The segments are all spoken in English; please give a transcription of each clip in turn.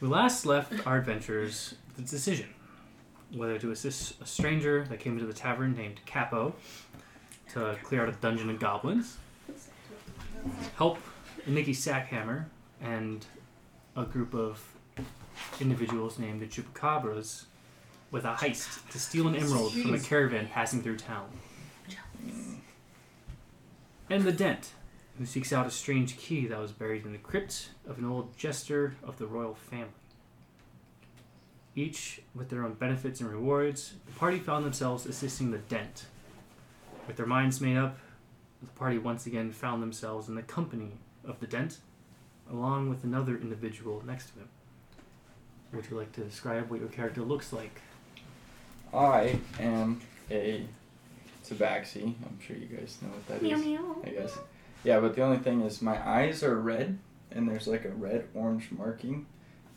We last left our adventurers with the decision whether to assist a stranger that came into the tavern named Capo to clear out a dungeon of goblins, help Nikki Sackhammer and a group of individuals named the Chupacabras with a heist to steal an emerald from a caravan passing through town. And the Dent, who seeks out a strange key that was buried in the crypt of an old jester of the royal family. Each with their own benefits and rewards, the party found themselves assisting the Dent. With their minds made up, the party once again found themselves in the company of the Dent, along with another individual next to him. Would you like to describe what your character looks like? I am a tabaxi. I'm sure you guys know what that is. I guess. Yeah, but the only thing is my eyes are red, and there's like a red orange marking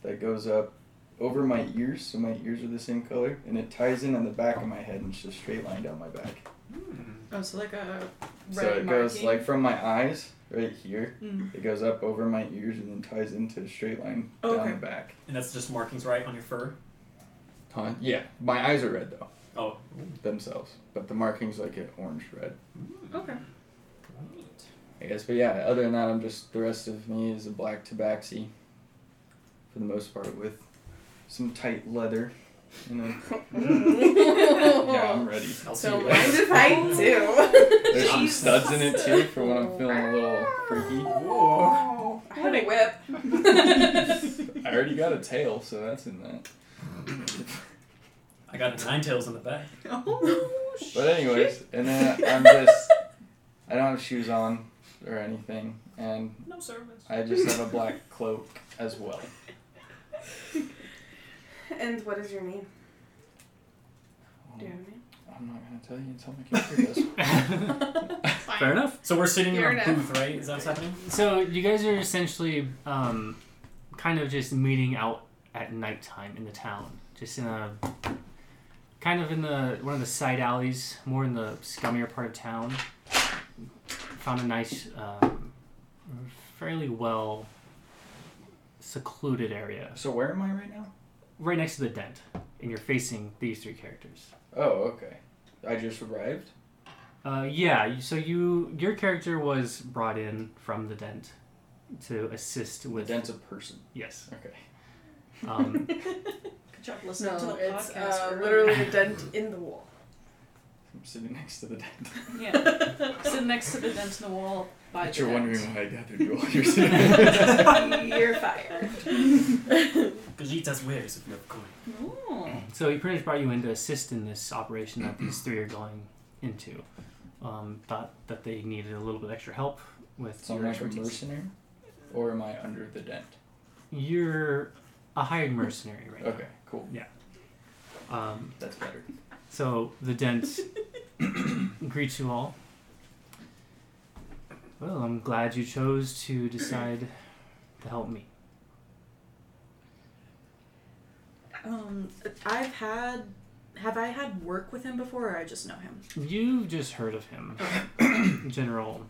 that goes up over my ears, so my ears are the same color, and it ties in on the back of my head, and it's just straight line down my back. Mm-hmm. Oh, so like a red so it goes marking. like from my eyes right here, Mm. it goes up over my ears, and then ties into a straight line Oh, down okay. the back. And that's just markings, right, on your fur? Huh? Yeah, my eyes are red though Oh. themselves, but the markings like an orange red. Okay. Right. I guess, but yeah, other than that, I'm just the rest of me is a black tabaxi for the most part with some tight leather. You know, yeah, I'm ready. I'll see So you mine later. if I do. There's some Jeez. studs in it too for when I'm feeling a little freaky. Oh, I had a whip. I already got a tail, so that's in that. I got a nine tails on the back. Oh, But anyways, and then I'm just I don't have shoes on or anything, and No service. I just have a black cloak as well. And what is your name? Do you I'm not gonna tell you until my character does. Fair have a name? enough. So we're sitting in Fair our enough. booth, right? Is that what's happening? So you guys are essentially um, kind of just meeting out at nighttime in the town, just in a kind of in the one of the side alleys, more in the scummier part of town. Found a nice, um, fairly well secluded area So where am I right now? right next to the dent, and you're facing these three characters. Oh, okay. I just arrived. Uh, yeah. you- So you, your character was brought in from the dent to assist with. Dent's a person. Yes. Okay. Um, Good job listening to No, the it's podcast. uh, girl. literally a dent in the wall. I'm sitting next to the dent. Yeah. Sit next to the dent in the wall by But the you're dent. wondering why I gathered you all your stuff. You're fired. Galitas wares if you have coin. Oh. so he pretty much brought you in to assist in this operation that these three are going into. Um, thought that they needed a little bit extra help with so I'm your like a expertise. mercenary, or am I under the dent? You're a hired mercenary right Okay, cool. now. Um, That's better. so the dent greets you all. Well, I'm glad you chose to decide to help me. Um, I've had. Have I had work with him before, or I just know him? You've just heard of him, general.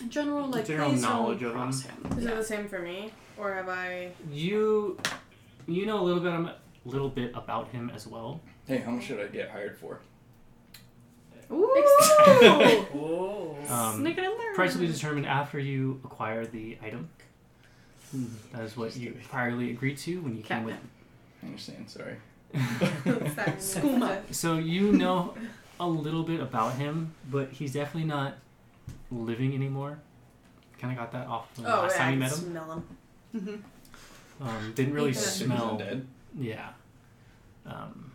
In general, like General please knowledge don't of cross him. Is it Yeah. the same for me, or have I? You, you know a little bit, a little bit about him as well. Hey, how much should I get hired for? Ooh! Oh. Um, Sneaking in there. Price will be determined after you acquire the item. Hmm, That is what you priorly agreed to when you came with. I understand. Sorry. It's that Skooma. So you know a little bit about him, but he's definitely not living anymore. Kind of got that off from the Oh, last yeah, time you I met him. Smell him. Um, didn't really Yeah. Because I'm smell. dead. Yeah. Um,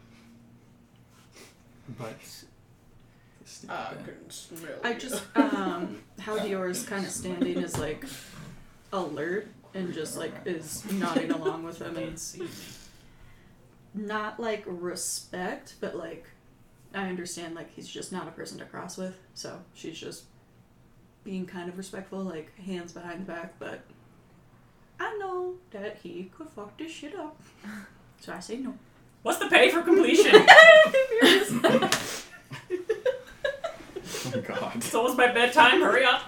but Stupid Uh, I dent. can smell. I you. just um how Dior's kind of standing is like alert and just like is nodding along with him and see me. not like respect but like I understand like he's just not a person to cross with so she's just being kind of respectful like hands behind the back but I know that he could fuck this shit up so I say no What's the pay for completion? Oh God. it's almost my bedtime. Hurry up.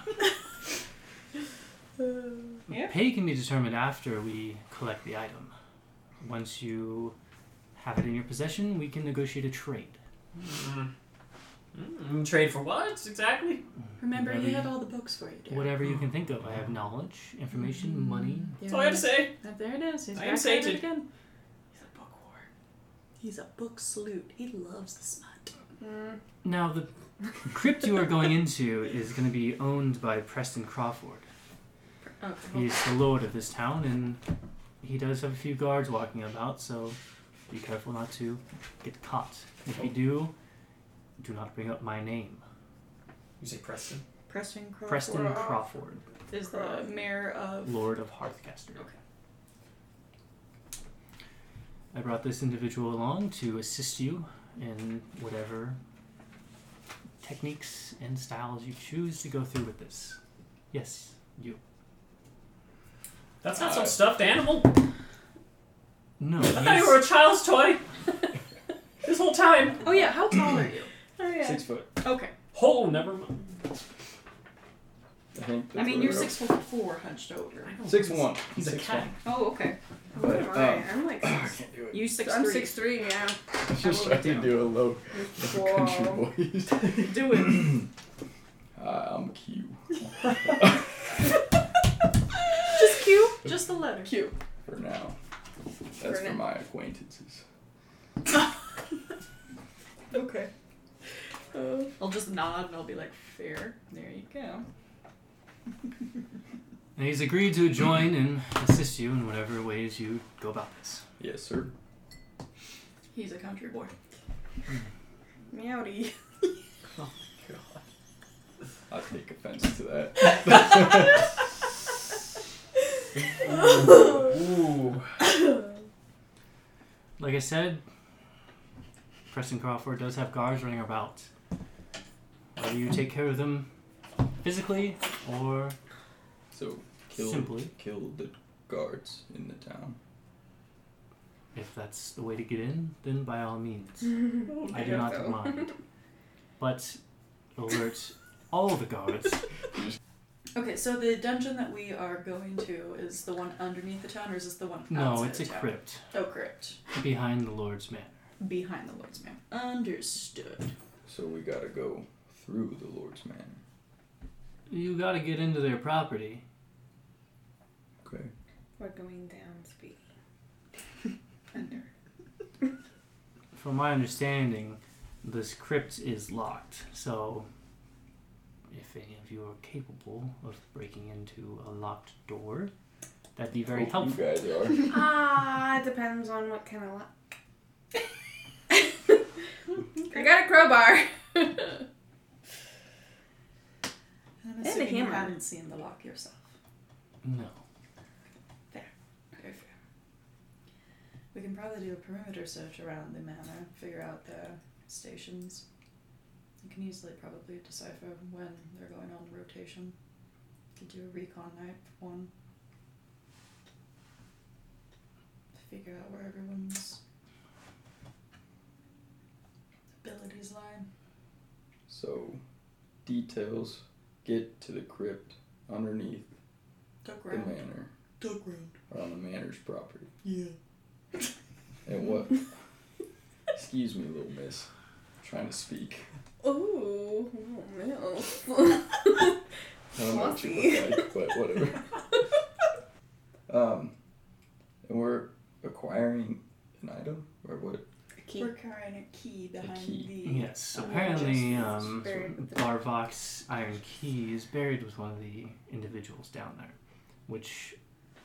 Yeah. pay can be determined after we collect the item. Once you have it in your possession, we can negotiate a trade. Mm-hmm. Mm. Mm, trade for what exactly? Remember, he Whatever had you- all the books for you. Derek. Whatever you can think of. I have knowledge, information, money. There That's all I it had to is. say. Uh, There it is. He's I back am at it sated. again. He's a bookworm. He's a book salute. He loves the smut. Mm. Now, the crypt you are going into is going to be owned by Preston Crawford. Okay. He's the lord of this town, and he does have a few guards walking about, so be careful not to get caught. If you do, do not bring up my name. You say Preston? Preston Crawford Preston Crawford, is the Crawford. mayor of. Lord of Hearthcaster. Okay. I brought this individual along to assist you in whatever techniques and styles you choose to go through with this. Yes, you. That's not Uh, some stuffed animal. No. I thought you were a child's toy. this whole time. Oh yeah, how tall are you? Oh yeah. Six foot. Okay. Oh, never mind. I think. I that's mean, what you're I wrote. six foot four, hunched over. Six one. He's a Six cat. one. Oh, okay. But, Who am I? um, I'm like I six. can't do it. You 6 I'm three. six three now. Just I will trying to do. do a low country Whoa. voice. Do it. Hi, I'm Q. Just Q. Just the letter. Cute. For now. That's For for now. my acquaintances. Okay. Uh, I'll just nod and I'll be like, fair. There you go. And he's agreed to join and assist you in whatever ways you go about this. Yes, sir. He's a country boy. Meowdy. I take offense to that. Ooh. Like I said, Preston Crawford does have guards running about. Whether you take care of them physically or So kill Simply. kill the guards in the town. if that's the way to get in, then by all means. I do Yeah, not though. mind. But alert all the guards. Okay, so the dungeon that we are going to is the one underneath the town, or is this the one? No, outside it's a the town? crypt Oh, crypt behind the Lord's Manor. behind the lords, ma'am. Understood. So we gotta go through the Lord's Manor. You gotta get into their property. Okay. We're going down, speed. From my understanding, this crypt is locked, so if any of you are capable of breaking into a locked door, that'd be very Hope helpful. Oh, You guys are. Ah, it depends on what kind of luck. I got a crowbar. I'm And a assuming you hammer. haven't seen the lock yourself. No. Very fair. We can probably do a perimeter search around the manor, figure out their stations. You can easily probably decipher when they're going on rotation. Could do a recon night for one. Figure out where everyone's abilities lie. So details. Get to the crypt underneath Duck the round. manor Duck round. or on the manor's property. Yeah. And what? Excuse me, little miss. trying to speak. Ooh, Oh, no. I don't know what you look like, but whatever. um, and we're acquiring an item or what? We're carrying a key behind key. the. Yes, Oh, apparently yes, um, it's buried with the- Barvox Iron Key is buried with one of the individuals down there. Which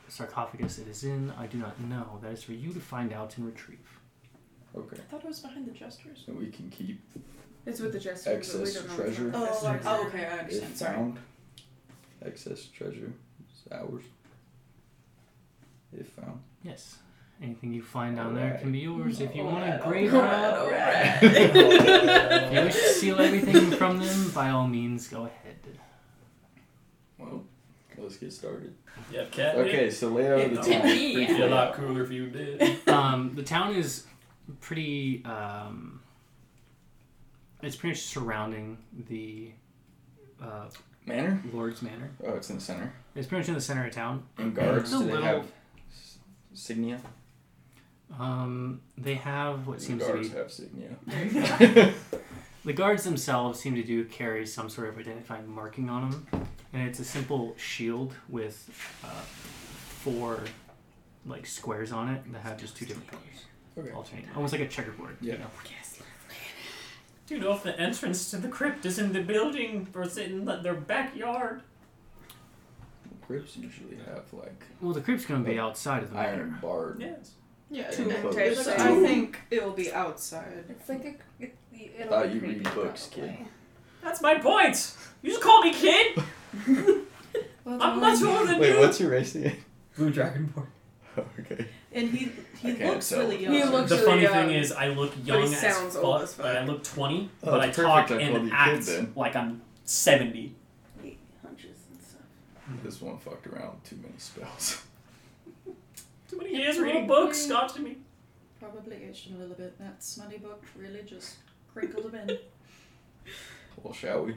sarcophagus it is in, I do not know. That is for you to find out and retrieve. Okay, I thought it was behind the jesters. so we can keep It's with the gesture, but we Excess don't know. treasure. Oh, Oh, like- oh, okay, I it understand. Sorry. found. Excess treasure is ours. If found. Yes. Anything you find down there Alright. can be yours if you want Alright, to grave alright. rob. If you wish to steal everything from them, by all means, go ahead. Well, let's get started. Yeah, cat. Okay, so layout of the Yeah. town. It'd be a lot cooler if you did. Um, the town is pretty. Um, it's pretty much surrounding the uh, Manor? Lord's Manor. Oh, it's in the center. It's pretty much in the center of town. And It's guards, a do they little- have s- signia? Um, they have what seems Guards to be have signia. the guards themselves seem to do carry some sort of identifying marking on them, and it's a simple shield with uh, four like squares on it that have just two different colors okay. alternating, almost like a checkerboard. you Yeah. know? Do you know if the entrance to the crypt is in the building or is it in the- their backyard? Crypts usually have like Well, the creep's gonna be Oh. outside of the iron mayor. barred. Yes. Yeah, Two it- books. it's- I think it'll be outside. It's like a. It, it'll Thought be you creepy, read books, probably. That's my point! You just call me kid? Well, I'm much older than Wait, you! what's your race again? Blue Dragonborn. okay. And he he Okay, looks so- really young. He looks- The really funny young, thing is, I look he young as sounds fuck, old as fuck. but I look 20, Oh, but I it's talk perfect, I called and you act kid then. like I'm 70. He hunches and stuff. This one fucked around with too many spells. Too many years reading books got to me. Probably aged him a little bit. That smutty book really just crinkled him in. Well, shall we?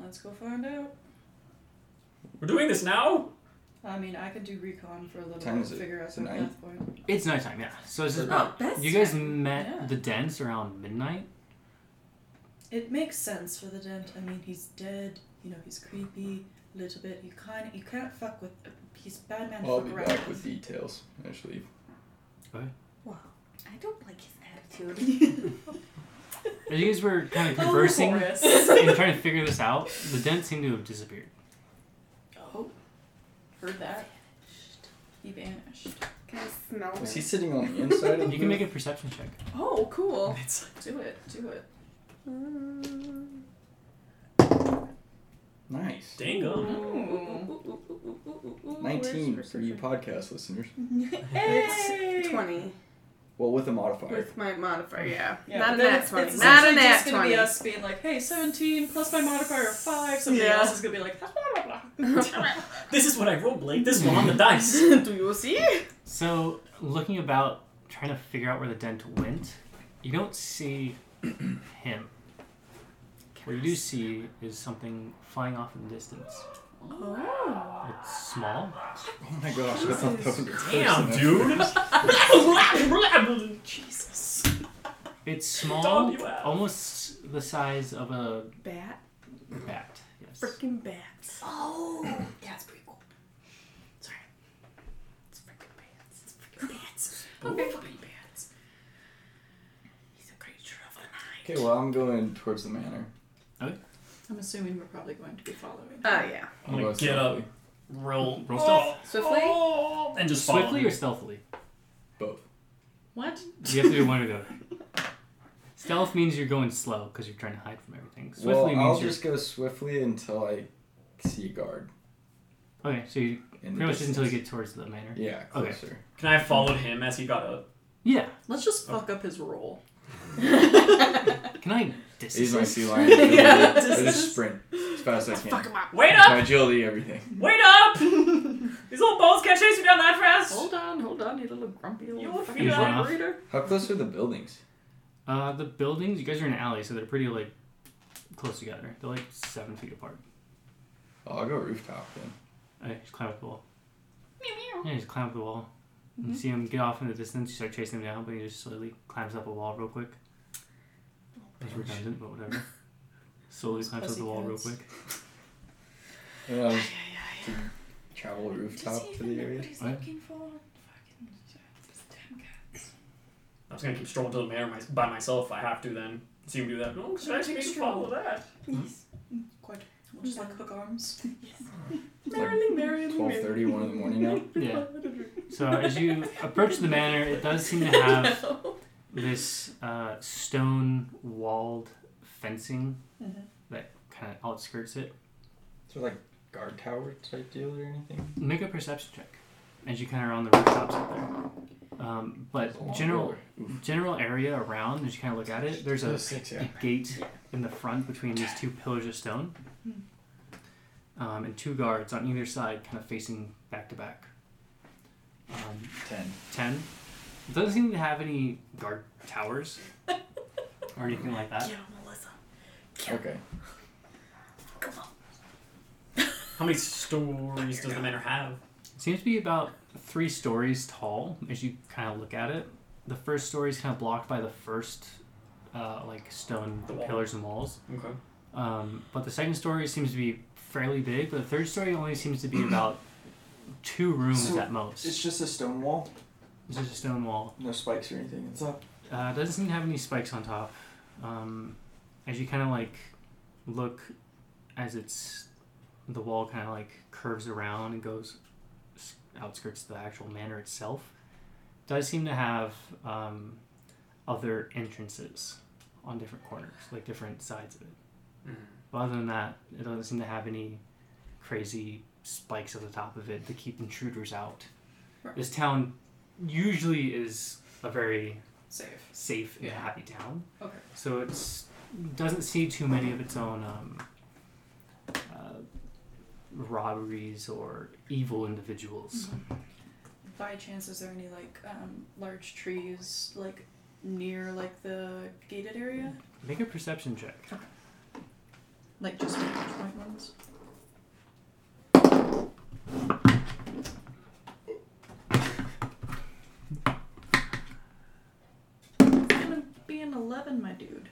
Let's go find out. We're doing this now? I mean, I could do recon for a little Time bit is to it? figure out some Tonight? path point. It's nighttime, yeah. So it's just Oh, that's. you guys met Yeah. the dents around midnight. It makes sense for the dent. I mean, he's dead. You know, he's creepy a little bit. You kind you can't fuck with. He's a bad man. to I'll fuck be around back with details. Actually, I don't like his attitude. As you guys were kind of Oh, conversing Horace. and trying to figure this out, the dent seemed to have disappeared. Oh, heard that. He vanished. Can I smell was he him? sitting on the inside? of You can the- make a perception check. Oh, cool. It's Do it. Do it. Mm. nice. Dango. Ooh. Nineteen Where's for you podcast listeners. Hey! It's 20 Well, with a modifier. with my modifier, yeah. Yeah, Not a but then nat it's- 20. It's Not a nat essentially just gonna 20. be us being like, hey, 17 plus my modifier of 5. Somebody Yeah. else is going to be like, blah, blah, blah. This is what I roll, Blake. This one on the dice. Do you see? So, looking about, trying to figure out where the dent went, you don't see him. What you do see is something flying off in the distance. Oh. It's small. Oh my gosh, I thought that was a Damn, person. dude. Jesus. It's small, Dog you out. almost the size of a Bat. bat. Yes. Freaking bats. Oh. That's pretty cool. It's freaking bats. It's freaking bats. Okay. bats. He's a creature of the Okay, well, I'm going towards the manor. I'm assuming we're probably going to be following. Oh, yeah. I'm gonna Most get likely. up. Roll, Roll stealth. Swiftly? Oh, and just follow Swiftly him. or stealthily? Both. What? You have to do one or the other. Stealth means you're going slow because you're trying to hide from everything. Swiftly well, means I'll you're. just go swiftly until I see a guard. Okay, so you In pretty the much until you distance. get towards the manor. Yeah, Okay. closer. Can I have followed him as he got up? Yeah. Let's just Oh. fuck up his roll. Can I dis- He's my sea lion. yeah, I just sprint as fast as I Fuck can. him up. Wait My up! agility, everything. Wait up! These little balls can't chase me down that fast! Oh. Hold on, hold on, you little grumpy little You fucking feel line off. reader. How close are the buildings? Uh, the buildings, you guys are in an alley, so they're pretty, like, close together. They're, like, seven feet apart. Oh, I'll go rooftop then. I just climb up the wall. Yeah, just climb up the wall. You see him get off in the distance, you start chasing him down, but he just slowly climbs up a wall real quick. It's redundant, but whatever. Slowly climbs up the wall real Pussycats. quick. And I'll travel rooftop to the area. he's What? looking for? Fucking damn cats. I'm just gonna keep strolling to the manor my, by myself if I have to then. See him do that. Oh, should I Take a just stroll. follow that? Yes. Quite. We'll just like hook arms. Merrily, merrily, 12.30, 1 in the morning now. Yeah. So as you approach the manor, it does seem to have this uh, stone walled fencing Mhm. that kind of outskirts it. Is there like guard tower type deal or anything? Make a perception check as you kind of are on the rooftops up there. Um, but general general area around as you kind of look at it, there's a six, a gate in the front between these two pillars of stone, um, and two guards on either side, kind of facing back to back. Um, Ten. Ten it doesn't seem to have any guard towers or anything like that. Get him, Melissa. Okay. Come on. How many stories does the manor have? It seems to be about three stories tall as you kind of look at it. the first story is kind of blocked by the first uh, like stone The wall. pillars and walls. Okay. Um, but the second story seems to be fairly big, but the third story only seems to be about two rooms So, at most. It's just a stone wall, It's just a stone wall. no spikes or anything. It's up. Uh, it doesn't seem to have any spikes on top. Um, as you kind of like look as it's the wall kind of like curves around and goes s- outskirts of the actual manor itself. It does seem to have um, other entrances on different corners, like different sides of it. But other than that, it doesn't seem to have any crazy spikes at the top of it to keep intruders out. Right. This town usually is a very Safe. safe and Yeah. happy town. Okay. So it's doesn't see too many of its own um, uh, robberies or evil individuals. By chance, is there any like um, large trees like near like the gated area? Make a perception check. Like just vantage point ones? It's gonna be an eleven, my dude.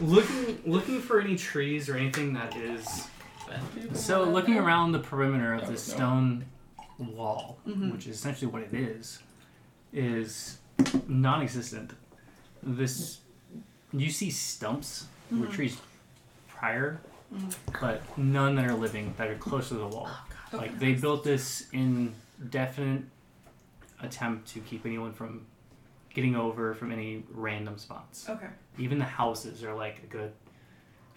Looking looking for any trees or anything that is Vantage? So looking around the perimeter of Oh, this no. stone wall, Mhm. which is essentially what it is, is non-existent. This you see stumps where Mhm. trees prior, Mhm. but none that are living that are close to the wall. Like they built this indefinite attempt to keep anyone from getting over from any random spots. Okay. Even the houses are like a good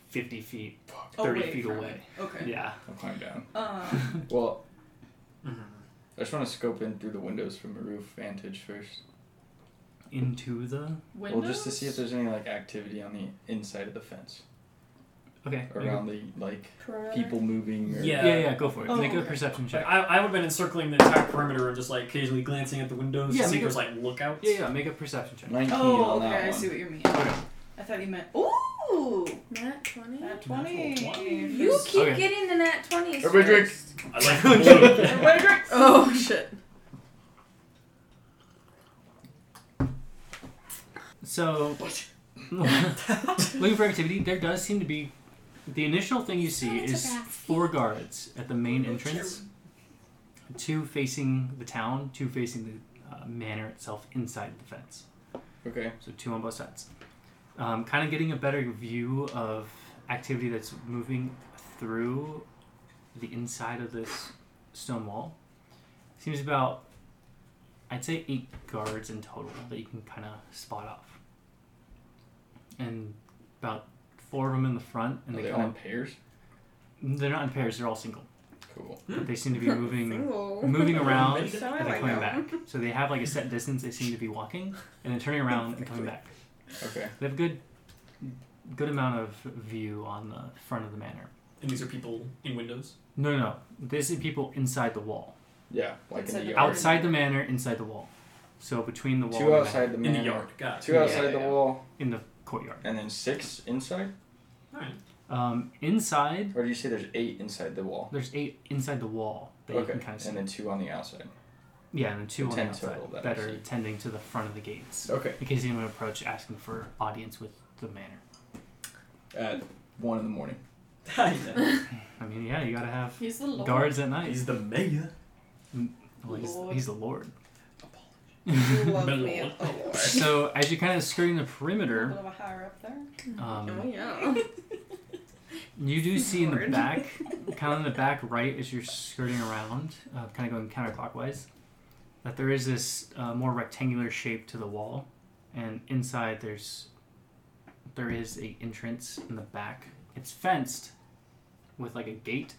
fifty feet, Away thirty feet from away. it. Okay. Yeah. I'll climb down. Um, Well, Mhm. I just want to scope in through the windows from a roof vantage first. Into the windows. Well, just to see if there's any like activity on the inside of the fence Okay. make a around the like Perimeter? people moving. Or, Yeah. Yeah, yeah, go for it. Oh, make a okay. perception Like, check. I, I would have been encircling the entire perimeter and just like occasionally glancing at the windows Yeah, to see if make there's like lookouts. Yeah, yeah, make a perception check. Nineteen Oh, on okay. that I one. see what you mean. Okay. I thought you meant ooh. Nat 20? At twenty. Natural 20. You keep Okay. getting the nat 20s. Everybody drink. first. I like the blue. Everybody drink. Oh shit. So, looking for activity, there does seem to be. The initial thing you see Someone's is harassing. four guards at the main entrance, two facing the town, two facing the uh, manor itself inside the fence. Okay. So, two on both sides. Um, kind of getting a better view of activity that's moving through the inside of this stone wall. Seems about, I'd say, eight guards in total that you can kind of spot off. And about four of them in the front, and Are they, they all kind in pairs? of, they're not in pairs, they're all single. Cool. But they seem to be moving Single. moving around So and then coming back. So they have like a set distance they seem to be walking, and then turning around and coming back. Okay. They have good good amount of view on the front of the manor. And these are people in windows. No, no, no. This is people inside the wall. Yeah, like in Inside the the yard. Outside the manor, inside the wall. So between the wall and Two the outside the In man. the yard. Got it. Two Yeah, outside yeah, the yeah. wall, manor, in the courtyard. and then six inside. Alright. Um, inside, Or do you say there's eight inside the wall? there's eight inside the wall that you okay. can kind of see. and then two on the outside. yeah, and then two so on the 10 outside total that that I are see. tending to the front of the gates. Okay. In case anyone approach asking for audience with the manor. At one in the morning. Yeah. I mean, yeah, you gotta have He's the lord. guards at night. He's the mayor. Well, he's, Lord. he's the lord. You love The me, lord. a lord. so as you're kind of skirting the A perimeter, little bit higher up there. um, Oh, yeah. You do see in the Lord. back, kind of in the back right as you're skirting around, uh, kind of going counterclockwise, that there is this uh, more rectangular shape to the wall, and inside there's there is a entrance in the back. It's fenced with like a gate,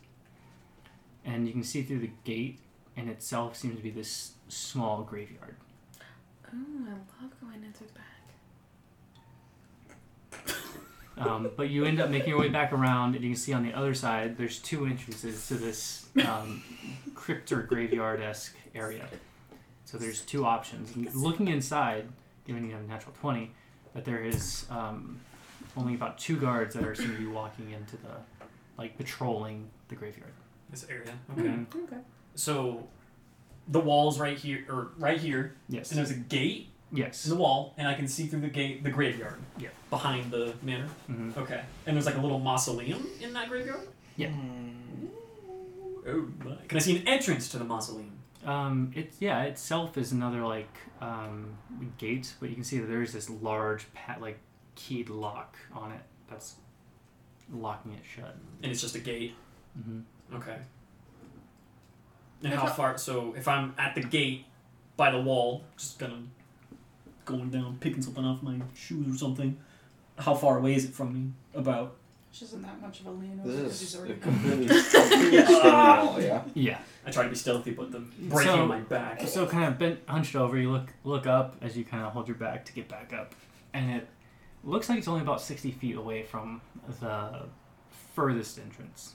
and you can see through the gate, and itself seems to be this small graveyard. Oh, I love going into the back. Um, but you end up making your way back around, and you can see on the other side there's two entrances to this um, crypt or graveyard esque area. So there's two options. And looking inside, given you have a natural 20, that there is um, only about two guards that are seem to be walking into the, like, patrolling the graveyard. This area. Okay. And- Okay. So the walls right here or right here. yes. And there's a gate Yes. in the wall, and I can see through the gate the graveyard. Yeah. Behind the manor. Mhm. Okay. And there's like a little mausoleum in that graveyard. Yeah. Hmm. Oh my! Can I see an entrance to the mausoleum? Um, it yeah itself is another like um, gate, but you can see that there's this large pat like keyed lock on it that's locking it shut. And it's just a gate. Mm-hmm. Okay. And I how thought- far? So if I'm at the gate by the wall, just gonna going down, picking something off my shoes or something. How far away is it from me? About. Which isn't that much of a lean over This he's is a already. completely, completely stone wall, yeah. Yeah. I try to be stealthy, but the breaking So- my back. So kind of bent hunched over, you look look up as you kind of hold your back to get back up, and it looks like it's only about sixty feet away from the furthest entrance.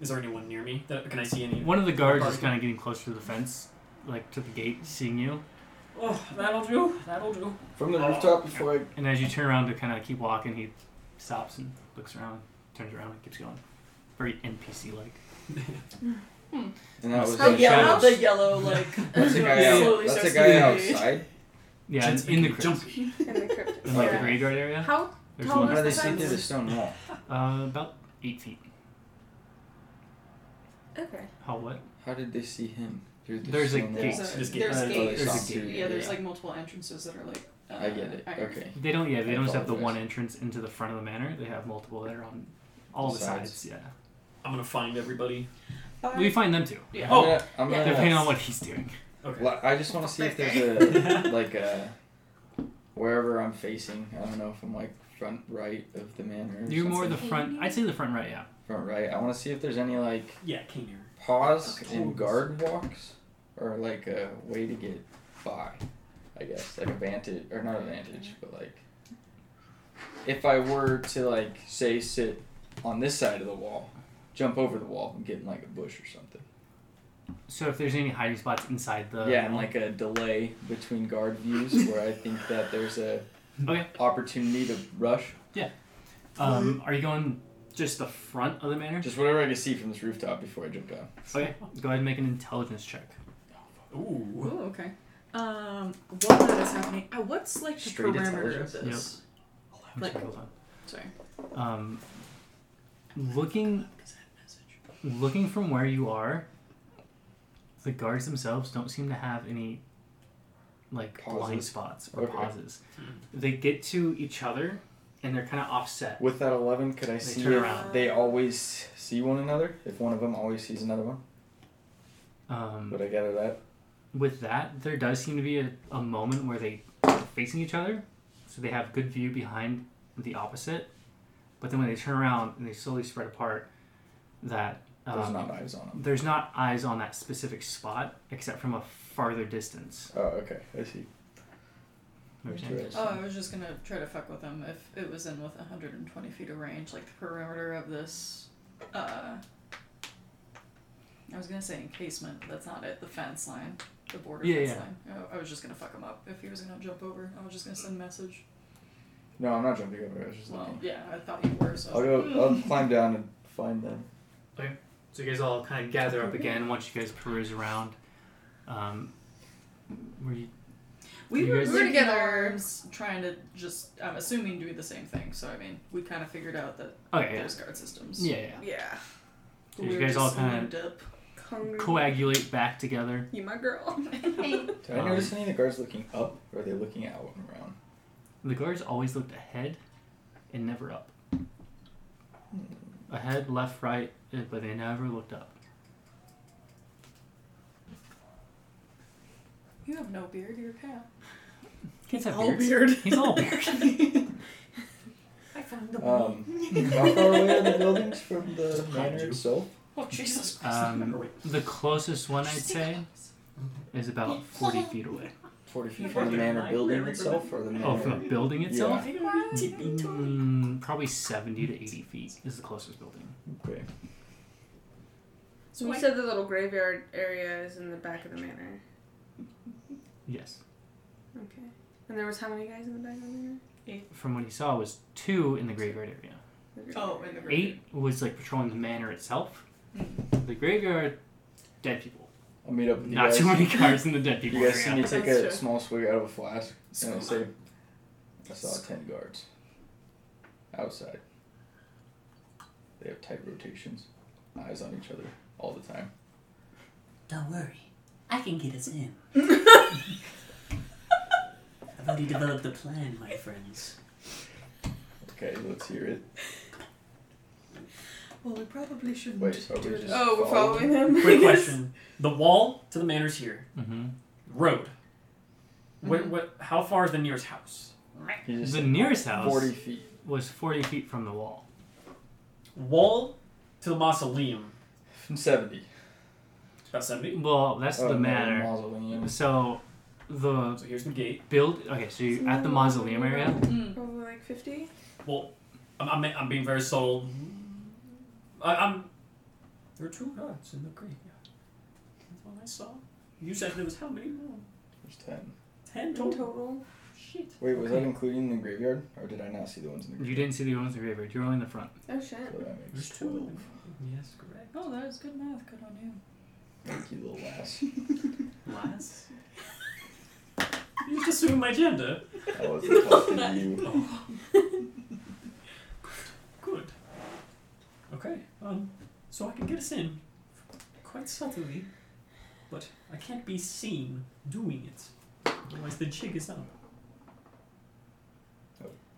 Is there anyone near me? That, can I see any? One of the guards is kind of getting closer to the fence, like to the gate, seeing you. Oh, that'll do. That'll do. From the rooftop before I And as you turn around to kind of keep walking, he stops and looks around, turns around, and keeps going. Very NPC like. and that was How The in yellow? yellow, shadows. the yellow, like. That's a guy out. slowly That's a starts guy to outside. Yeah, Jen's in, in the making me crypt. jump. In the crypt. In like the Yeah. graveyard area. How? There's tall one How do uh, they Where's the see through fence? the stone wall? about eight feet. Okay. How what? How did they see him through the There's a stone gate. wall? There's, a, Just there's get- uh, gates. there's a gate, Yeah, there's yeah. like multiple entrances that are like. Uh, I get it. iron. Okay. They don't. Yeah, they I don't just have the apologize. one entrance into the front of the manor. They have multiple that are on all the Sides. sides. Yeah, I'm gonna find everybody. Bye. we find them too. Yeah. I'm Oh! gonna, I'm Yeah. gonna- Depending on what he's doing. Okay. Well, I just want to see if there's a like a wherever I'm facing. I don't know if I'm like front right of the manor. Or You're more the something. front. I'd say the front right. Yeah. front right. I want to see if there's any like Yeah, came here. pause Okay. and guard walks or like a way to get by. I guess like a vantage or not a vantage, but like if I were to like say sit on this side of the wall, jump over the wall and get in like a bush or something. So if there's any hiding spots inside the yeah, and like a delay between guard views where I think that there's a Okay. opportunity to rush. um, are you going just the front of the manor? Just whatever I can see from this rooftop before I jump down. Okay, go ahead and make an intelligence check. Ooh. Ooh, okay. Um, while that is happening, uh, what's like the Straight parameter of intelligence? this? Like- Hold on. Sorry. Um, looking Because I had a message. looking from where you are, the guards themselves don't seem to have any like blind Pauses. spots or Okay. pauses. Hmm. They get to each other and they're kind of offset. With that eleven, could I see turn if around. they always see one another? If one of them always sees another one, Um, would I gather that? with that, there does seem to be a, a moment where they facing each other, so they have good view behind the opposite. But then when they turn around and they slowly spread apart, that um, There's not eyes on them. there's not eyes on that specific spot except from a farther distance. Oh, okay, I see. You know what I'm saying? Oh, I was just gonna try to fuck with them if it was in with 120 feet of range, like the perimeter of this. Uh, I was gonna say encasement, but that's not it. The fence line, the border Yeah, fence yeah. line. Oh, I, I was just gonna fuck him up if he was gonna jump over. I was just gonna send a message. No, I'm not jumping over. I was just Well, looking. yeah, I thought you were. So I I'll was like, go. I'll "Mm." climb down and find them. So you guys all kind of gather up again once you guys peruse around. Um, were you? We You were, guys- we were together trying to just, I'm assuming, do the same thing. So, I mean, we kind of figured out that Okay, oh, yeah, there's guard systems. yeah, yeah. Yeah. So you guys all kinda- of. Hungry. Coagulate back together. You my girl. Did I Um, notice any of the guards looking up, or are they looking out and around? The guards always looked ahead, and never up. Ahead, left, right, eh, but they never looked up. You have no beard, you're a cat. Kids have All beards. beard. He's all beard. I found the Um, how far away are the buildings from the Just behind manor you. itself? Oh, Jesus Um, the closest one I'd say is about forty feet away. Forty feet Yeah, from the but- manor building Yeah, itself, or the manor? Oh, from the building itself, Christ. mm, probably seventy to eighty feet is the closest building. Okay. So we said the little graveyard area is in the back of the manor. Yes. Okay. And there was how many guys in the back of the manor? From what he saw, was two in the graveyard area. Oh, in the Eight was like patrolling the manor itself. Mm. The graveyard, dead people. I'll meet up with you Not guys. too many cars in the dead people You guys see area. me take That's a true. small swig out of a flask, and I say, I saw Scoop. ten guards outside. They have tight rotations, eyes on each other all the time. Don't worry, I can get us in. I've already developed a plan, my friends. Okay, let's hear it. Well, we probably shouldn't. Wait, are do we it. just Oh, we're following him. Quick question: the wall to the manor's here. Mm-hmm. Road. What? What? How far is the nearest house? He just The said nearest house forty feet. was 40 feet from the wall. Wall to the mausoleum. Seventy. It's about seventy. Well, that's Oh, the no, matter. mausoleum. So, the So here's the gate. build. Okay, so you're at the mausoleum area. Mm. Over like 50? I'm, I'm, I'm being very subtle. I, I'm. There are two gods in the graveyard. That's what I saw. You said there was how many more? There's ten. Ten In total. total. Shit. Wait, was that Okay. including the graveyard, or did I not see the ones in the You graveyard? didn't see the ones in the graveyard. You were only in the front. Oh shit. So that makes There's two. twelve. Yes, correct. Oh, that is good math. Good on you. Thank you, little lass. Last. you just assumed my gender. That wasn't talking to you. Good. Okay. Um. So I can get us in, quite subtly, but I can't be seen doing it. Otherwise, the jig is up.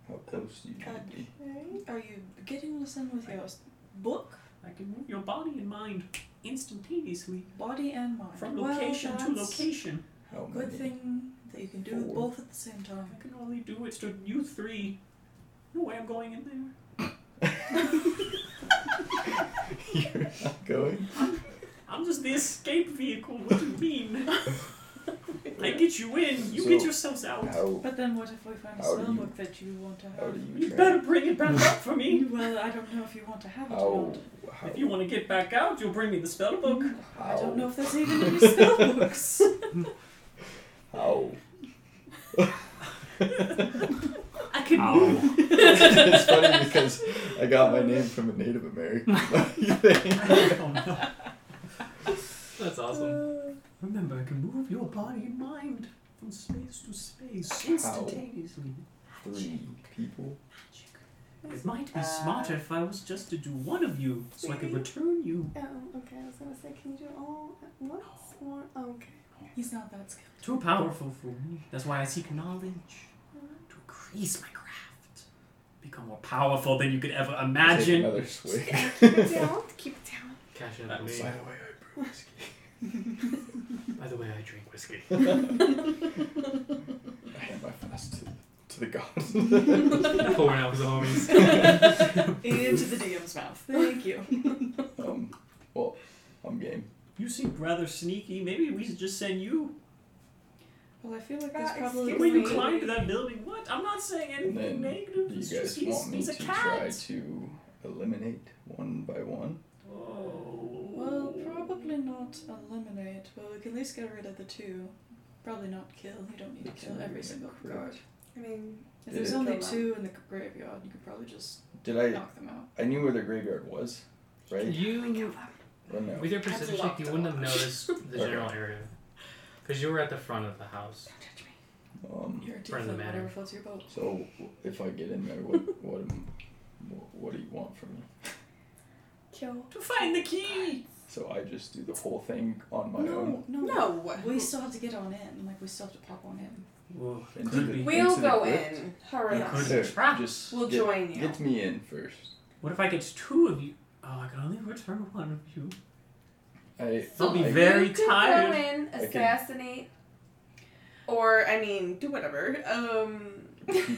How close do you need to be? Are you getting us in with your s- book, I can move your body and mind instantaneously body, and mind? from Well, location to that's location. How many? Good thing that you can do Four. both at the same I time. can only do it to you three. No way I'm going in there. You're not going. I'm just the escape vehicle. What do you mean? I get you in, you get So- yourselves out. How? But then what if we find a How do spell you- book that you want to How do have? you? You train? better bring it back up for me. Well, I don't know if you want to have it or How? not. How? If you want to get back out, you'll bring me the spell book. I how- don't know if there's even any spell books. How? I can Oh. Ow. it's funny because I got my name from a Native American. oh, no. That's awesome. Uh, Remember, I can move your body and mind from space to space instantaneously. Three people. It might Uh, be smarter if I was just to do one of you, so I could Really? return you Oh, okay. I was gonna say, can you do it all at once? Or, oh, okay. He's not that skilled. Too powerful for me. That's why I seek knowledge to increase my craft, become more powerful than you could ever Take imagine. another swig. Keep it down. Keep it down. Cash in That for was me. By the way, I brew whiskey. By the way, I drink whiskey. I hand my flask to, to the gods. Pouring out the homies. Into the DM's mouth. Thank you. Um, well, I'm game. You seem rather sneaky. Maybe we should just send you. Well, I feel like Uh, there's probably The excuse way you me. climbed that building. What? I'm not saying And anything then, do negative. you It's guys just he's, want me he's a to cat. try to eliminate one by one? Oh. Well, probably not eliminate, but we can at least get rid of the two. Probably not kill. You don't need to It's kill not every even single correct. guard. I mean, If there's Yeah. only Kill them. two in the graveyard, you could probably just Did I? knock them out. I knew where their graveyard was, right? You, Or no? with your That's perception check, locked you wouldn't have door. noticed the Okay. general area. Because you were at the front of the house. don't touch me. Um, You're Friend a of deflate the whatever matter. floats your boat. so if I get in there, what what am, what, what do you want from me? Kill. To find the key. So I just do the whole thing on my own No, no, No. We still have to get on in. Like we still have to pop on in. Whoa. Into Could the- be. We'll into the go crypt? in. Hurry You up. could- There, Trap. just We'll get, join you. Get me in first. What if I get two of you? Oh, I can only return one of you. I, They'll be I- very you could tired. Go in, can- assassinate, or I mean, do whatever. Um, Keep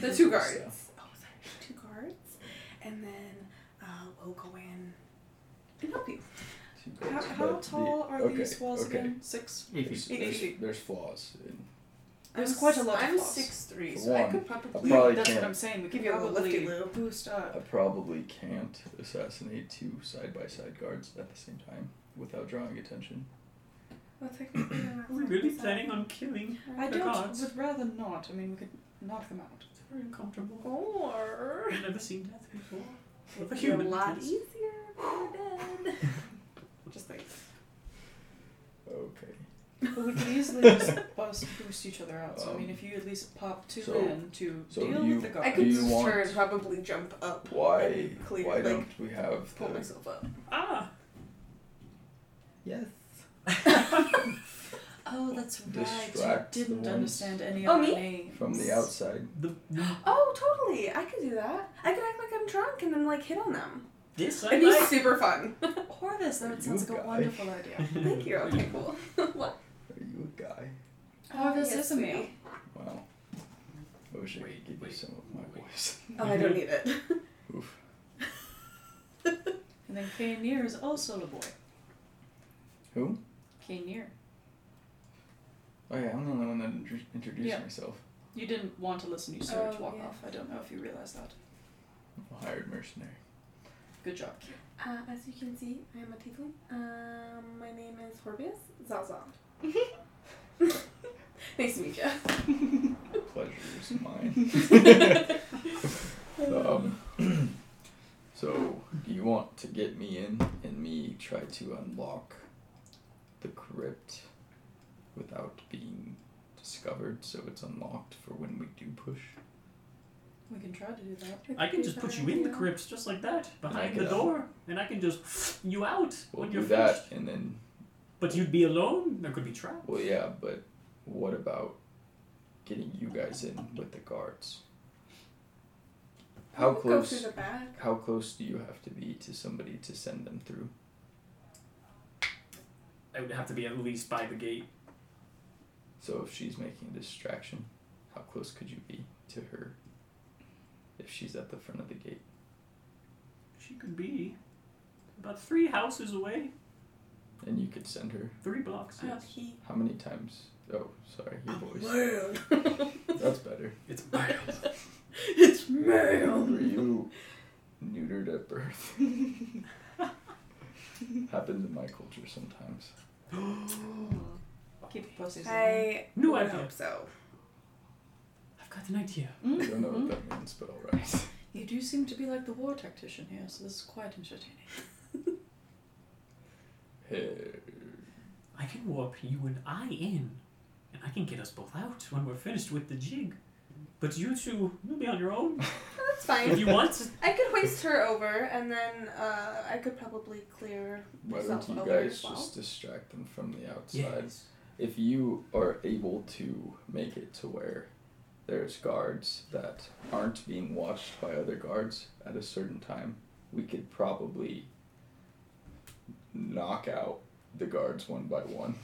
the it two to guards. yourself. Oh, sorry, two guards, and then uh, we'll go in and help you. two How, guards, how but the- tall are okay, these walls okay. again? Six. There's, Eight there's, feet. there's flaws. In, There's I'm quite a s- lot of I'm flaws. six three, For so I one, could I probably. probably That's what can't. I'm saying. We could Give you a little probably lifty-loo. boost I up. probably can't assassinate two side by side guards at the same time without drawing attention. Well, technically, you're not We're really supposed to- planning on killing. I The don't. gods. Would rather not. I mean, we could knock them out. It's very uncomfortable. Or I've never seen death before. it'd With a be a human. lot please. easier if we were dead. Just like Okay. But we could easily just bust, boost each other out. So, I mean, if you at least pop two Um, so- in to so deal you- with the I guard. Do could you want- turn and probably jump up. Why? and Clear, why like, don't we have pull the? myself up. Ah! Yes. Oh, that's right. Distract the You didn't ones- understand any Oh, of me? our names. From the outside. The, the- Oh, totally. I could do that. I could act like I'm drunk and then like hit on them. this I It'd be like. super fun. Corvus, that You would sounds like guy. a wonderful idea. Thank you. Okay, cool. what? Are you a guy? Corvus Yes, is a male. sweetie. Wow. I wish I could Wait, give wait, you some of my wait. voice. Oh, I don't need it. Oof. And then Kaynir is also a boy. Who? Kaynir. Oh yeah, I'm the only one that intro- introduced Yeah. myself. You didn't want to listen, you started Oh, to walk yeah. off. I don't know if you realized that. I'm a hired mercenary. Good job, Kaynir. Uh, as you can see, I am a tiefling. Um, my name is Horbius Zaza. nice to meet you. Pleasure is mine. um, so, do you want to get me in and me try to unlock the crypt without being discovered so it's unlocked for when we do push? We can try to do that. I can just put you in the crypt just like that, behind the get out. door, and I can just you out We'll when do you're that finished. and then, But you'd be alone. There could be traps. well, yeah, but what about getting you guys in with the guards? How I'll Go close? through the back. How close do you have to be to somebody to send them through? I would have to be at least by the gate. So if she's making a distraction, how close could you be to her if she's at the front of the gate? She could be about three houses away, And you could send her. three blocks. Uh, he. How many times? Oh, sorry, your voice. Man. That's better. it's It's mild. Were man. you neutered at birth? Happens in my culture sometimes. Keep the pussies away. I No, would I'm hope not. so. I've got an idea. I don't know what that means, but alright. Mm-hmm. You do seem to be like the war tactician here, so this is quite entertaining. Hey, I can warp you and I in, and I can get us both out when we're finished with the jig. But you two, you'll be on your own. That's If fine. you want, I could hoist her over, and then uh, I could probably clear why don't myself you over guys as well. just distract them from the outside? yes. if you are able to make it to where there's guards that aren't being watched by other guards at a certain time, we could probably knock out the guards one by one.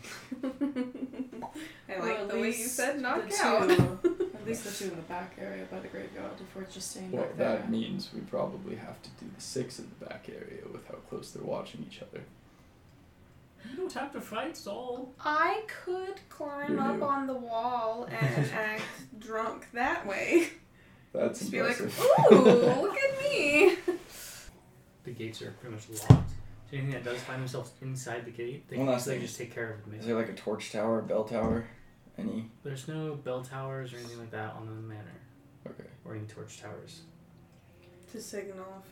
I Or like at the way you least said the knock two- out. at least the two in the back area by the graveyard, if we're just staying Well, back there. that means we probably have to do the six in the back area with how close they're watching each other. You don't have to fight, it's all. I could climb You Mm-hmm. up do. on the wall and act drunk that way. That's Just be like, impressive. ooh, look at me. The gates are pretty much locked. So anything that does find themselves inside the gate, they One can last easily thing. just take care of it. Is Maybe. there like a torch tower, a bell tower? Any? There's no bell towers or anything like that on the manor, Okay. or any torch towers. To signal.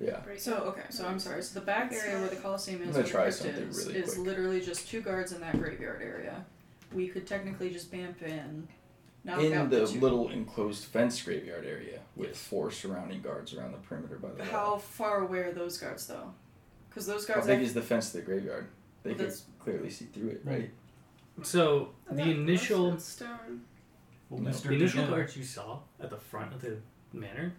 Yeah. So okay, so I'm sorry. So the back area where the Colosseum I'm is, gonna where the try crypt something is, really is quick. literally just two guards in that graveyard area. We could technically just bamf in, knock in out the two. little enclosed fence graveyard area with four surrounding guards around the perimeter by the How wall. far away are those guards though? Because those How guards. big is the fence to the graveyard? They Well, could that's- clearly see Hmm. through it, right? So the initial, stone. Well, No. the Mr. initial Dillon, guards you saw at the front of the manor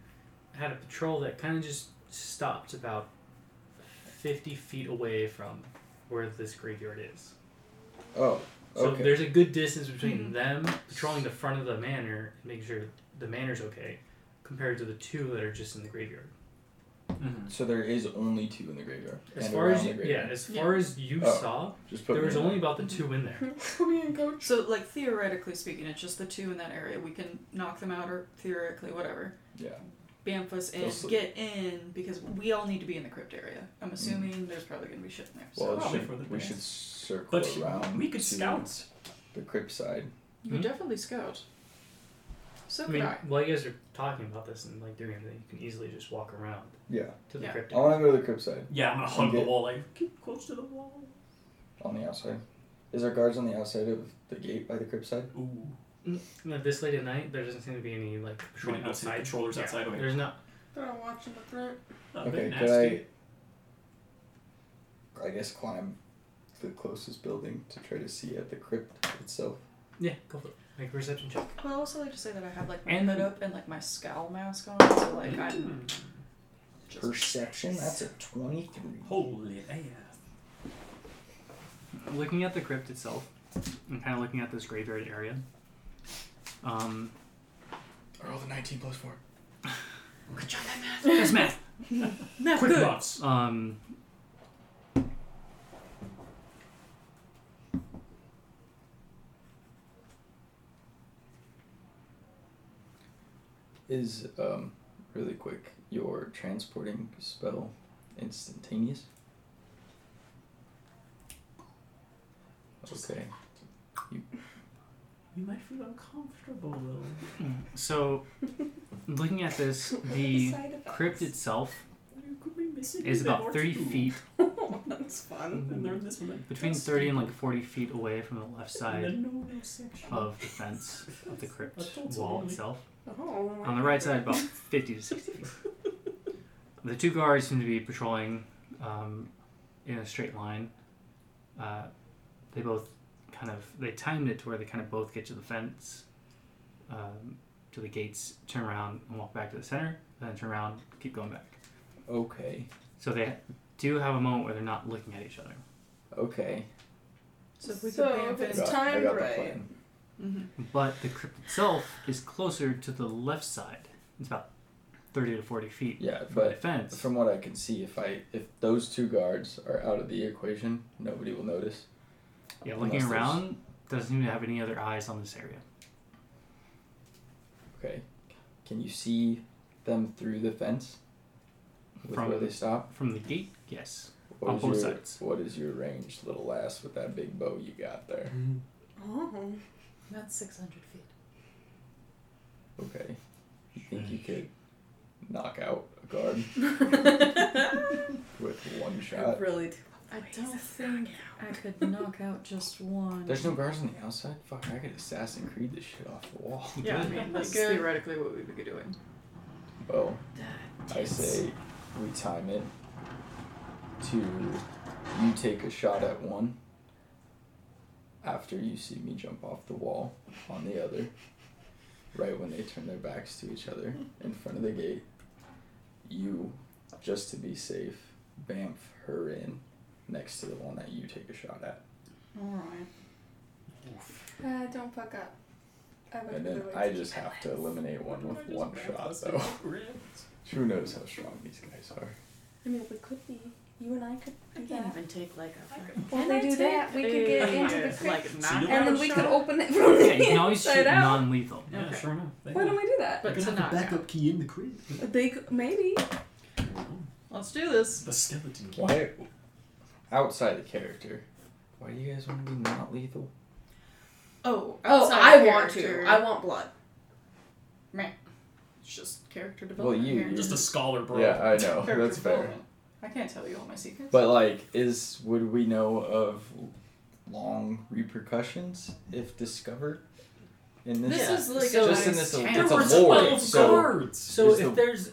had a patrol that kind of just stopped about fifty feet away from where this graveyard is. Oh, So okay. there's a good distance between Mhm. them patrolling the front of the manor and making sure the manor's okay, compared to the two that are just in the graveyard. Mhm. so there is only two in the graveyard. As and far as around you, the yeah, graveyard. as Yeah. Mm-hmm. far as you Oh. saw, Just put there me was in only about the two in there. Come in, coach. So like theoretically speaking, it's just the two in that area. We can knock them out or theoretically whatever. Yeah. Bamf us in, They'll sleep. get in because we all need to be in the crypt area. I'm assuming there's probably gonna be shit in there. So Hmm. Well, it Probably should- for the we best. should circle But around. we could to scout. the crypt side. you Hmm? definitely scout. So I could mean, I. while you guys are talking about this and like doing everything, you can easily just walk around Yeah, to the Yeah. crypt. I want to go to the crypt side Yeah, I'm gonna hug the Okay. wall. Like, keep close to the wall. on the outside. Is there guards on the outside of the gate by the cribside? Ooh. No, Mm, this late at night, there doesn't seem to be any like patrolling Any outside patrollers Yeah, outside, okay. There's not. They're all watching the front. Not Okay, very could nasty. I? I guess climb the closest building to try to see at the crypt itself. Yeah, go for it. Make a reception check. Well, I also like to say that I have like my And- hood up and like my scowl mask on, so like I'm Mm, just Perception. That's a twenty-three. Holy ass. Looking at the crypt itself, and kind of looking at this graveyard area. Um, I rolled a nineteen plus four. that's math. math Quick good. thoughts. Um, Is um really quick your transporting spell instantaneous? Okay. You might feel uncomfortable though. so looking at this, the crypt itself You could be missing is a bit about or 30 two. feet, That's fun. And learn this one. between 30 and like 40 feet away from the left And side then no, no section. of the fence of the crypt Adults wall only. itself. Oh, On the right side, about 50 to 60 feet. The two guards seem to be patrolling um, in a straight line. Uh, they both kind of they timed it to where they kind of both get to the fence, um, to the gates, turn around and walk back to the center, and then turn around, keep going back. Okay. So they do have a moment where they're not looking at each other. Okay. So if we So could Mm-hmm. if bamf it. It's I got, I timed got the right. plan. But the crypt itself is closer to the left side. It's about 30 to 40 feet Yeah, from the but fence. From what I can see, if I if those two guards are out of the equation, nobody will notice. Yeah, looking Unless there's- around doesn't seem to have any other eyes on this area. Okay, can you see them through the fence? With From where they the- stop. From the gate, yes. What on is both your, sides. What is your range, little lass, with that big bow you got there? Oh. That's 600 feet. Okay, you think you could knock out a guard with one I shot? really do. I don't think I could knock out just one. There's no guards on the outside. Fuck, I could Assassin Creed this shit off the wall. yeah, I Good. mean, That's that's good. theoretically what we would be doing. Well, I say we time it to you take a shot at one after you see me jump off the wall on the other, right when they turn their backs to each other in front of the gate. You, just to be safe, bamf her in next to the one that you take a shot at. Alright. Uh, don't fuck up. I would And then really I do. just have to eliminate one with one shot, though. Ribs. Who knows how strong these guys are? I mean, we could be. You and I could I do can't that. even take like a fucking. When they do that, we could get into the crypt. Like, So you knock and out then a we shot. could open it from Yeah, you the can always shoot inside out. non lethal. Yeah, Okay. sure enough. They Why will. don't we do that? But They to have the knock backup out. key in the crib. They could, maybe. Let's do this. The skeleton key. Why? Outside of character, why do you guys want to be not lethal? Oh, Oh, outside I of want character. to. I want blood. It's just character Well, development. you. here. Just a scholar, bro. Yeah, I know. Character That's fair. development. I can't tell you all my secrets. But like, is would we know of long repercussions if discovered in this? This is like So a just in this- nice town. it's There a were lord, twelve so- guards. So There's if no- there's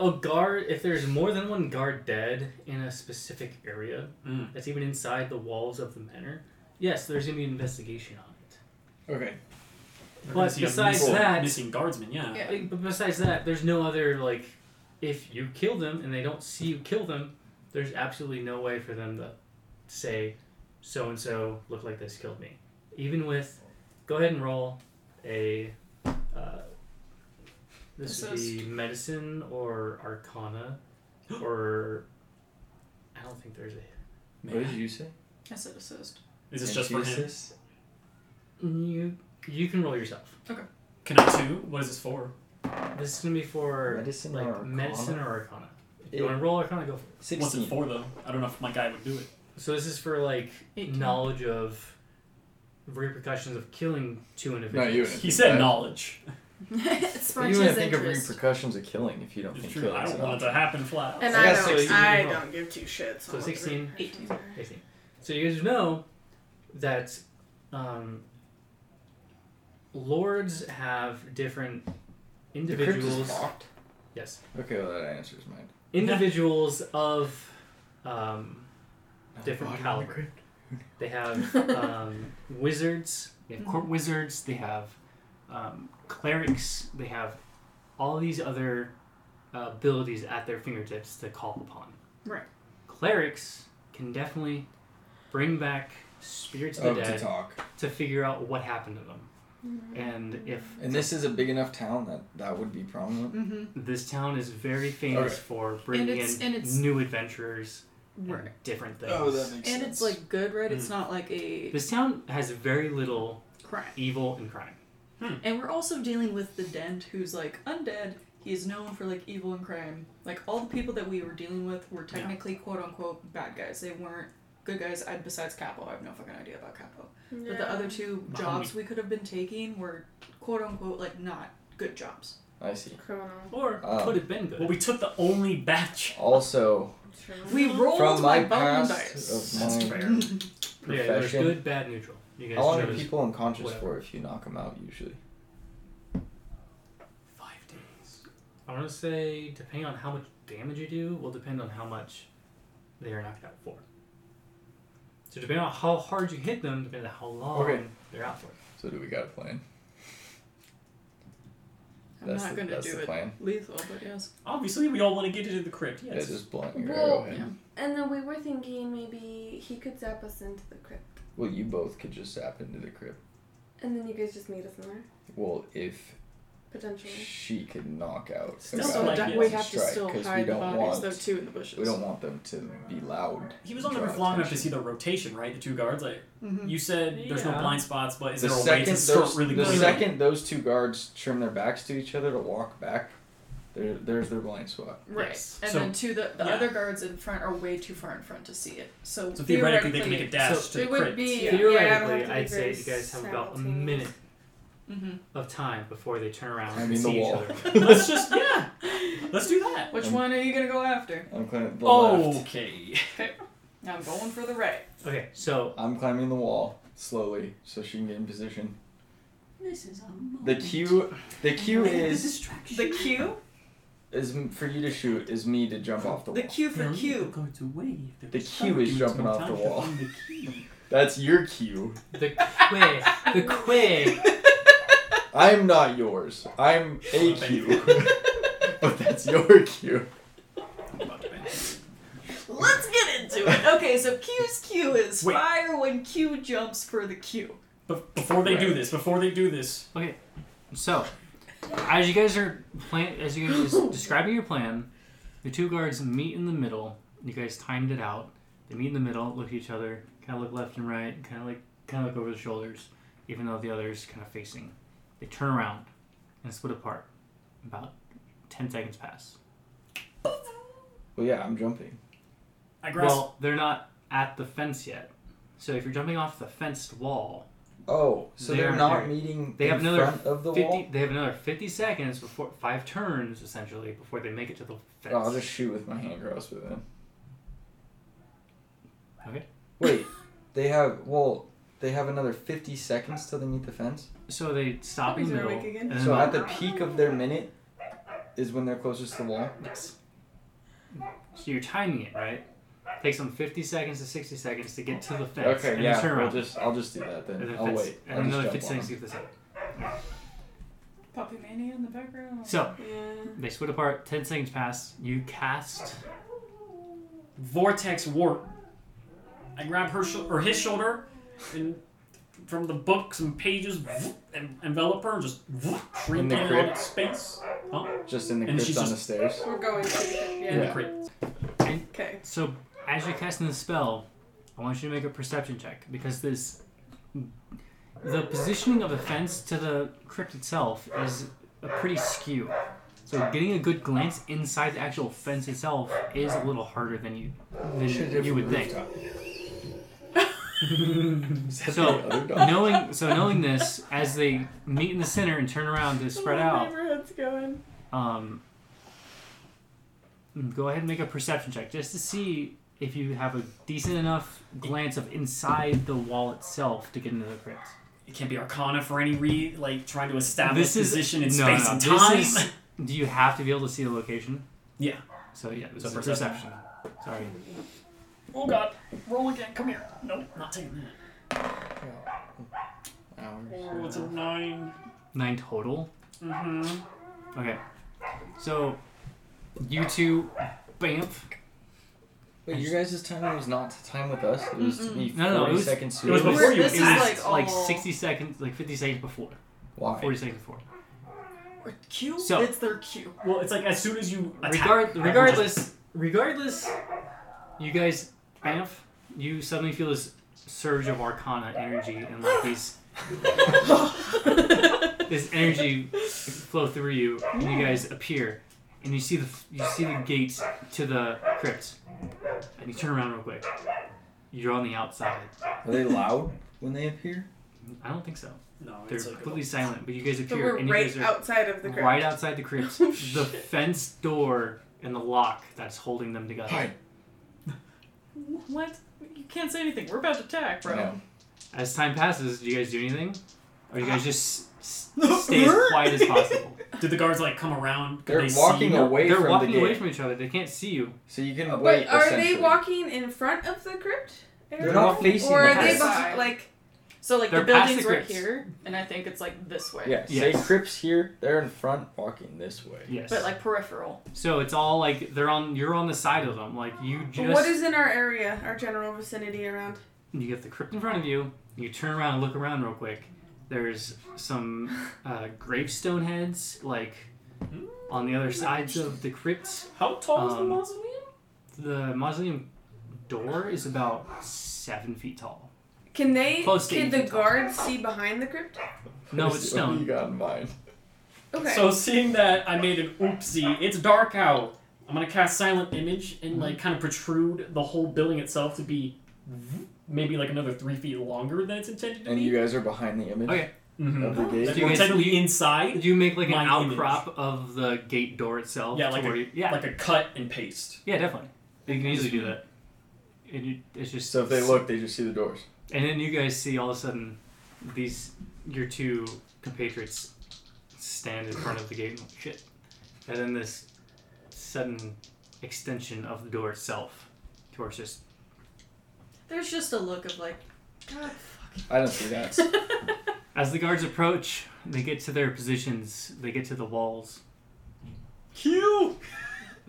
a guard, if there's more than one guard dead in a specific area Mm. that's even inside the walls of the manor, yes, there's gonna be an investigation on it. Okay. They're But gonna see a besides missing- that- missing guardsman. Yeah. Yeah. Like, But besides that, there's no other like, if you kill them and they don't see you kill them, there's absolutely no way for them to say, so and so looked like this killed me. Even with, go ahead and roll a. Uh, this would be Assist. medicine or arcana, or I don't think there's a. What did Man. you say? I said assist. Is this just for him? Antithesis? You you can roll yourself. Can I too? What is this for? This is gonna be for Medicine like or arcana? medicine or arcana. If you Yeah. want to roll arcana, go for it. What's it Sixteen. for though? I don't know if my guy would do it. So this is for like Eighteen. knowledge of repercussions of killing two individuals. wouldn't. He said Right. knowledge. it's You wouldn't think of repercussions of killing if you don't It's think true. I killing's don't an want it option. to happen flat. out. And So I that's don't, 16. I don't give two shits. So on what the 16, repercussions are. Eighteen. So you guys know that um, lords have different The crypt is individuals. locked? Yes, Okay, well that answers mine. individuals of um, Different Body on the caliber. crypt. they have um, wizards. They have Mm-hmm. court wizards. They have um, clerics. They have all these other uh, abilities at their fingertips to call upon. Right. Clerics can definitely bring back spirits of the Oh, dead to talk. to figure out what happened to them. Mm-hmm. And if And this is a big enough town that that would be prominent. Mm-hmm. this town is very famous Okay. for bringing it's- in and it's- new adventurers Right. and different things. Oh, Oh, makes And it's like good, right? It's not like a this town has very little crime. evil and crime. And we're also dealing with the Dent, who's like undead. He is known for like evil and crime. Like all the people that we were dealing with were technically quote unquote bad guys. They weren't good guys. I, besides Capo, I have no fucking idea about Capo. But the other two Mahoney. jobs we could have been taking were quote unquote like not good jobs. I see. criminal. Or Um, could have been good. Well, we took the only batch. Also, True. We rolled from my, my bone past dice. of That's my fair. yeah, there's profession, good, bad, neutral. You guys how long are chose people unconscious whatever. for if you knock them out usually? five days. I want to say, depending on how much damage you do, will depend on how much they are knocked out for. So depending on how hard you hit them, depending on how long Okay. they're out for. So do we got a plan? I'm that's not the, gonna that's do the it plan. lethal, but yes. Obviously, we all want to get into the crypt. Yeah, Yes. just blunt your Well, arrowhead. yeah. And then we were thinking maybe he could zap us into the crypt, Well, you both could just zap into the crypt. and then you guys just meet us in there Well, if potentially. she could knock out, Still a So So guy like that- it. with we a have to strike, still 'cause we hide the don't bodies want- though too in the bushes. We don't want them to be loud. He was on the Draw roof long enough to see attention. the rotation, right? The two guards. Like Mhm. you said, there's no Yeah. blind spots, but is the there a way second to those, start really the clearly? second those two guards turn their backs to each other to walk back, there, there's their blind spot. Right. Yes. And So- then two, the, the yeah. other guards in front are way too far in front to see it. So, So theoretically, they can make a dash So- to the it would crypt. be yeah, Theoretically, yeah, I don't have to be I'd say very you guys have about a simultaneous. minute Mhm. of time before they turn around I and mean, the see each wall. other. Let's just yeah. Let's do that. Which Um, one are you gonna go after? I'm climbing the Oh, left. Okay. I'm going for the right. Okay, so I'm climbing the wall slowly so she can get in position. This is a Oh The cue, the cue is distraction. The cue, is m- for you to shoot is me to jump off the the wall. cue for cue. Going to wait. The cue is jumping off the wall. The key. That's your cue. the quay, the quay. I'm not yours. I'm a Oh, thank cue. but that's your cue. Let's get into it. Okay, so cue's cue is Wait. fire when Q jumps for the cue. But before they do this, before they do this, So, as you guys are plan, as you guys are describing your plan, the two guards meet in the middle. You guys timed it out. They meet in the middle, look at each other, kind of look left and right, kind of like kind of look over the shoulders, even though the other is kind of facing. They turn around and split apart. About ten seconds pass. Well, yeah, I'm jumping. I grasp. Well, they're not at the fence yet. So if you're jumping off the fenced wall, Oh, so They they're are not there. meeting They in have another front of the fifty wall. they have another fifty seconds before five turns essentially before they make it to the fence. Oh, I'll just shoot with my hand crossbow then. Okay. Wait, they have well, they have another fifty seconds till they meet the fence. So they stop in the Puppies are middle. awake again. And then So they'll- at the peak of their minute is when they're closest to the wall. yes. So you're timing it right. Takes them 50 seconds to 60 seconds to get to the fence Okay, and yeah. then turn I'll around. just I'll just do that and then. then I'll fence- wait. And I'll another 50 just jump on seconds to them. get to the side. Puppy Mania in the background. So Yeah. they split apart. 10 seconds pass. You cast. vortex warp. I grab her shou- or his shoulder, and from the books and pages, vroom, and envelop her and just vroom, shrink the down crypt? into space Just in the And crypt she's on just- the stairs. We're going to. in Yeah. the crypt. Okay. So as you're casting the spell, I want you to make a perception check because this. The positioning of the fence to the crypt itself is a pretty skew. So getting a good glance inside the actual fence itself is a little harder than you than you would think. The So other dog. knowing so knowing this, as they meet in the center and turn around to spread out, Neighborhood's going. um, go ahead and make a perception check just to see if you have a decent enough glance of inside the wall itself to get into the crypt. It can't be Arcana for any re like trying to establish This is- position in no, space no, and this time. is- Do you have to be able to see the location? Yeah. So yeah, this So is perception. perception. Sorry. Oh god, roll again. Come here. Nope, not taking that. Oh, Hours. it's a 9 Nine total. Mm-hmm. Okay. So you two, bamf. Wait, your guys' time was not time with us. It was Mm-mm. the No, no, no, it 40 was- second It was series. We're- before you. this it is was like all- sixty seconds, like fifty seconds before. Why? Forty seconds before. Or Q? So- it's their Q. Well, it's like as soon as you attack, Regard, everyone regardless, regardless, you guys, bamf. You suddenly feel this surge of Arcana energy and like these this energy flow through you, and you guys appear, and you see the you see the gates to the crypt, and you turn around real quick. You're on the outside. Are they loud when they appear? I don't think so. just- no, They're it's like completely a, silent, but you guys So appear, we're and you right guys are outside of the crypt. right outside the crypt. Oh, the fence door and the lock that's holding them together. Hi. What? You can't say anything. We're about to attack, bro. No. As time passes, do you guys do anything, or you guys just s- s- stay as quiet as possible? Did the guards like come around? Could They're they see walking you? away They're from walking the gate. away from each other. They can't see you. So you can wait. But are they essentially. walking in front of the crypt? They're not facing Or the are they crypt. behind, like So like They're the past building's the right crypts. here, and I think it's like this way. Yeah, Yes. say Crips here, they're in front walking this way. Yes. But like peripheral. so it's all like they're on. You're on the side of them. Like you But just what is in our area, our general vicinity around? you get the crypt in front of you. You turn around and look around real quick. There's some uh, gravestone heads like Hmm? on the other sides of the crypt. How tall is the Um, mausoleum? The mausoleum door is about seven feet tall. Can they? Close to can you the can tell. guards see behind the crypt? No, What it's do You stone. got in mind. Okay. So seeing that I made an oopsie, it's dark out. I'm gonna cast silent image and like kind of protrude the whole building itself to be maybe like another three feet longer than it's intended to And be. you guys are behind the image Okay. Mhm. of So the Like, gate. you we're guys- technically inside, You make like an My outcrop of the gate door itself. Yeah, to like a- where you- yeah, like a cut and paste. yeah, definitely. You can easily do that. And you, it's just So if they look, they just see the doors. and then you guys see all of a sudden these your two compatriots stand in front of the gate and like, shit, and then this sudden extension of the door itself towards just There's just a look of like, God. I don't see that. as the guards approach, they get to their positions, they get to the walls. Q.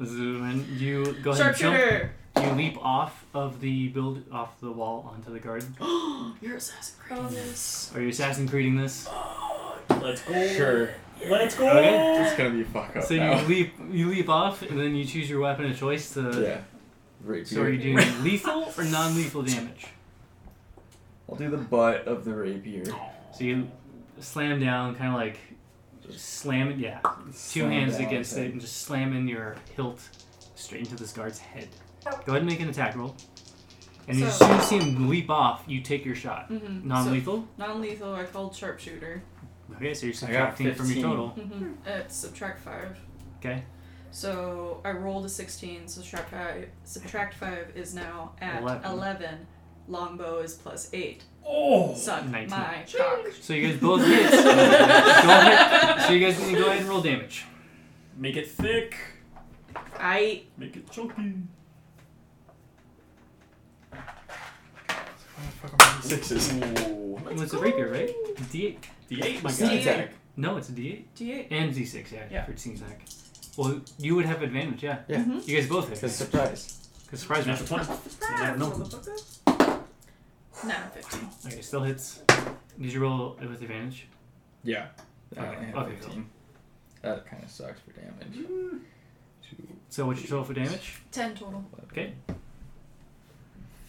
Zoom in. You go ahead and jump Sharpshooter. You leap off of the build off the wall onto the garden. You're assassin. Oh, Are you assassin creating this? Let's go. sure. Let's go. It's gonna be fuck up So you now. leap you leap off and then you choose your weapon of choice to yeah. Rapier. So are you doing lethal or non lethal damage? I'll do the butt of the rapier. So you slam down, kinda like slam it yeah. Two Slam hands down, against okay. it and just slam in your hilt straight into this guard's head. Go ahead and make an attack roll. And as So- soon as you see him leap off, you take your shot. Mm-hmm. Non lethal? non-lethal. I called sharpshooter. Okay, so you're I got subtracting from your 15. total. Mm-hmm. It's subtract five. Okay. So I rolled a sixteen. So subtract five. Subtract five is now at Eleven. eleven. Longbow is plus eight. Oh. Suck Nineteen. my cock. So you guys both hit. Go ahead- So you guys need to go ahead and roll damage. Make it thick. I Make it chunky. Sixes. Ooh. Well, it's a rapier, right? D8. The eight, my Sneak guy. attack. No, it's a D8 d8. and D6. Yeah, Yeah. for sneak attack. Well, you would have advantage. Yeah. Yeah. Mhm. You guys both hit. It's a surprise. Because surprise round. Natural twenty. Ah, no. motherfucker. No, 15. Okay, still hits. Did you roll it with advantage? Yeah. Uh, I Okay, had okay, 15. That kind of sucks for damage. Two, So what's your total for damage? Ten total. 11, Okay.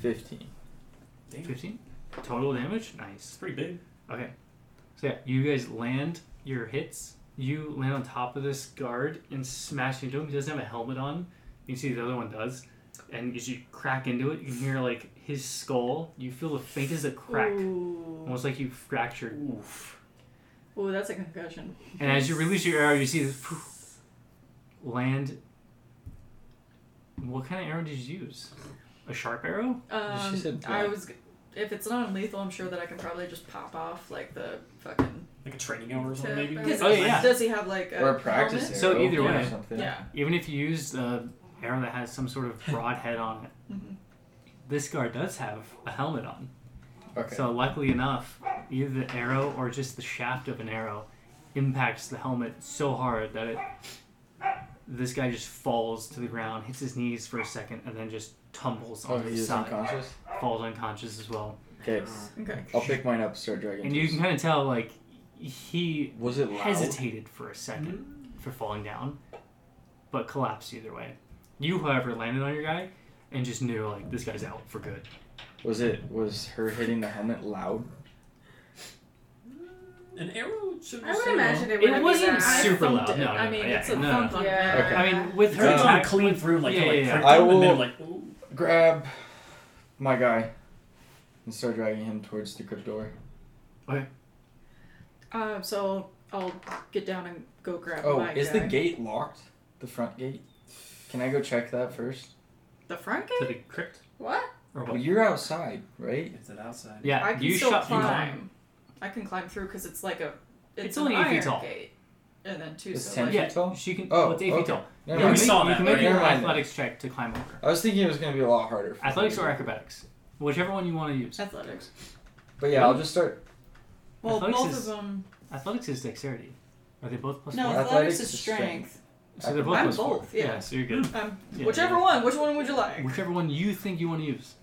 15. Damn, it's 15. Total damage? Nice. pretty big. Okay. So yeah, you guys land your hits. You land on top of this guard and smash into him. He doesn't have a helmet on. You can see the other one does. And as you crack into it, you can hear like his skull. You feel the faintest of crack. Ooh. Almost like you fractured. Oof. Ooh, that's a concussion. And as you release your arrow, you see this phew, land. What kind of arrow did you use? a sharp arrow? Um, She said I black. was. g- If it's not lethal, I'm sure that I can probably just pop off like the fucking. Like a training hour or To- something, maybe? Because Oh, yeah. does he have like a or a practice helmet? So arrow either or way. something. Yeah. Even if you use the arrow that has some sort of broad head on it, Mhm. this guard does have a helmet on. Okay. So luckily enough, either the arrow or just the shaft of an arrow impacts the helmet so hard that it this guy just falls to the ground, hits his knees for a second, and then just tumbles oh, on he his is side, unconscious. falls unconscious as well. Okay, Okay. I'll pick mine up. Start dragging. And you this. can kind of tell like he Was it loud? Mm. hesitated for a second for falling down, but collapsed either way. You, however, landed on your guy and just knew like this guy's out for good. Was it? Was her hitting the helmet loud? An arrow should I would imagine it would It be wasn't that. super thumped loud. it. No, no, I no, mean, yeah, it's a no, no, thump no. on Yeah. it. Okay. I mean, with her Her Yeah. on attack, a clean through, like, Yeah, yeah, yeah, yeah. I and then will- like, ooh. Grab my guy and start dragging him towards the crypt door. Um, so I'll get down and go grab Oh, my is guy. the gate locked? The front gate? Can I go check that first? the front to gate? the crypt What? or Well, what? you're outside, right? It's it outside. Yeah, I can you still shut. you climb. climbed. I can climb through because it's like a. It's, It's only an eight feet iron tall. Gate. And then two. It's so ten like, Yeah, feet tall. she can. Oh, Oh, it's eight feet okay. tall. Never you we mind. can make, saw you that, can make right? your Never mind then. athletics check to climb over. I was thinking it was gonna be a lot harder. For Athletics me. or acrobatics, whichever one you want to use. Athletics. But yeah, I'll just start. Well, Athletics both is- of them. Athletics is dexterity. Are they both plus No, four? Athletics athletics is is strength. So they're both I'm plus four. both, yeah. so you're good. Um, Yeah, whichever yeah. one. Which one would you like? Whichever one you think you want to use.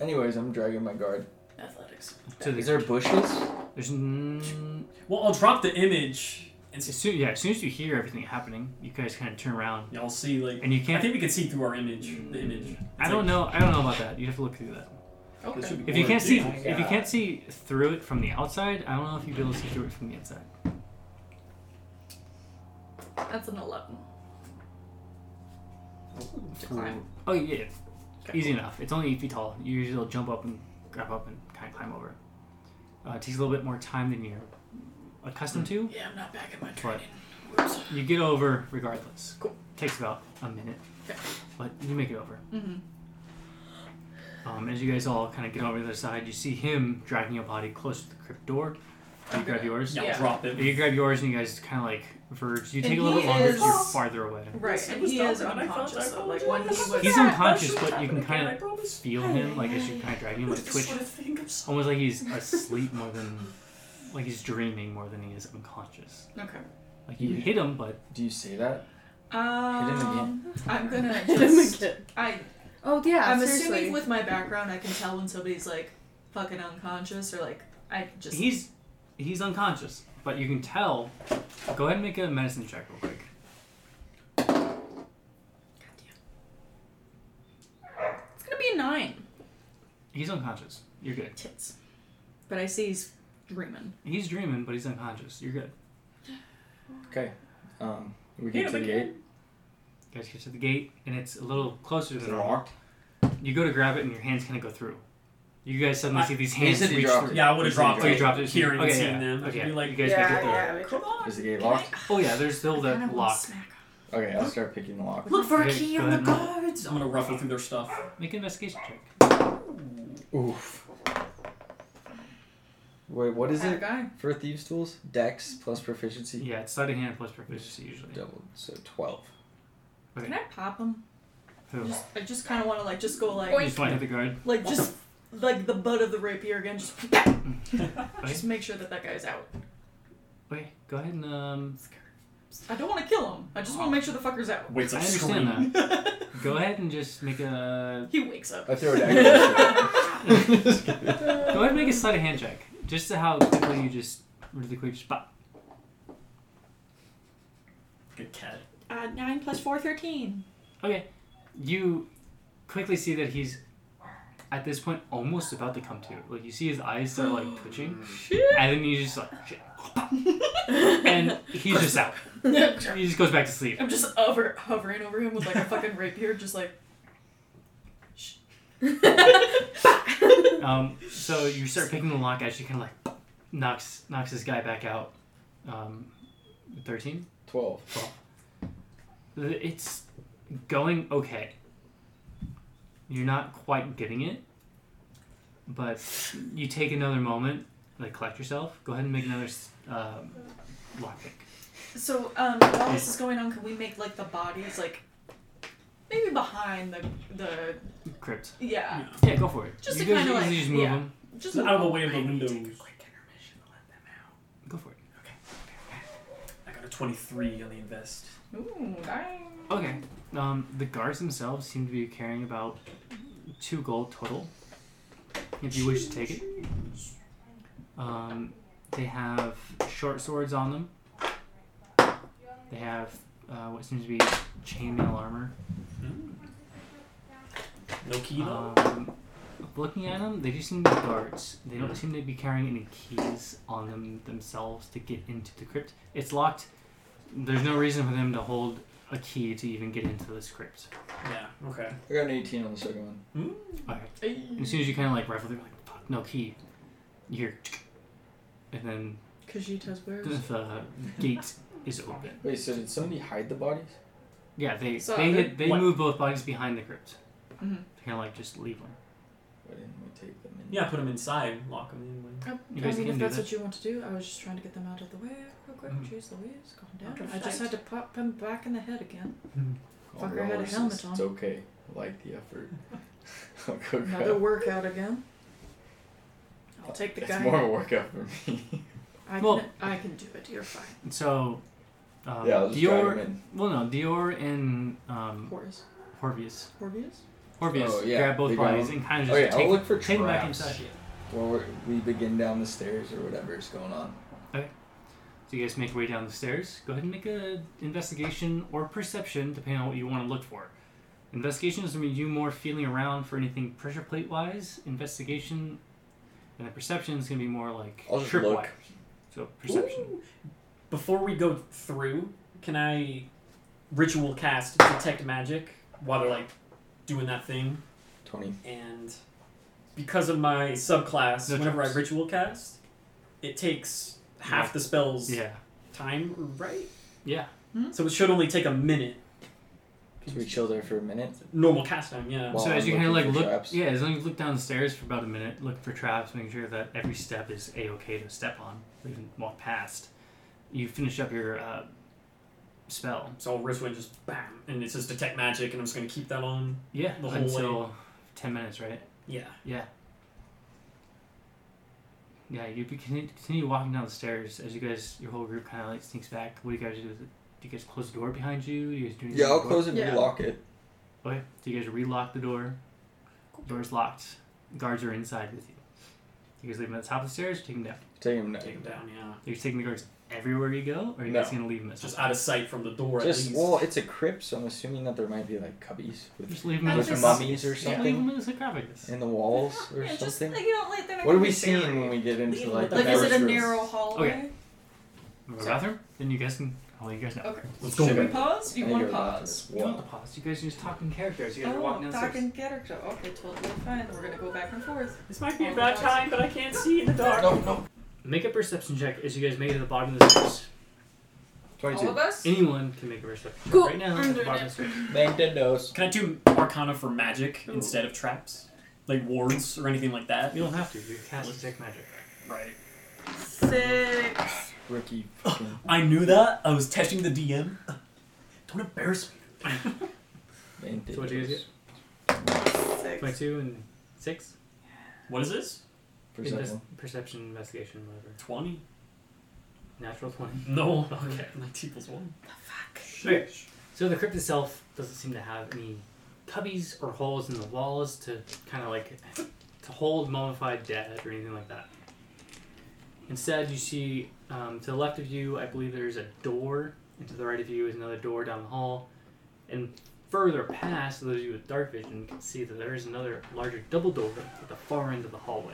Anyways, I'm dragging my guard. Athletics. So there's, Is there bushes? there's n- Well, I'll drop the image and as see. soon, yeah. As soon as you hear everything happening, you guys kind of turn around Y'all see, like. and you I can't. think we can see through our image. The image. It's I don't know. I don't know about that. You have to look through that. like- this Okay. should be If you more can't see, than- if you can't see through it from the outside, I don't know if you'd be able to see through it from the inside. That's an eleven. To climb. Oh yeah, Okay. easy enough. It's only eight feet tall. You usually will jump up and grab up and kind of climb over. Uh, it takes a little bit more time than you're accustomed to. Yeah, I'm not back in my What? training. Whoops. You get over regardless. Cool. Takes about a minute, Okay. but you make it over. Mhm. Um, as you guys all kind of get over the other side, you see him dragging a body close to the crypt door. You Okay. grab yours. Yeah, I'll Yeah. drop it. You grab yours, and you guys kind of like verge. You And take a little he bit longer. is- 'cause You're farther away. Right, Yes, it and was he is done, and I felt unconscious. I So, like when apologized. he was. He's Yeah, unconscious, Oh, that but you shouldn't can happen again, kind I of promise. feel him, like as you kind of drag him, like Just twitch, wanna think of something. almost like he's asleep more than, like he's dreaming more than he is unconscious. Okay. Like you Yeah. hit him, but Do you say that? Um, I'm gonna Hit him just. again. I Oh yeah, I'm seriously. assuming with my background, I can tell when somebody's like fucking unconscious or like I just. he's he's unconscious, but you can tell. Go ahead and make a medicine check real quick. It's gonna be a nine. He's unconscious. You're good. Tits. But I see he's dreaming. He's dreaming, but he's unconscious. You're good. Okay. Um, we Hit get to him the again. gate. You guys get to the gate, and it's a little closer Is than it normal. locked? You go to grab it, and your hands kind of go through. You guys suddenly I- see these He hands said he reach dropped through. it. Yeah, I would have Easily dropped Oh, you it. dropped it. Hearing okay, and seeing yeah, them. I Okay, could be like, you guys yeah, make it there. yeah, we- Come on. Is the gate Can I- locked? Oh yeah, there's still I that wanna lock. smack him. Okay, I'll start picking the lock. Look for a Okay, key go on the ahead and- guards. I'm gonna ruffle through their stuff. Make an investigation check. Oof. Wait, what is That it guy. for thieves' tools? Dex plus proficiency. Yeah, it's sleight of hand plus proficiency usually. Doubled, so twelve. Can I pop him? Who? Just, I just kind of want to like just go like You just want to hit the guard. like just like the butt of the rapier again. Just just make sure that that guy's out. Okay, go ahead and um. I don't want to kill him. I just want to make sure the fucker's out. Wait, I so understand scream. that. Go ahead and just make a. He wakes up. I throw a dagger. Go ahead and make a sleight of hand check, just to how quickly you just really quick spot. Good cat. Uh, nine plus four, thirteen. You quickly see that he's at this point almost about to come to. Like you see his eyes start like twitching, and then you just like shit. and he's just out. He just goes back to sleep. I'm just over hovering over him with like a fucking rapier, just like Um, so you start picking the lock as you kind of like knocks knocks this guy back out. Um, thirteen. Twelve. It's going okay. You're not quite getting it, but you take another moment, like collect yourself. Go ahead and make another s- um, lockpick. So, um, while this is going on, can we make like the bodies like maybe behind the the Crypt. yeah, Yeah. Yeah, go for it. Just you to guys kinda like- easily just move yeah. them. just Out of the way of the I need to take a windows. quick intermission to let them out. Go for it. I got a 23 on the invest. Ooh, dang. Okay. Um, the guards themselves seem to be carrying about two gold total. If you wish to take it. Um, they have short swords on them. They have uh, what seems to be chainmail armor. Hmm? No key though. Um, looking at them, they just seem to be guards. They don't seem to be carrying any keys on them themselves to get into the crypt. It's locked. There's no reason for them to hold a key to even get into this crypt. yeah. Okay. Hmm? I got an 18 on the second one. And as soon as you kind of like rifle through, like fuck, no key. You hear, and then Kajita's wares. the gate is open. Wait, so did somebody hide the bodies? Yeah, they So they the- Mm-hmm. get, they what? move both bodies behind the crypt. Mhm. Kind of like just leave them. Why didn't we take them in? Yeah, put them inside, lock them in. When... Oh, You I guys mean, can do if that's that. Mm-hmm. what you want to do, I was just trying to get them out of the way real quick. Mhm. Jeez Louise, calm down. Out of I just sight. had to pop him back in the head again. I'll Fucker had a roll helmet assist. on. Oh, It's okay. I like the effort. I'll go Another grab. workout again. I'll take the It's guy. more of a workout for me. I can, Well- I can do it. You're fine. So, um, yeah, I'll just drag Dior. them in. Well, no, Dior and um, Horus. Horvius. Horvius? Horvius Oh, yeah, grab both they grab bodies them. and kind of just Okay, take, I'll look for take them back traps inside. while we're- we begin down the stairs or whatever is going on. So you guys make your way down the stairs. Go ahead and make a investigation or perception, depending on what you want to look for. Investigation is going to be you more feeling around for anything pressure plate wise. Investigation and the perception is going to be more like I'll just trip look. wire. So perception. Before we go through, can I ritual cast detect magic while they're like doing that thing? 20. and because of my subclass, No whenever traps. I ritual cast, it takes half Yeah. the spell's Yeah. time, right? Yeah. So it should only take a minute. Should we chill there for a minute? Normal cast time, yeah. Well- so While as I'm you kind of like looking for look, traps. yeah, as long as you look down the stairs for about a minute, look for traps, making sure that every step is a okay to step on, or even walk past. You finish up your uh, spell. So I'll wristwind just bam, and it says detect magic, and I'm just gonna keep that on. Yeah, The whole until ten minutes, right? Yeah. Yeah. Yeah, you be- continue continue walking down the stairs as you guys, your whole group, kind of like sneaks back. What do you guys do? Do you guys close the door behind you? Do you guys do anything Yeah, I'll with the close it and Yeah. lock it. door? Okay. Do you guys relock the door? Door's locked. Guards are inside with you. You guys leave them at the top of the stairs. Or take them down. Take him Take him down, yeah. Are you taking the guards everywhere you go, or are you No. guys gonna leave them? At Just out of sight from the door at Just, least. well, it's a crypt, so I'm assuming that there might be like cubbies with, just leave them I in with the just- mummies or just Leave something them in the sarcophagus. in the walls or yeah, just something. like you don't like they're not What are gonna we be seeing buried. when we get into like the Like, is it first a room? narrow hallway? Okay. Or a bathroom? Then you guys can. I'll let you guys know. Okay. Let's Should we Sure. pause? Do you I want to go pause? You don't Wow. have to pause. You guys are just talking characters. You guys are Oh, walking downstairs. back and get her. Okay, totally fine. We're gonna go back and forth. This might Oh, be a bad time, but I can't see in the dark. No, no. Make a perception check as you guys make it to the bottom of the stairs. All Oh, 22. of us? Anyone can make a perception check Cool. right now. I'm at the doing bottom it. of the stairs. Bang dead nose. Can I do Arcana for magic instead of traps? Like wards or anything like that? You don't have to. You cast detect magic. Right. Six. Rookie. fucking- I knew that. I was testing the DM. Don't embarrass me. Bang dead So what do you nose. guys Six. Twenty-two and six. what is this? For Invest- second. perception, investigation, whatever. 20? Natural twenty. No. Okay. 19 plus 1. Okay. So the crypt itself doesn't seem to have any cubbies or holes in the walls to kind of like to hold mummified dead or anything like that. Instead, you see um, to the left of you, I believe there's a door, and to the right of you is another door down the hall, and further past those of you with dark vision can see that there is another larger double door at the far end of the hallway.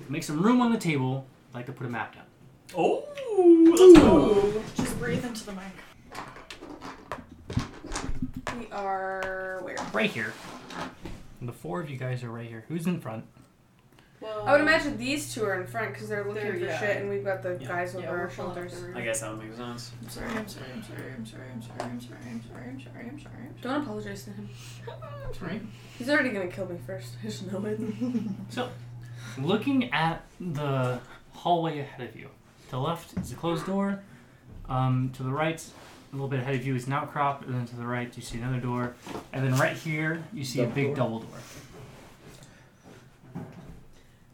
You can make some room on the table. I'd like to put a map down. Oh! Let's go! Just breathe into the mic. We are where? Right here. And the four of you guys are right here. Who's in front? Well, go. I would imagine these two are in front because they're looking They're- for yeah. shit, and we've got the Yeah. guys over Yeah, our we're full up shoulders. the room. I guess that would make sense. I'm sorry, I'm sorry, I'm sorry, I'm sorry, I'm sorry, I'm sorry, I'm sorry, I'm sorry, I'm sorry, I'm sorry. Don't apologize to him. Right? He's already gonna kill me first. I just know it. Looking at the hallway ahead of you, to the left is a closed door. Um, to the right, a little bit ahead of you is an outcrop, and then to the right you see another door, and then right here you see a Double big door? double door.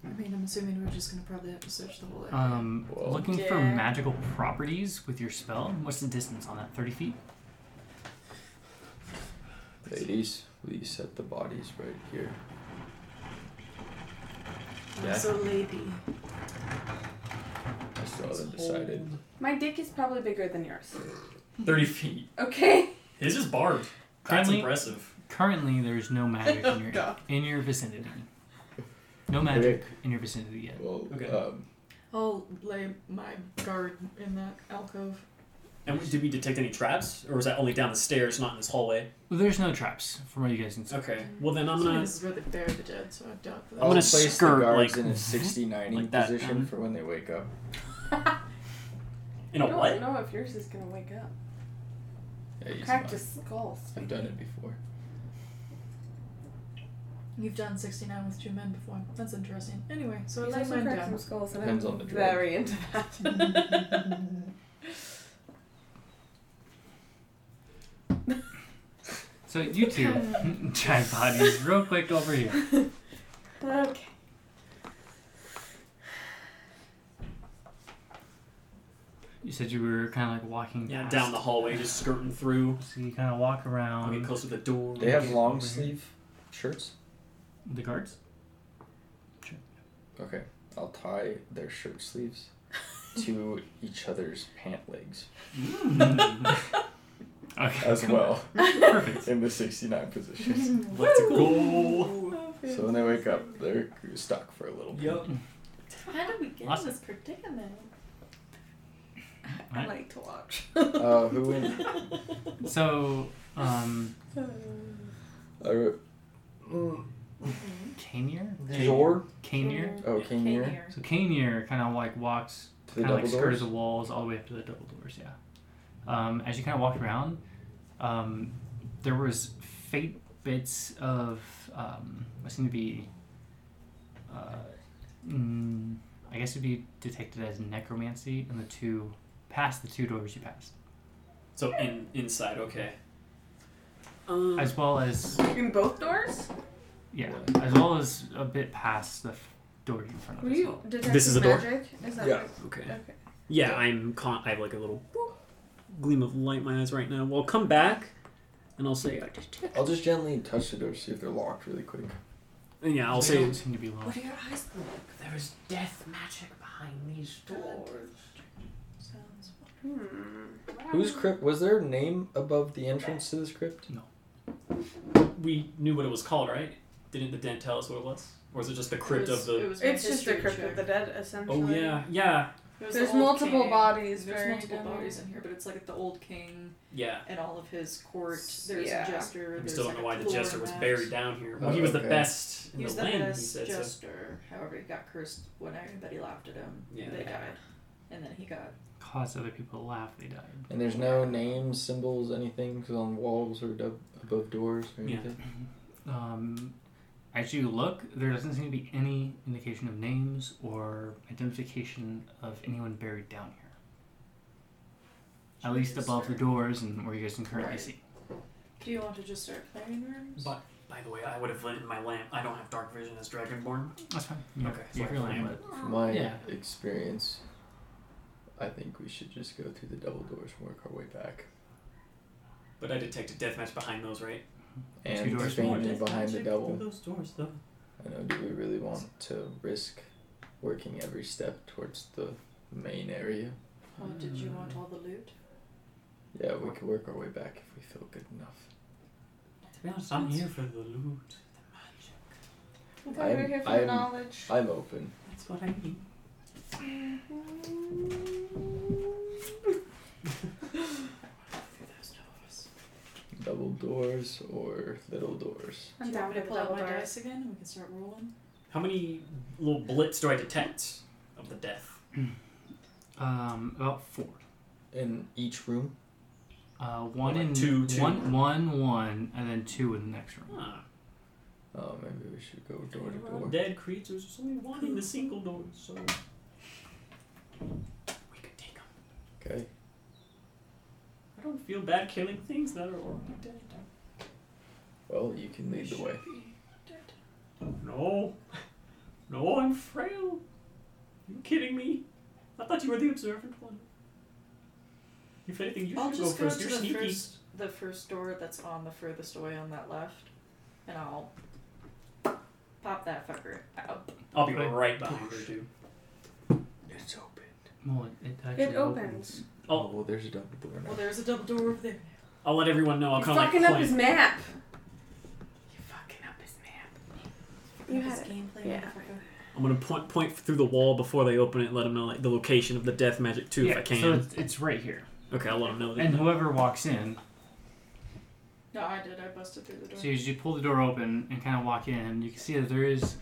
I mean, I'm assuming we're just gonna probably have to search the whole area. Um, Whoa. looking for Yeah. magical properties with your spell. What's the distance on that? Thirty feet. Ladies, we set the bodies right here. I'm Uh, yeah. So lady. I still haven't decided. My dick is probably bigger than yours. 30 feet. Okay. His is barbed. That's Friendly? impressive. Currently, there's no magic in your God. in your vicinity. No magic in your vicinity yet. Well, Okay. um, I'll lay my guard in that alcove. And did we detect any traps? Or was that only down the stairs, not in this hallway? Well, there's no traps from what you guys can see. Okay. Well, then I'm Assuming gonna. This is where they bury the dead, so I doubt that. I'll gonna place skirt, the guards like- in a 60-90 like that, position um, for when they wake up. In a don't what? know if yours is gonna wake up. Yeah, use Cracked mine. his skull. I've done it before. You've done 69 with two men before. That's interesting. Anyway, so I He's lay also mine cracked down. some skulls, and Depends I'm on the drug. very into that. So you two, giant bodies, real quick over here. okay. You said you were kind of like walking. Yeah, past. down the hallway, just skirting through. So you kind of walk I'll around get close to the door. They have Okay. long sleeve shirts. the guards. Okay, I'll tie their shirt sleeves to each other's pant legs Okay. as well Perfect. in the 69 position. Let's go. Oh, So when they wake up, they're stuck for a little bit. Yep. How did we get Awesome. in this predicament? Right. like to watch. Uh, who in? So, um, Uh, Kanir? Mm, Jor? Kanir? Oh, Kanir? So Kanir kind of like walks, To the kind of like double skirts doors? the walls all the way up to the double doors. Yeah. Um, as you kind of walked around, um, there was faint bits of um, what seemed to be, uh, mm, I guess it'd be detected as necromancy in the two past the two doors you passed, So in inside, okay. Um, as well as In both doors? yeah, as well as a bit past the f- door in front of Were us. you detecting This is the door? magic? Is that Yeah. okay. Right? Yeah, I'm. Con- I have like a little gleam of light in my eyes right now. Well, I'll come back, and I'll say. I just- I'll just gently touch the door, see if they're locked really quick. and yeah, I'll They say. don't seem to be locked. do your eyes look? There is death magic behind these doors. Sounds Hmm. Whose crypt? Was there a name above the entrance to this crypt? We knew what it was called, right? Didn't the dent tell us what it was, or is it just the crypt It was- of the? it was my It's just the history crypt check. of the dead, oh essentially. yeah, yeah, It was There's the old multiple king. bodies There's buried multiple down there. bodies in here, but it's like at the old king yeah. and all of his court. There's Yeah. a jester. We there's still don't like know a why the floor jester was mat. buried down here. Well, Oh, he was the okay. best in He was the the land. He best said so. jester. However, he got cursed when everybody laughed at him. Yeah, they they died, and then he got. Caused other people to laugh. They died. And there's no names, symbols, anything 'cause on walls or dub- above doors or Yeah. anything. Um, as you look, there doesn't seem to be any indication of names or identification of anyone buried down here. At least above the doors and where you guys can currently Right. see. Do you want to just start clearing rooms? But by the way, I would have lit my lamp. I don't have dark vision as Dragonborn. That's fine. You Okay, You so feel I like am. what- From my Yeah. experience, I think we should just go through the double doors and work our way back. But I detected deathmatch behind those, right? And Two doors faintly more. behind the double. those doors, though. I know, do we really want to risk working every step towards the main area? Oh, did you want all the loot? Yeah, we could work our way back if we feel good enough. To be honest, I'm here for the loot, the magic. Okay, we're I'm- here for the I'm- knowledge. I'm open. That's what I mean. Through those doors. Double doors or little doors? Do I'm you want down me for to the pull out double my doors. dice again and we can start rolling? How many little blips do I detect of the death? Um, about four. In each room? Uh, one Like in two, two. one- one- one, and then two in the next room. Ah, Oh, maybe we should go door to there are door. dead creatures. There's only one in the single door, so we could take them. Okay. I don't feel bad killing things that are already dead. Well, you can lead the way. No, no, I'm frail. You kidding me? I thought you were the observant one. If anything, you I'll should just go go first. to You're the sneaky. first, the first door that's on the furthest away on that left, and I'll pop that fucker out. I'll be Right. right behind her too. It's open. Well, it, it actually It opens. Oh, I'll, well, there's a double door Well, now. there's a double door over there. I'll let everyone know. I'll You're come fucking like up his Clank. map. You're fucking up his map. You This had it. gameplay, Yeah. motherfucker. I'm gonna point point through the wall before they open it. Let them know like the location of the death magic too, yeah, if I can. So it's, it's right here. okay, I'll let them know. That And whoever walks in, No, I did. I busted through the door. so as you pull the door open and kind of walk in, you can see that there is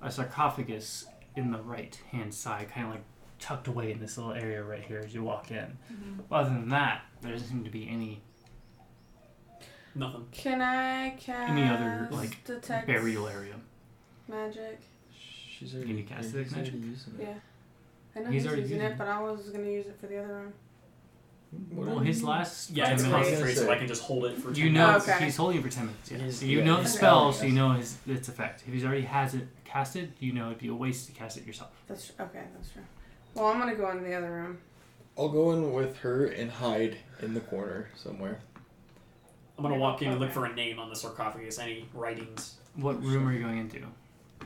a sarcophagus in the right hand side, kind of like tucked away in this little area right here as you walk in. Mm-hmm. Other than that, there doesn't seem to be any nothing. Can I cast Any other, like, detect burial area. magic? She's already, you cast he's it, already magic? using it. Yeah. I know He's he's, already using using it. it, but I was gonna use it for the other room. What Well, are his you- last Yeah, ten it's That's minutes- great. concentrate, so I can just hold it for. You 10 know minutes. Okay. he's holding it for ten minutes. Yeah. He's- so you yeah, know the he's spell, telling so you us. know his its effect. If he's already has it casted, you know it'd be a waste to cast it yourself. That's tr- okay. That's true. Well, I'm gonna go in the other room. I'll go in with her and hide in the corner somewhere. I'm gonna walk in and look for a name on the sarcophagus. Any writings? What room are you going into?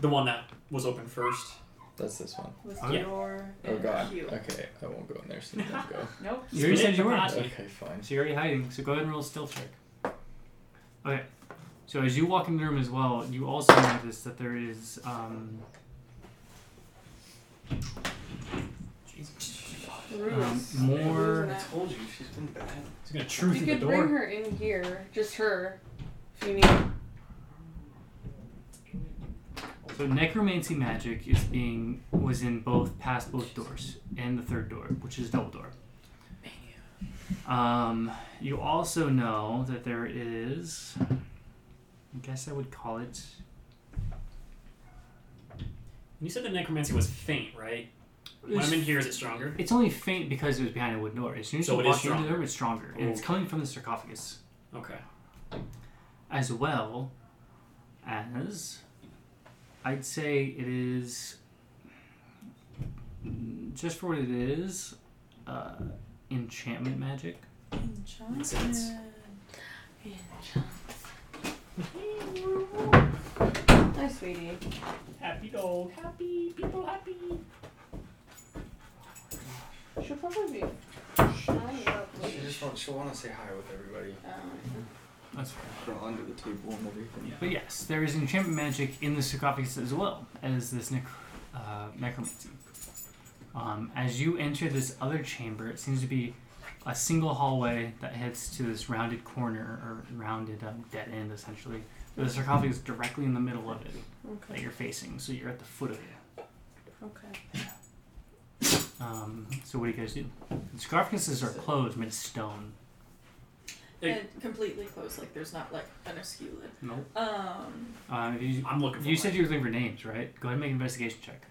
The one that was open first. That's this one. With Okay. your Oh and god. you. Okay, I won't go in there. So you don't go. Nope. You already Spit said it, you weren't. Verbace. Okay, fine. So you're already hiding. So go ahead and roll a stealth check. Okay. So as you walk in the room as well, you also notice that there is um, um Ruiz. more. Ruiz told you she's been bad. He's gonna and truth that. You in the could door. bring her in here, just her, if you need. So necromancy magic is being was in both past both doors and the third door, which is double door. Um, you also know that there is. I guess I would call it. You said the necromancy was faint, right? When I'm in here, is it stronger? It's only faint because it was behind a wooden door. As soon as So you it walk is into the stronger. room, it's stronger, and it's Okay. coming from the sarcophagus Okay. as well as. I'd say it is. Just for what it is, uh, enchantment magic. Makes sense. Hi, sweetie. Happy dog. Happy people. Happy. She'll probably be shy up. Um, She just wants. She want to say hi with everybody. That's Crawl under the table and everything. But yes, there is enchantment magic in the sarcophagus as well as this nec- uh, necromancy. Um, as you enter this other chamber, it seems to be a single hallway that heads to this rounded corner or rounded um, dead end, essentially. The sarcophagus is directly in the middle of it that you're facing, so you're at the foot of it. Okay. Um, so what do you guys do? The sarcophaguses are closed, made of stone. And completely closed, like there's not like an askew lid. Nope. Um, Um, you I'm looking for. you mine. said you were looking for names, right? Go ahead and make an investigation check.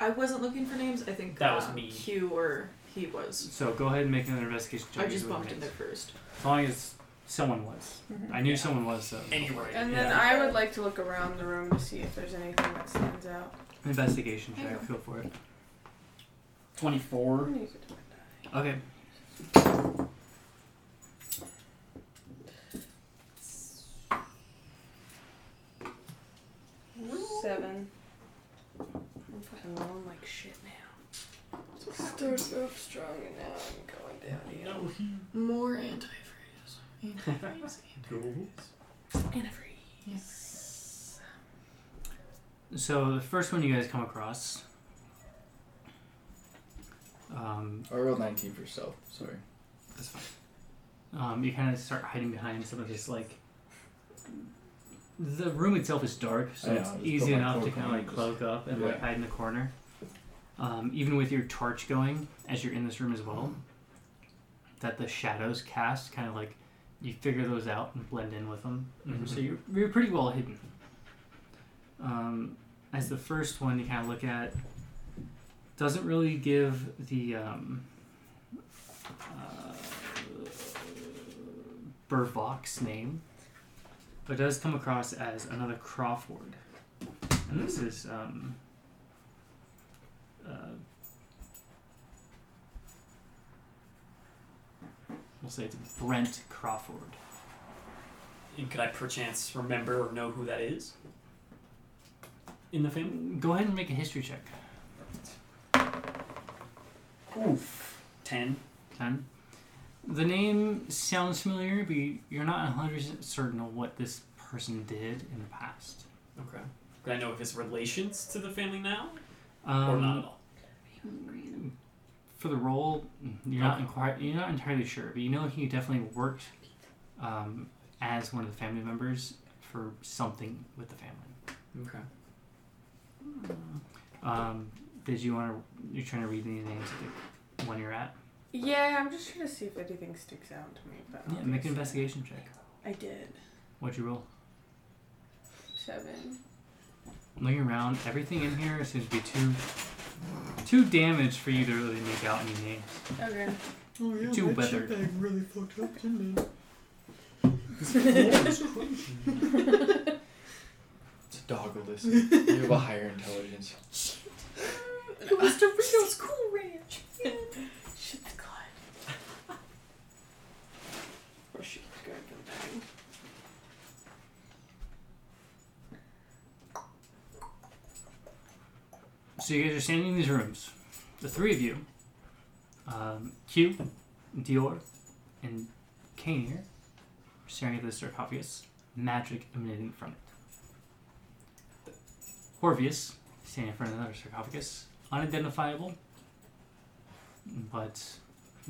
I wasn't looking for names. I think That was uh, me. Q or he was. So go ahead and make another investigation check. I just These are bumped in names. there first. As long as someone was. I knew someone was, so. Anyway. And then yeah. I would like to look around the room to see if there's anything that stands out. Investigation check, feel for it. 24. I'm gonna use it to my die. Okay. Seven. I'm fucking rolling like shit now. Started off strong and now I'm going down again. No. More antifreeze. Antifreeze. Antifreeze. yes. So the first one you guys come across. Um, I rolled 19 for stealth. Sorry. that's fine. Um, you kind of start hiding behind some of this, like, the room itself is dark, so I know, it's I just put easy my enough to cloak kind of on like and just- cloak up and like Yeah. hide in the corner. Um, even with your torch going, as you're in this room as well, that the shadows cast kind of like you figure those out and blend in with them. Mhm. So you're, you're pretty well hidden. Um, as the first one you kind of look at, doesn't really give the um, uh, Burvox name, but does come across as another Crawford. And this is um, uh, we'll say it's Brent Crawford. And could I perchance remember or know who that is? In the family? Go ahead and make a history check. Oof. Ten. Ten. The name sounds familiar, but you- you're not 100% certain of what this person did in the past. Okay. Could I know of his relations to the family now? Um, or not at all? For the role, mm, you're not inquir- you're not entirely sure, but you know he definitely worked um, as one of the family members for something with the family. Okay. Um, did you want to? You're trying to read any names of the one you're at? Yeah, I'm just trying to see if anything sticks out to me. But Yeah, make an investigation check. I did. What'd you roll? Seven. Looking around, everything in here seems to be too too damaged for you to really make out any names. Okay. Oh yeah, Too my weathered. bag really fucked up, didn't it? It's a dog will listen. you have a higher intelligence. It was Doritos Cool Ranch. Shit the god. Oh, or shit the god from So you guys are standing in these rooms, the three of you, um, Q, Dior, and Kane here, staring at this sarcophagus, magic emanating from it. Horvius, standing in front of another sarcophagus, unidentifiable, but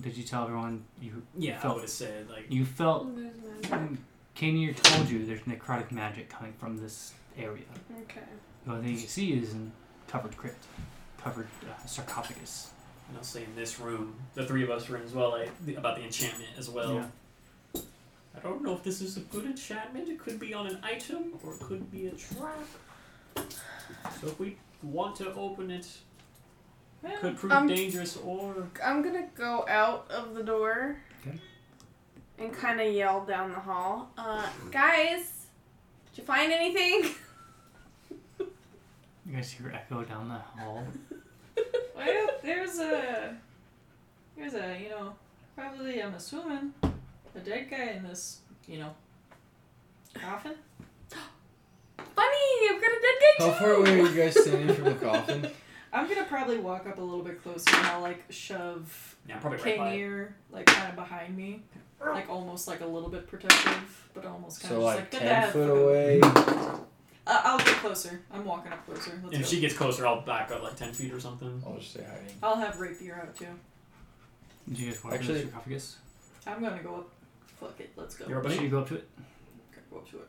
did you tell everyone you Yeah, I Felt- would have said, like, you felt Oh. There's Kanir told you there's necrotic magic coming from this area. Mm. Okay. The only thing you can see is in covered crypt, covered uh, sarcophagus. and I'll say in this room, the three of us were in as well, like, the, about the enchantment as well. Yeah. I don't know if this is a good enchantment. It could be on an item or it could be a trap. So if we want to open it, it could prove Um, dangerous or. I'm gonna go out of the door. Okay. And kind of yell down the hall. Uh, guys, did you find anything? You guys hear echo down the hall. Well, there's a, there's a, you know, probably I'm assuming a dead guy in this, you know, coffin. Funny, I've got a dead guy How too. far away are you guys standing from the coffin? I'm gonna probably walk up a little bit closer and I'll like shove Yeah, probably right by. it. Kingear like kind of behind me, like almost like a little bit protective, but almost kind So of just like like "Good ten dad, foot fuck 'em." away. Uh, I'll get closer. I'm walking up closer. Let's And go. if she gets closer, I'll back up like 10 feet or something. I'll just say hiding. I'll have rapier out too. Did you guys walk to the Actually- sarcophagus? I'm gonna go up. Fuck it, let's go. You're up Should buddy? you go up to it? Okay, go up to it.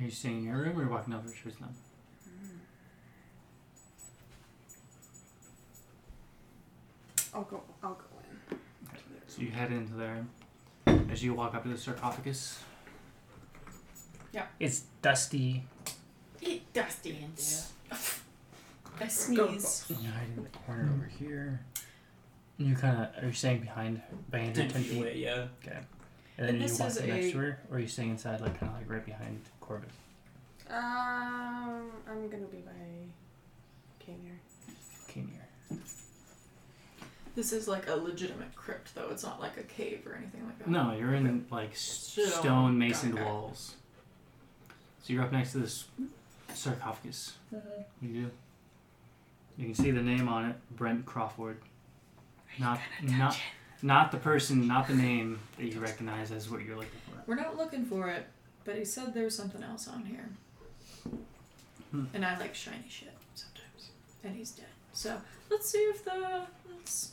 Are you staying in your room or you're walking over towards them? I'll go. I'll go in. So you head into there. As you walk up to the sarcophagus. Yeah. It's dusty. Eat dusty and I sneeze. You hide in the corner over here. You kind of are you staying behind behind her 10 feet away, yeah. And then And you this walk is next a- to her, or are you staying inside, like kind of like right behind Corbin? Um, I'm gonna be by Kaner. Came here. This is like a legitimate crypt though. It's not like a cave or anything like that. No, you're in like s- Stone. stone masoned Okay. walls. So you're up next to this sarcophagus. Mm-hmm. You do. You can see the name on it, Brent Crawford. Not not not the person, not the name that you recognize as what you're looking for. We're not looking for it, but he said there was something else on here. Hmm. And I like shiny shit sometimes. And he's dead. So let's see if the let's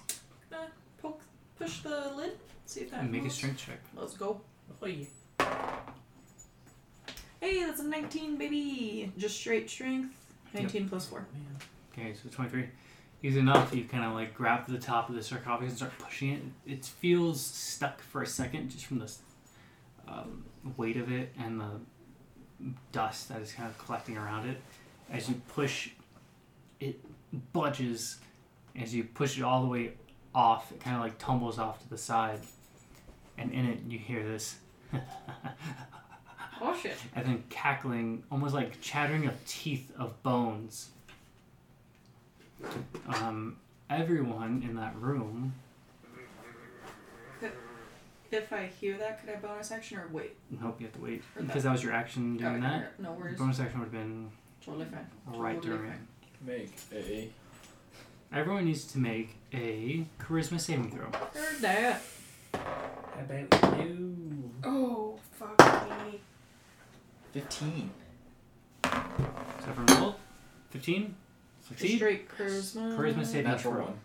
uh, poke push the lid. See if that And make a moves. strength check. Let's go. Oh, yeah. Hey, that's a 19, baby. Just straight strength. 19 plus 4. Man. Okay, so 23. Easy enough. You kind of like grab the top of the sarcophagus and start pushing it. It feels stuck for a second just from the um, weight of it and the dust that is kind of collecting around it. As you push, it budges. As you push it all the way off, it kind of like tumbles off to the side. And in it, you hear this. Oh shit. and then cackling, almost like chattering of teeth of bones. Um, everyone in that room, If I hear that, could I bonus action or wait? nope, you have to wait because that was your action Oh, doing Okay, that. No worries. Bonus action would have been Totally fine. right Totally during. it. fine. Make a. Everyone needs to make a charisma saving throw. Heard that. How about you? Oh, fuck me. 15. So everyone roll. Fifteen. Succeed. Straight charisma. Charisma saving Natural throw. one.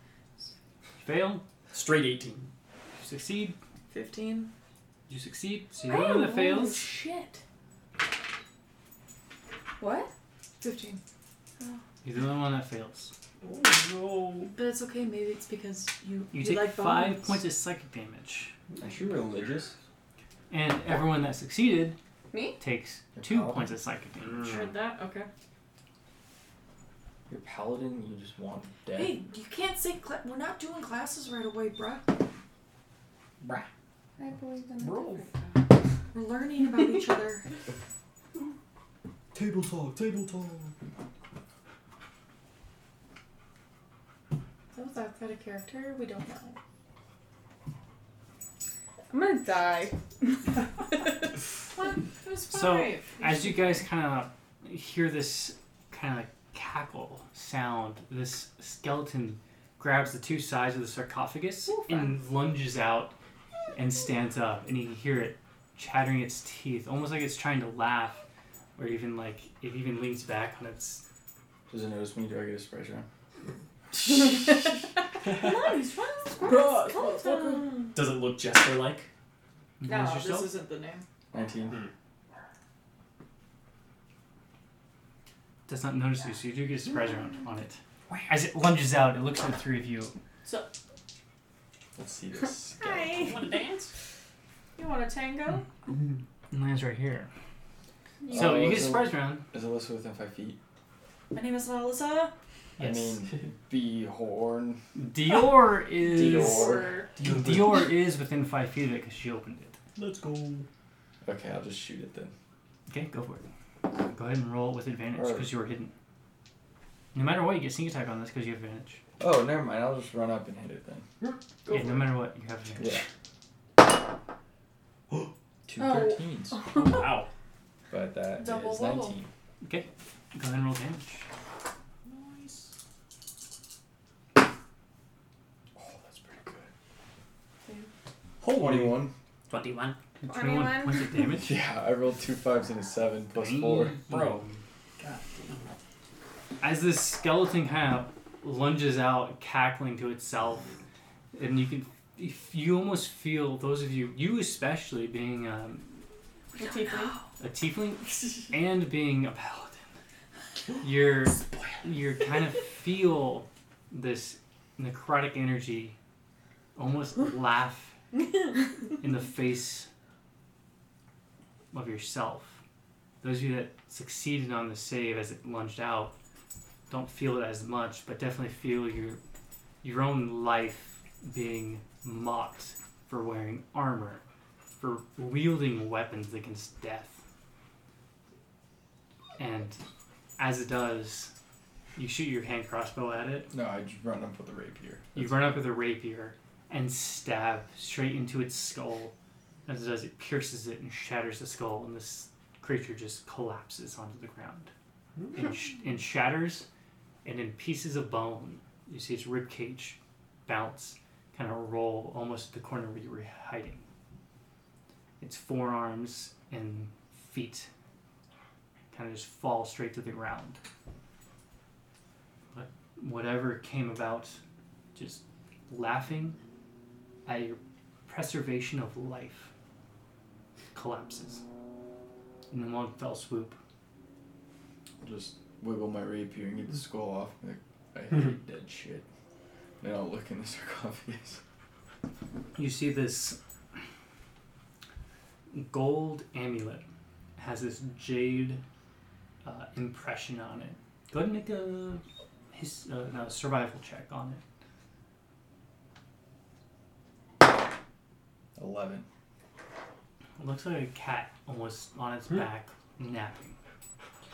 Fail. Straight 18. Succeed. 15. You succeed. So you're the one that fails. Shit. What? 15. You're the only one that fails. Oh no. But it's okay, maybe it's because you, You take like five bones. points of psychic damage. Aren't you religious? And everyone that succeeded Me? takes Your two paladin. points of psychic damage. Heard that? Okay. You're paladin, you just want dead. Hey, you can't say cla- we're not doing classes right away, bruh. Bruh. I believe in a Roll. We're learning about each other. Table talk, table talk. That was outside of character. We don't know. I'm gonna die. What? It was five. So, As you guys kind of hear this kind of cackle sound, this skeleton grabs the two sides of the sarcophagus Ooh, fun. and lunges out and stands up, and you can hear it chattering its teeth, almost like it's trying to laugh, or even like it even leans back on its. Does it notice me? Do I get a surprise round? Nice, wow, Bruh, come on. Does it look jester like? You No, guys this yourself? isn't the name. 19. Hmm. Does not notice you, so you do get a surprise round on it. As it lunges out, it looks at the three of you. Let's see this. Hi. Wanna dance? You want a tango? And lands right here. You- So Oh, you get a so- surprise round. Is Alyssa within five feet? My name is Alyssa. Yes. I mean, be horn. Dior is Dior. Dior is within five feet of it because she opened it. Let's go. Okay, I'll just shoot it then. Okay, go for it. Go ahead and roll with advantage Alright. because you were hidden. No matter what, you get sneak attack on this because you have advantage. Oh, never mind. I'll just run up and hit it then. Go yeah, for no it. matter what, you have advantage. Yeah. Two Oh. 13s. Wow. But that is Double wobble. 19. Go ahead and roll damage. Nice. Oh, that's pretty good. Holy 21. 21. 21. points of damage. Yeah, I rolled two fives and a seven plus four. Bro. As this skeleton kind of lunges out, cackling to itself, and you can, if you almost feel those of you, you especially being um, a tiefling and being a paladin, you're you're kind of feel this necrotic energy, almost laugh in the face of yourself. Those of you that succeeded on the save as it lunged out don't feel it as much, but definitely feel your your own life being mocked for wearing armor, for wielding weapons against death. And as it does, you shoot your hand crossbow at it. No, I just run up with a rapier. You run up with a rapier and stab straight into its skull. As it does, it pierces it and shatters the skull, and this creature just collapses onto the ground and, sh- and shatters, and in pieces of bone, you see its rib cage bounce, kind of roll almost at the corner where you were hiding. Its forearms and feet kind of just fall straight to the ground. But whatever came about just laughing at your preservation of life collapses. in one fell swoop. Just wiggle my rapier and get the skull off. Like, I hate dead shit. Then I'll look in the sarcophagus. You see this gold amulet It has this jade uh, impression on it. Go ahead and make a his uh, no, survival check on it. Eleven. It looks like a cat almost on its Hmm. back napping,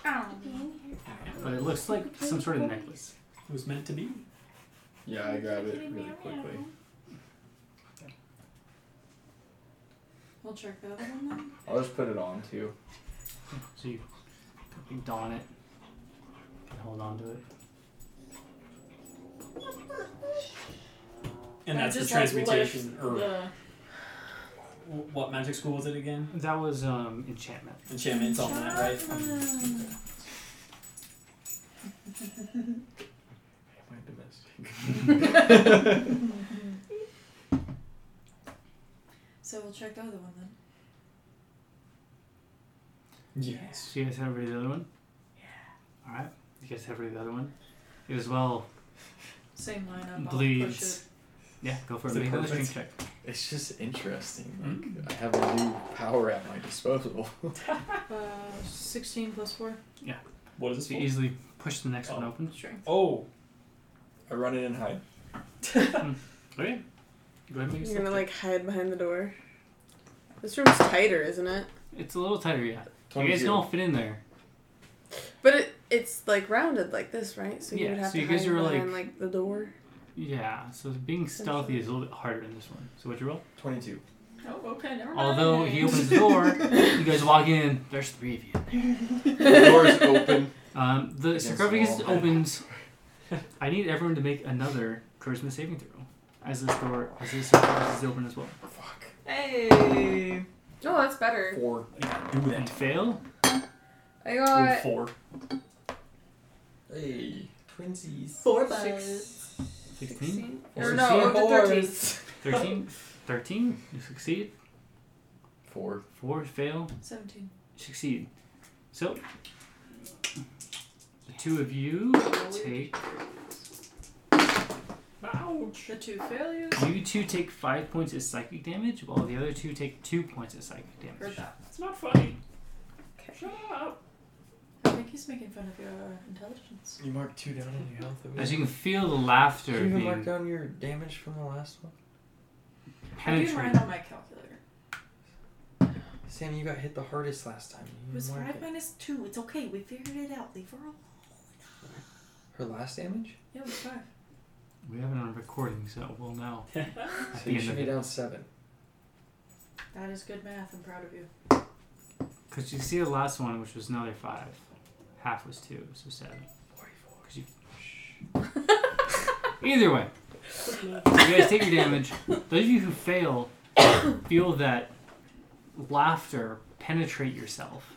Ow. but it looks like some sort of necklace. It was meant to be. Yeah, I grab it really quickly. We'll check the other one then. I'll just put it on too. So you quickly don it and hold on to it. And I that's the just, like, transmutation, lift or the- wh- what magic school was it again? That was um, enchantment. Enchantments on that, right? Enchantment. My domestic. So we'll check the other one then. Yes. So you guys have ready the other one? Yeah. Alright. You guys have ready the other one? It as well Same lineup. I'll push bleeds. it. Yeah, go for it. Is it Make another perfect? strength check. it's just interesting. Like I have a new power at my disposal. Uh, 16 plus 4. What is So this you for? easily push the next one Oh. open. Strength. Oh, I run in and hide. Okay. Go ahead and make a You're strength gonna check. like hide behind the door. This room's tighter, isn't it? It's a little tighter, yeah. You guys 22. can all fit in there. But it it's like rounded like this, right? So you Yeah, would have so to you guys hide are, like- behind like the door. Yeah, so being stealthy is a little bit harder in this one. So what'd you roll? Twenty-two. Oh, okay, never mind. Although he opens the door, you guys walk in, there's three of you. The door's open. Um, the Against the sarcophagus wall. opens. I need everyone to make another charisma saving throw. As this door, as this sarcophagus is open as well. Fuck. Hey! Oh, that's better. Four. do When you that. fail, I Oh, got four. Hey, twinsies. Four Six. 16, or Four. no, Sixteen. I did 13. 13, 13, you succeed. Four. 4, fail, 17. succeed. So, the two of you take, Ouch. The two failures. you two take 5 points as psychic damage, while the other two take 2 points as psychic Heard damage. that. It's not funny. Okay. Shut up. I think he's making fun of your intelligence. You marked two down on your health. over As there. you can feel the laughter Did you even mark being down your damage from the last one? I did mine penetrated. on my calculator. Sam, you got hit the hardest last time. You It was didn't mark 5 it. minus 2. It's okay, we figured it out. Leave her alone. Her last damage? Yeah, it was 5. We have it on recording, so we'll know. at So the you end should of be it. down seven. That is good math. I'm proud of you. Because you see the last one, which was another five. Half was two, so seven. Forty-four. Cause you... Either way, you guys take your damage. Those of you who fail feel that laughter penetrate yourself.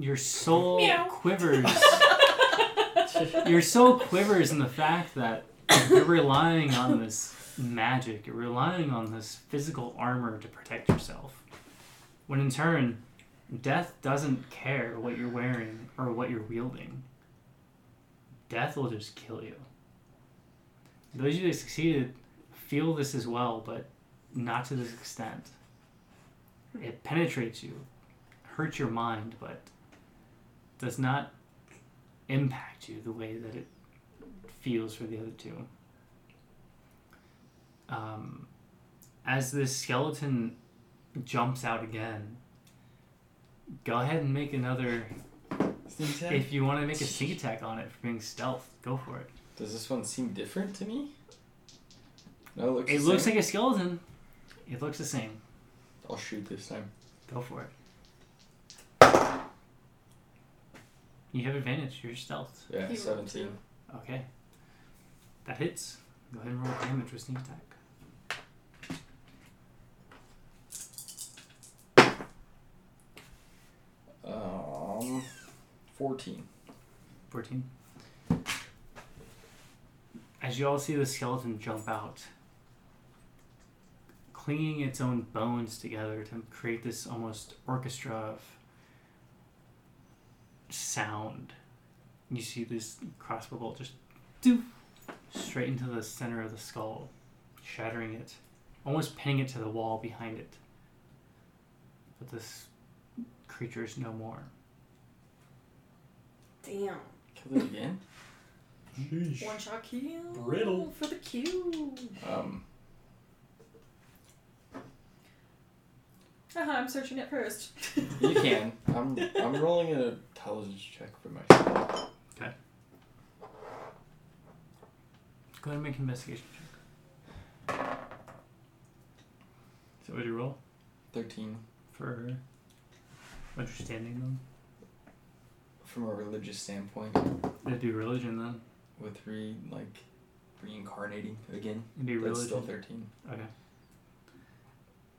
Your soul Meow. quivers. your soul quivers in the fact that you're relying on this magic. You're relying on this physical armor to protect yourself. When in turn, death doesn't care what you're wearing or what you're wielding. Death will just kill you. Those of you that succeeded feel this as well, but not to this extent. It penetrates you, hurts your mind, but does not impact you the way that it feels for the other two. Um, as this skeleton jumps out again, go ahead and make another. If you want to make a sneak attack on it for being stealth, go for it. Does this one seem different to me? No, it looks. It the looks same. like a skeleton. It looks the same. I'll shoot this time. Go for it. You have advantage. You're stealth. Yeah, He rolled seventeen. two. Okay. That hits. Go ahead and roll damage with sneak attack. Um, fourteen. 14. As you all see the skeleton jump out, clinging its own bones together to create this almost orchestra of sound. You see this crossbow bolt just doof straight into the center of the skull, shattering it, almost pinning it to the wall behind it. But this creature is no more. Damn. Killed it again. One shot kill. Brittle. For the Q. Um, Haha, Uh-huh, I'm searching it first. you can. I'm I'm rolling an intelligence check for myself. Go ahead and make an investigation check. So what did you roll? Thirteen For understanding them? from a religious standpoint, It'd be religion then. with re like reincarnating again. It'd be That's religion. still thirteen. Okay.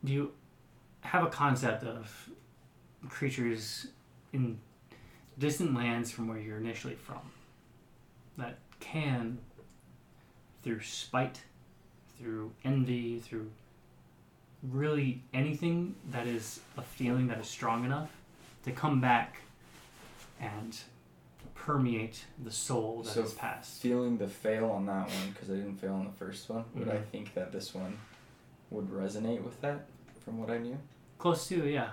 Do you have a concept of creatures in distant lands from where you're initially from that can, through spite, through envy, through really anything that is a feeling that is strong enough to come back and permeate the soul that So has passed? Feeling the fail on that one because I didn't fail on the first one. Would I Mhm. think that this one would resonate with that from what I knew? Close to, yeah.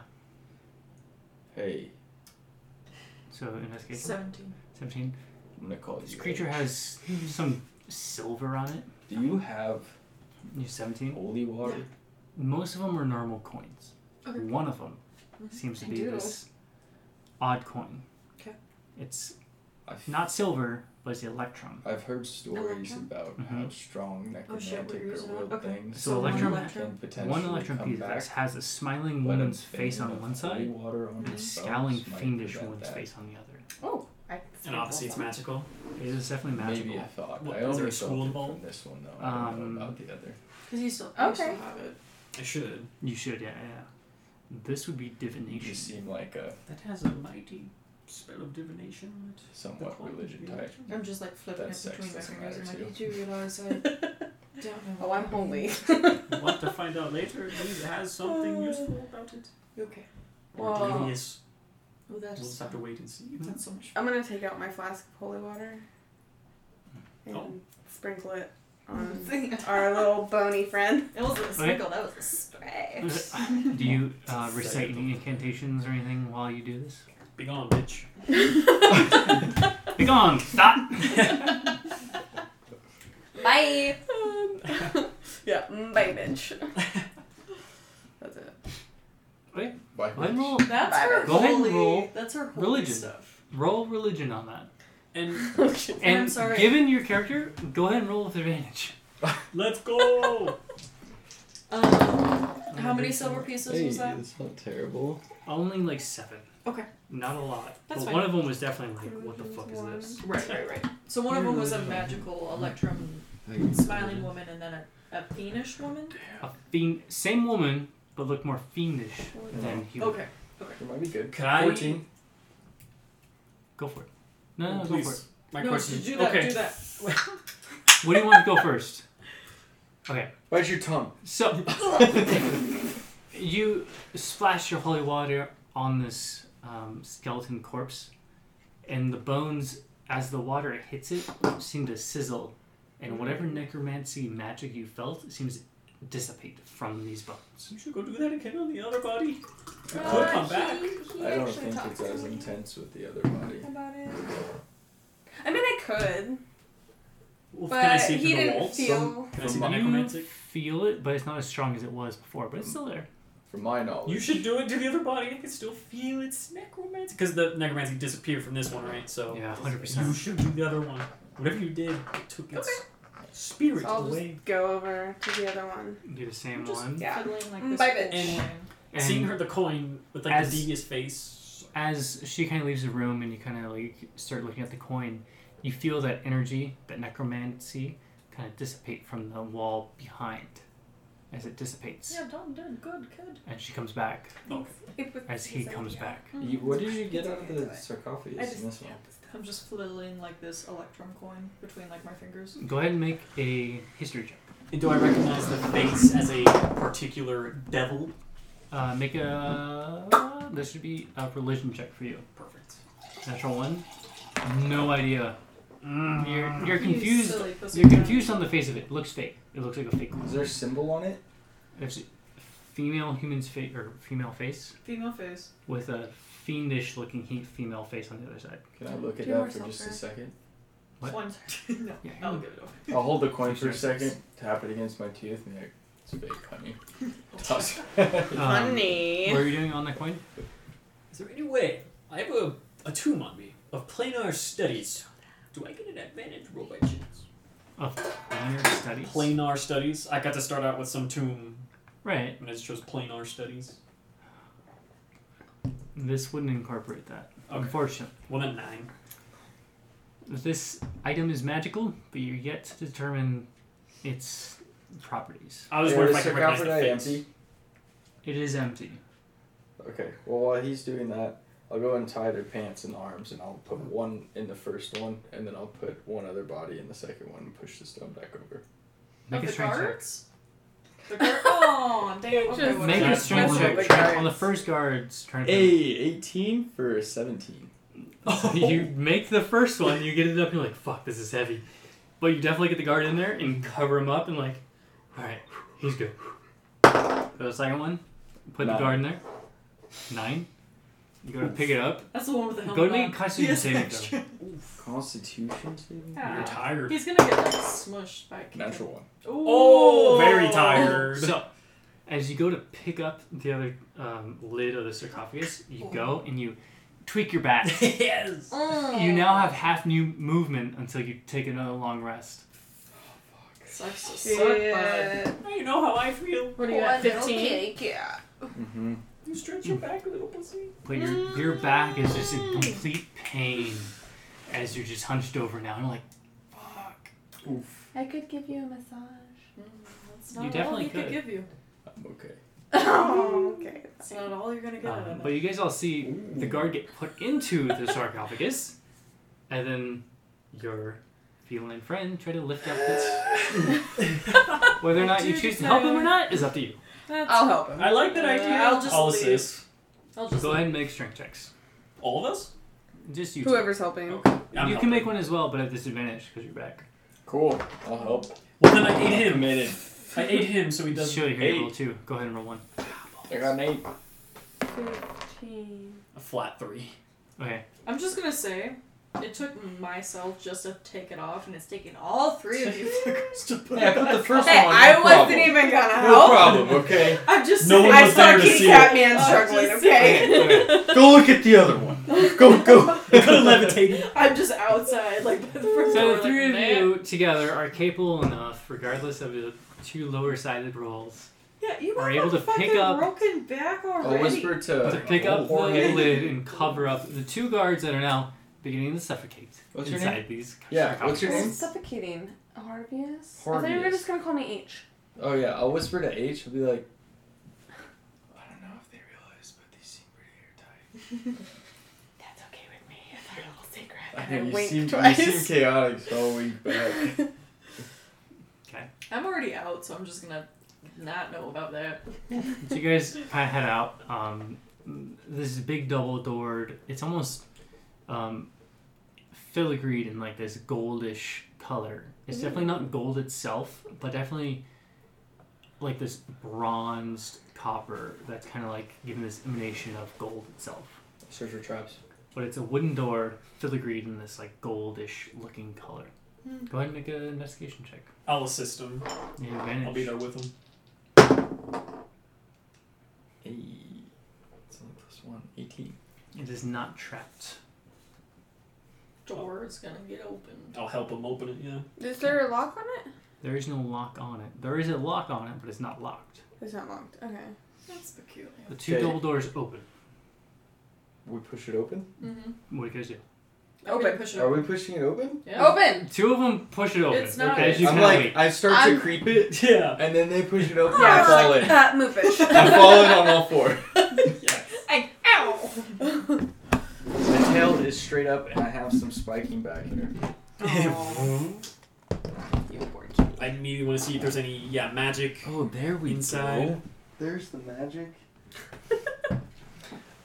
Hey, So, investigation. 17. 17. I'm gonna call This you. creature H. has some silver on it. Do you have You're 17. holy water? Most of them are normal coins. Okay. Mm-hmm. One of them seems to I be do. this odd coin. Okay. It's I've, not silver, but it's the electrum. I've heard stories Electrum? about Mhm. how strong Oh, shit, necromantic we're or using it. will Okay. things So electrum- electrum? can potentially One electrum come piece of back. this has a smiling but a woman's face vein on of one holy side water on and a its scowling, bones might fiendish prevent woman's that. face on the other. Oh. I And obviously it's magical. It is definitely magical. Maybe I thought. What, I is only there a felt school it involved? from this one though. I don't Um, know about the other. Because you still, you still you still Okay. have it. I should. You should, yeah, yeah. yeah. This would be You divination. just seem like a That has a mighty spell of divination. on it. The somewhat coin is religion really type. strong. I'm just like flipping That it sex between my doesn't fingers. matter and I'm like, to you do realize I don't know. Oh, I'm holy. We'll have to find out later. It means it has something useful about it. Uh, okay. Or Well- Mm-hmm. devious. Oh, We'll that's just have to wait and see. that's so much. I'm gonna take out my flask of holy water and Oh. sprinkle it on our little bony friend. It wasn't a sprinkle, that was a spray. Do you uh, recite any incantations or anything while you do this? Be gone, bitch. Be gone! Stop! Bye. yeah, mm, bye, bitch. That's it. Why Go ahead and roll, That's Bye, her Go ahead and holy. roll that's her holy religion. stuff. roll religion on that. And And, I'm sorry. given your character, go ahead and roll with advantage. let's go! Um, how many Okay, silver so pieces Hey, was that? it's not terrible. Only like seven. Okay. Not a lot. That's but fine. one of them was definitely like, what the fuck is this? Right, right, right. So one of them was a magical electrum smiling woman, and then a, a fiendish woman. A fiend, same woman, but look more fiendish than human. Okay. It might be good. Can I? Fourteen. Go for it. No, no, no, go Uh, Oh, Please. for it. My no, question Oh, do that. okay. Do that. What do you want to go first? Okay. Bite your tongue. So you splash your holy water on this um, skeleton corpse, and the bones, as the water hits it, seem to sizzle, and whatever necromancy magic you felt seems to dissipate from these bones. You should go do that again on the other body. It Uh, could come back. I don't think it's as intense with the other body. About it. I mean, I could, Well, but can I see he through the didn't walls? feel. Can I see From the my- necromantic? Feel it, but it's not as strong as it was before, but it's still there. From my knowledge. You should do it to the other body. I can still feel its necromancy. Because the necromancy disappeared from this one, right? So Yeah, hundred you percent. should do the other one. Whatever you did, it took its spirit So I'll just away. go over to the other one. Do the same Just- one. Yeah. Fiddling like Mm, this bye, whole bitch. time. And Seeing her the coin with like as- the devious face. as she kind of leaves the room and you kind of like start looking at the coin, you feel that energy, that necromancy, kind of dissipate from the wall behind as it dissipates. Yeah, done, done, good, good. And she comes back Okay. It was as he his comes idea. back. Mm. You- what did you get It's out of okay, the it's okay. sarcophagus I just in this one? I'm just fiddling like this electrum coin between like my fingers. Go ahead and make a history check. And do I recognize the face as a particular devil? Uh, make a. This should be a religion check for you. Perfect. Natural one. No idea. Mm, You're you're You confused. silly pussy You're cat. confused on the face of it. It looks fake. It looks like a fake. Is there a symbol on it? It's a female human's face or female face Female face. with a fiendish looking he- female face on the other side. Can I look it Do up for yourself just a first. second? What? One second. no, Yeah, Oh, I'll you- give it over. I'll hold the coin for a Sure. second, tap it against my tooth, and be like, it's fake honey. Toss it. Um, Honey. What are you doing on that coin? Is there any way I have a, a tomb on me of planar studies? Do I get an advantage roll by chance? Minor studies. Planar studies. I got to start out with some tomb, Right. and I just chose planar studies. This wouldn't incorporate that. Okay. Unfortunately, Well, then nine. this item is magical, but you're yet to determine its properties. I was Yeah, wondering is if I could recognize the sarcophagi face. empty? It is empty. Okay. Well, while he's doing that, I'll go and tie their pants and arms, and I'll put one in the first one, and then I'll put one other body in the second one, and push the stone back over. Make Of Oh, a the strength check. guards? The guard. Oh, damn. Okay, Just- whatever. Make a That's strength what check. the Try- guards- on the first guard's turn. A eighteen for a seventeen. Oh, You make the first one, you get it up, and you're like, "Fuck, this is heavy," but you definitely get the guard in there and cover him up, and like, all right, he's good. Go to the second one, put Nine. the guard in there. Nine. You go to pick it up. That's the one with the Go helmet. to make on. a constitution Yes, saving that's throw. true. Constitution saving. Ah. You're tired. He's gonna get like smushed by. a kid. Natural one. Oh, very Ooh. tired. So, as you go to pick up the other um, lid of the sarcophagus, you Oh. go and you tweak your back. yes. Mm. Um, You now have half new movement until you take another long rest. Sucks to suck, bud. Shit. I know how I feel. What do you got? Mm, Fifteen. yeah. Mm-hmm. You stretch your back, little pussy. But your your back is just in complete pain as you're just hunched over now. And you're like, fuck. I could give you a massage. That's You not definitely all he could. could. give you. I'm okay. Oh, okay. That's not all you're gonna get out Um, of but it. you guys all see the guard get put into the sarcophagus, and then your feline friend try to lift up this. Whether or not you Dude, choose to help him or uh, not is up to you. That's, I'll help him. I like that idea. Uh, I'll just I'll leave. assist. I'll just. Go ahead and make strength checks. All of us. Just you. two. Whoever's helping. Okay. I'm you can helping. make one as well, but at disadvantage because you're back. Cool. I'll help. Well, then I ate him. Committed. I ate him, so he You doesn't. show your Eight. roll too. Go ahead and roll one. I got an eight. Fifteen. A flat three. Okay. I'm just gonna say, it took myself just to take it off, and it's taken all three of you. Hey, I put the first Hey, one on. I no wasn't problem. even gonna No help. problem. Okay. I'm just No saying. one I was saw there to Kitty see Cat it. Man I'm struggling, just okay? Go look at the other one. Go go. It could have levitated. I'm just outside, like by the first So door, the three like, of man. you together are capable enough, regardless of the two lower sided rolls, Yeah, you are have able a to fucking pick up- broken back I'll already. whisper to, to pick up the Jorge. lid and cover up the two guards that are now beginning to suffocate What's your inside name? these. Yeah, what's your sarcophagus. name? Suffocating. Harvius. I thought you were Harvius. just gonna call me H. Oh yeah, I'll whisper to H. I'll be like, I don't know if they realize, but they seem pretty airtight. That's okay with me. It's our little secret. I know you Wink seem twice. you seem chaotic, so I'll wink back. I'm already out, so I'm just gonna not know about that. So you guys kind of head out. Um, this is big double doored. It's almost um, filigreed in like this goldish color. It's definitely not gold itself, but definitely like this bronzed copper that's kind of like giving this emanation of gold itself. Search for traps. But it's a wooden door filigreed in this like goldish looking color. Hmm. Go ahead and make an investigation check. I'll assist him. You have I'll advantage. be there with him. Hey, it's only plus one. Eighteen. It is not trapped. Door is gonna get opened. I'll help him open it. Yeah. Is there a lock on it? There is no lock on it. There is a lock on it, but it's not locked. It's not locked. Okay. That's peculiar. The two Okay. double doors open. We push it open. Mm-hmm. What do you guys do? Open. Push it Are open. we pushing it open? Yeah. Open. Two of them push it open. It's not- As you I'm kinda like, wait. I start I'm- to creep it, Yeah. and then they push it open. Yeah, and I it's fall in. Uh, move it. I fall in on all four. I, ow. My tail is straight up, and I have some spiking back here. You poor kid. I immediately want to see if there's any yeah magic. Oh, there we Inside. go. There's the magic.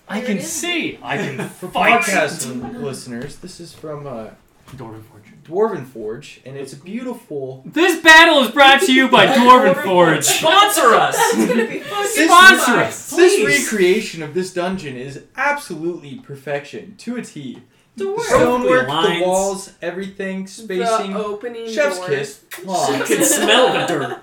I I There can it is. see. I can For fight. podcast listeners, this is from uh, Dwarven Fortune. Dwarven Forge, and it's a beautiful. This battle is brought to you by Dwarven Forge. Sponsor us! It's gonna be fucking Sponsor fun. us. This Please. recreation of this dungeon is absolutely perfection to a T. The The work. stonework, the Lines. walls, everything, spacing. The opening Chef's doors. kiss. I Aw. can smell the dirt.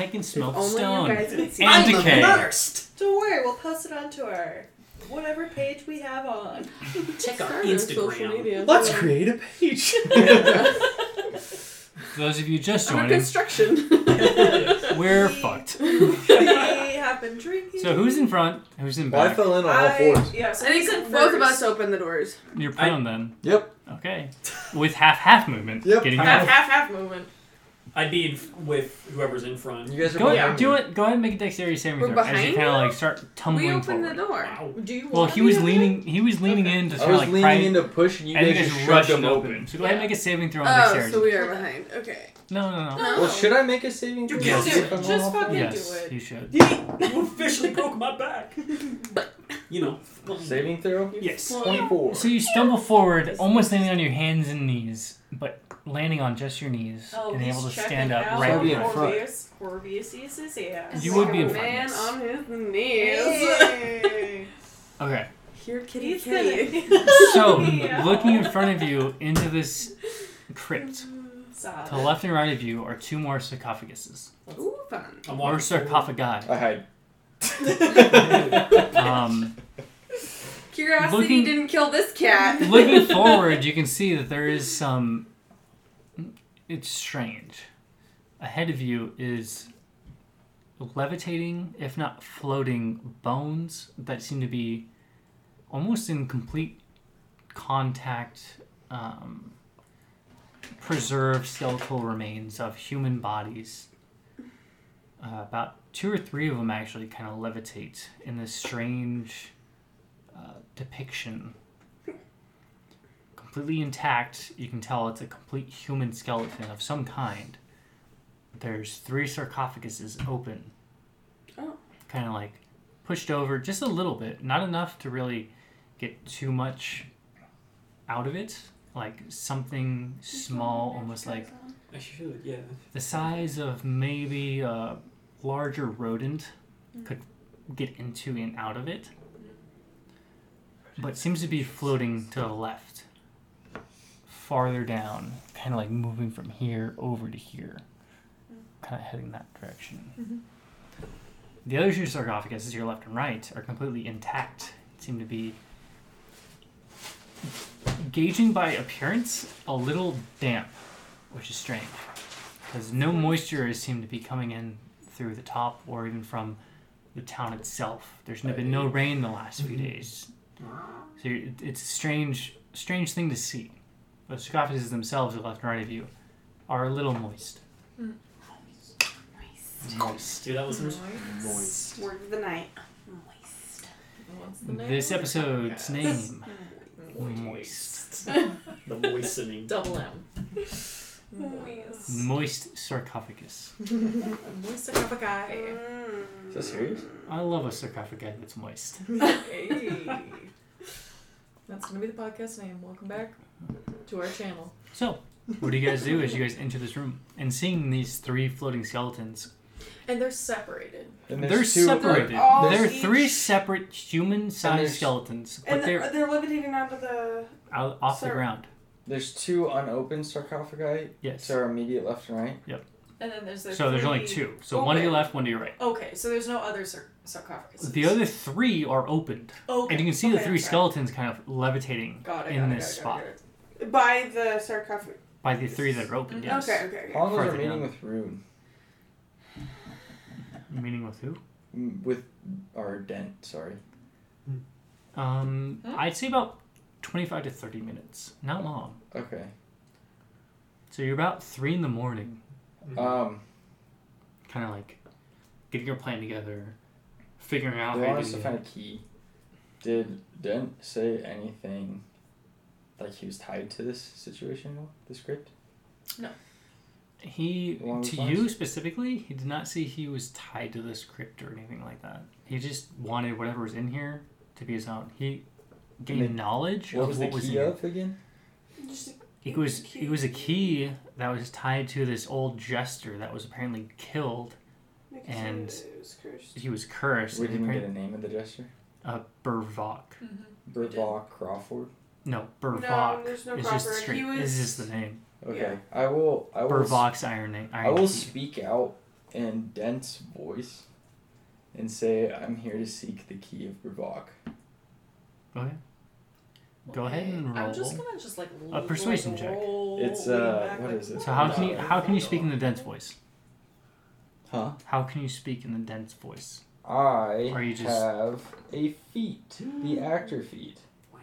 I can smell the Only you stone guys can see. and decay. immersed! Don't worry, we'll post it onto our whatever page we have on. Check our Start your social Instagram. media. Let's Yeah. create a page. For those of you just Under joining, construction. we're fucked. we have been drinking. So who's in front? Who's in well, I back? fell in on all I, fours. yeah, so I think said both of first. us opened the doors. You're prone then. Yep. Okay. With half half movement. Yep. Getting Half- half. half, half movement. I'd be in f- with whoever's in front. You guys are Go ahead, behind do me. it. Go ahead and make a dexterity saving We're throw as you behind kind of you? like start tumbling We opened forward. the door. Wow. Do you want Well, he was me to open leaning. He was leaning Okay. in to I sort of was like leaning pry, in to push, and you and guys then just just shoved rushed them him open. open. So go ahead and make a saving throw it? on Oh, dexterity. so we are behind. Okay. No, no, no. No. Well, should I make a You saving? throw? can If do it. I'm on Just all fucking- fours? Yes, do it. you should. You officially broke my back. You know. Saving throw. Yes. Twenty-four. So you stumble forward, almost landing on your hands and knees, but landing on just your knees Oh, and he's able to checking stand up out right I'll be in behind. front. Corvius. Corvius sees his ass. You would be in front. man yes. on his knees. Hey. Okay. Here, kitty, He's kitty. gonna- So Yeah. looking in front of you into this crypt, Solid. to the left and right of you are two more sarcophaguses Ooh, fun. I'm or walking forward. sarcophagi. I hide. Um, Curiosity Looking- didn't kill this cat. looking forward, you can see that there is some. It's strange. Ahead of you is levitating, if not floating, bones that seem to be almost in complete contact, um, preserved skeletal remains of human bodies. Uh, about two or three of them actually kind of levitate in this strange uh, depiction completely intact. You can tell it's a complete human skeleton of some kind. There's three sarcophaguses open. Oh. Kind of like pushed over just a little bit, not enough to really get too much out of it. Like something small, almost like I should, yeah. the size of maybe a larger rodent could get into and out of it, but seems to be floating to the left, farther down, kind of like moving from here over to here, kind of heading that direction. The other two sarcophaguses, your left and right, are completely intact. Seem to be gauging by appearance a little damp, which is strange because no moisture is seemed to be coming in through the top or even from the town itself. There's no, been no rain the last few days, so you it's a strange, strange thing to see. The sarcophaguses themselves, the left and right of you, are a little moist. Moist. Do that, listeners. Moist. Word of the night. What's the name? This episode's name, moist, Moist. The moistening. Double M. Mm. Moist. moist sarcophagus. Moist cup of guy. Mm. Is that serious? I love a sarcophagi that's moist. Hey. That's gonna be the podcast name. Welcome back to our channel. So, what do you guys do as you guys enter this room? And seeing these three floating skeletons, And they're separated. And They're there's two of them. separated. They're all They're each- three separate human-sized there's- skeletons, but And they're they're, they're levitating onto the. out, off the Sir. ground. There's two unopened sarcophagi Yes. to our immediate left and right. And then there's the so there's only three- two. So one to your open. left, one to your right. Okay, so there's no other sar- sarcophagus. The other three are opened, Okay. and you can see the okay, three okay. skeletons kind of levitating Got it, in got it, this got it, spot got it, By the sarcophagus. by the three that are open. Yes. Mm-hmm. Okay, okay, okay. How long was our Farther meeting down. with Rune? Meaning with who? Mm, With our dent, sorry. Um, Huh? I'd say about twenty-five to thirty minutes. Not long. Okay. So you're about three in the morning. Mm-hmm. Um, kind of like getting your plan together, figuring out they how you want us to do find it. a key. Did Dent say anything like he was tied to this situation, at all? the script? He along those to lines? you specifically, he did not say he was tied to this crypt or anything like that. He just wanted whatever was in here tip of his own. He And gained then- knowledge What of was what the was key in of again? Just It was it was a key that was tied to this old jester that was apparently killed. make it and- so it was cursed. He was cursed. We and didn't get apparent- a name of the gesture. uh, Burvok. Mm-hmm. did. Burvok Crawford. No, Burvok. No, there's no it's just proper- straight. he This is was- just the name. Okay, Yeah. I will. I will. Burvok's iron name. I Iron will key. speak out in dense voice, and say I'm here to seek the key of Burvok. okay. Go ahead and roll. I'm just gonna just like A persuasion like, check. roll It's, uh, back, what like, is it? So how No. can you how can you speak in the dense voice? Huh? How can you speak in the dense voice? I Are you just- have a feat, Mm. the actor feat. Wow.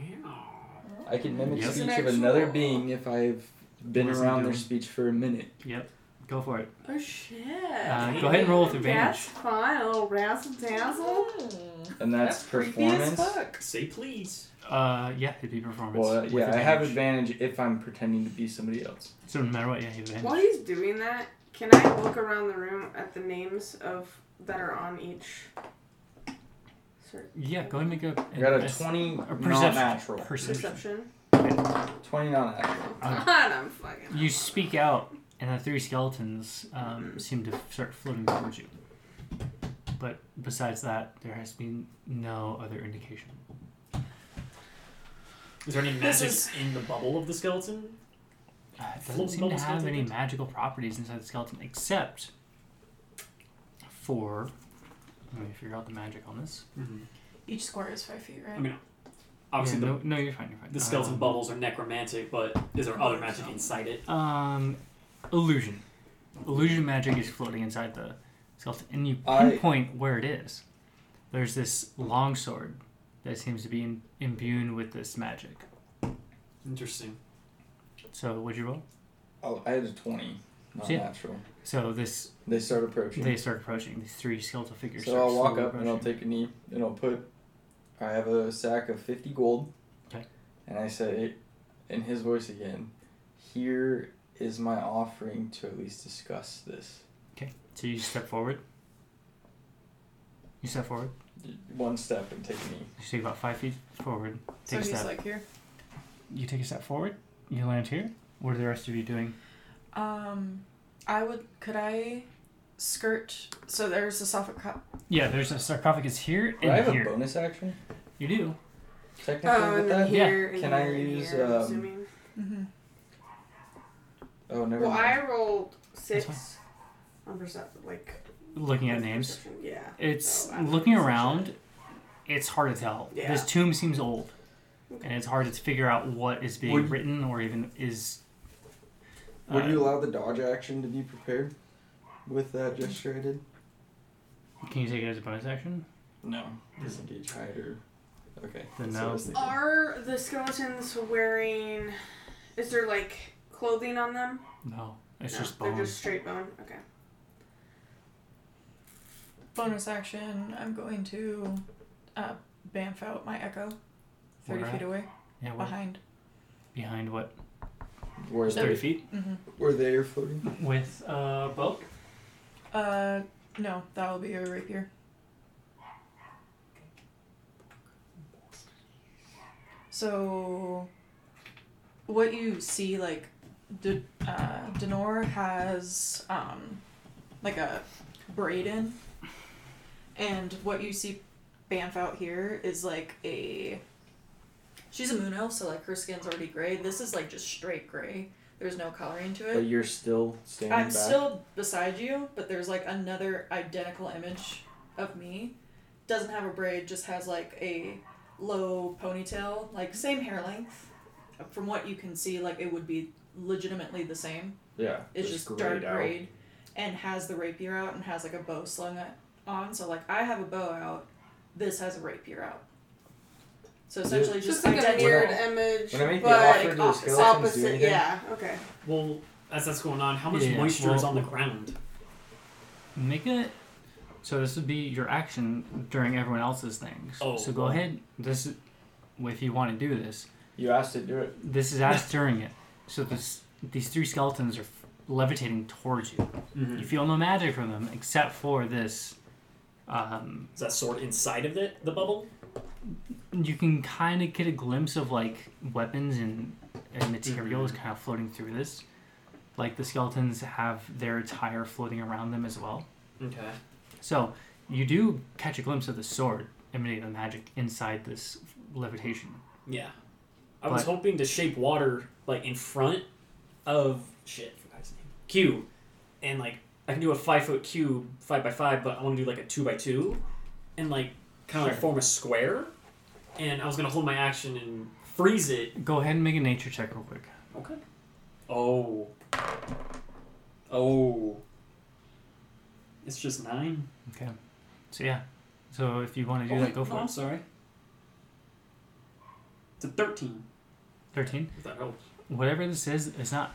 I can mimic Yep. speech It's an of another actual- being if I've been What is he around their doing? speech for a minute. Go for it. Oh shit. Uh, go ahead and roll with advantage. That's fine, a little razzle dazzle. Mm. And that's, creepy as performance. fuck. Say please. Uh, yeah, it'd be performance. Well, uh, with yeah, I have advantage. advantage if I'm pretending to be somebody else. So no matter what, yeah, you have While advantage. he's doing that, can I look around the room at the names of that are on each? Sort Yeah, go ahead and make a. I got a a- 20 a non perception. natural. of perception. perception. 20 non natural. Um, God, I'm fucking. You speak out, and the three skeletons um, seem to start floating towards you. But besides that, there has been no other indication. Is there any This magic in the bubble of the skeleton? Uh, It doesn't Floating seem to bubble have skeleton any things? magical properties inside the skeleton, except for. Let me figure out the magic on this. Mm-hmm. Each square is five feet, right? I mean, Obviously, Yeah, the, no, no, you're fine. You're fine. the skeleton Um, bubbles are necromantic, but is there other magic inside it? Um, illusion. Illusion magic is floating inside the skeleton, and you I- pinpoint where it is. There's this long sword that seems to be in, imbued with this magic. Interesting. So, would you roll? Oh, I had a 20 non See? natural. So this, They start approaching. they start approaching. These three skeletal figures. so start I'll walk slowly up and I'll approaching. take a knee and I'll put. I have a sack of 50 gold. Okay. And I say, in his voice again, here is my offering to at least discuss this. So you step forward. You step forward. One step and take a knee. You take about five feet forward. so Take a he's step. like here. You take a step forward. You land here. What are the rest of you doing? Um, I would. Could I skirt? So there's the Suffolk cup. Yeah, there's a sarcophagus here Do I and have a here. bonus action? You do. Technically, Oh, with and that? then Yeah. here, and Can I here and use, here, I'm um, assuming. Mm-hmm. Oh, never Well, mind. I rolled six That's on perception, like Looking at with names. perception, Yeah. It's So, Oh, I don't looking know. around. It's hard to tell. Yeah. This tomb seems old, Okay. and it's hard to figure out what is being Would- written or even is. Would uh, you allow the dodge action to be prepared with that gesture I did? Can you take it as a bonus action? No. Disengage hide or. Okay. Then that's what I no. was thinking. Are the skeletons wearing? Is there like clothing on them? No, it's no, just they're bones. just straight bone. Okay. Bonus action. I'm going to uh, bamf out my echo. Thirty Where at? feet away, yeah, what, behind. behind what? Were Thirty they, feet Mm-hmm. were they air floating? with uh bow. Uh, no, that will be a rapier. So, what you see, like, D- uh, Denor has, um, like a braid in, and what you see Banff out here is like a. She's a moon elf, so like her skin's already gray. This is like just straight gray. There's no coloring to it. But you're still standing I'm back. still beside you, but there's like another identical image of me. Doesn't have a braid, just has like a low ponytail, like same hair length. From what you can see, like it would be legitimately the same. yeah. It's just, dark grayed out. braid and has the rapier out and has like a bow slung it- on. So like I have a bow out, this has a rapier out. So essentially It's just, just like a identical. weird image, When I make the but offer to the opposite- skeletons, do opposite. anything? Yeah. Okay. Well, as that's going on, how much Yeah, moisture is well- on the ground? Make it. So this would be your action during everyone else's things. Oh, so go well. ahead. This, is- if you want to do this, You asked to do it. this is us during it. So this, these three skeletons are f- levitating towards you. Mm-hmm. You feel no magic from them except for this. Um, Is that sword inside of the, the bubble? you can kind of get a glimpse of like weapons and, and materials kind of floating through this. Like the skeletons have their attire floating around them as well. Okay. So you do catch a glimpse of the sword emanating the magic inside this levitation. Yeah. I was But- hoping to shape water like in front of shit, I forgot his name. Cube. And like I can do a five foot cube, five by five, but I wanna do like a two by two and like kinda like Sure. form a square. And I was gonna hold my action and freeze it. Go ahead and make a nature check real quick. Okay. Oh. Oh. It's just nine? Okay. So yeah. So if you want to do Oh, that, wait, go for no, I'm it. sorry. It's a thirteen, Thirteen. if that helps. Whatever this is, it's not.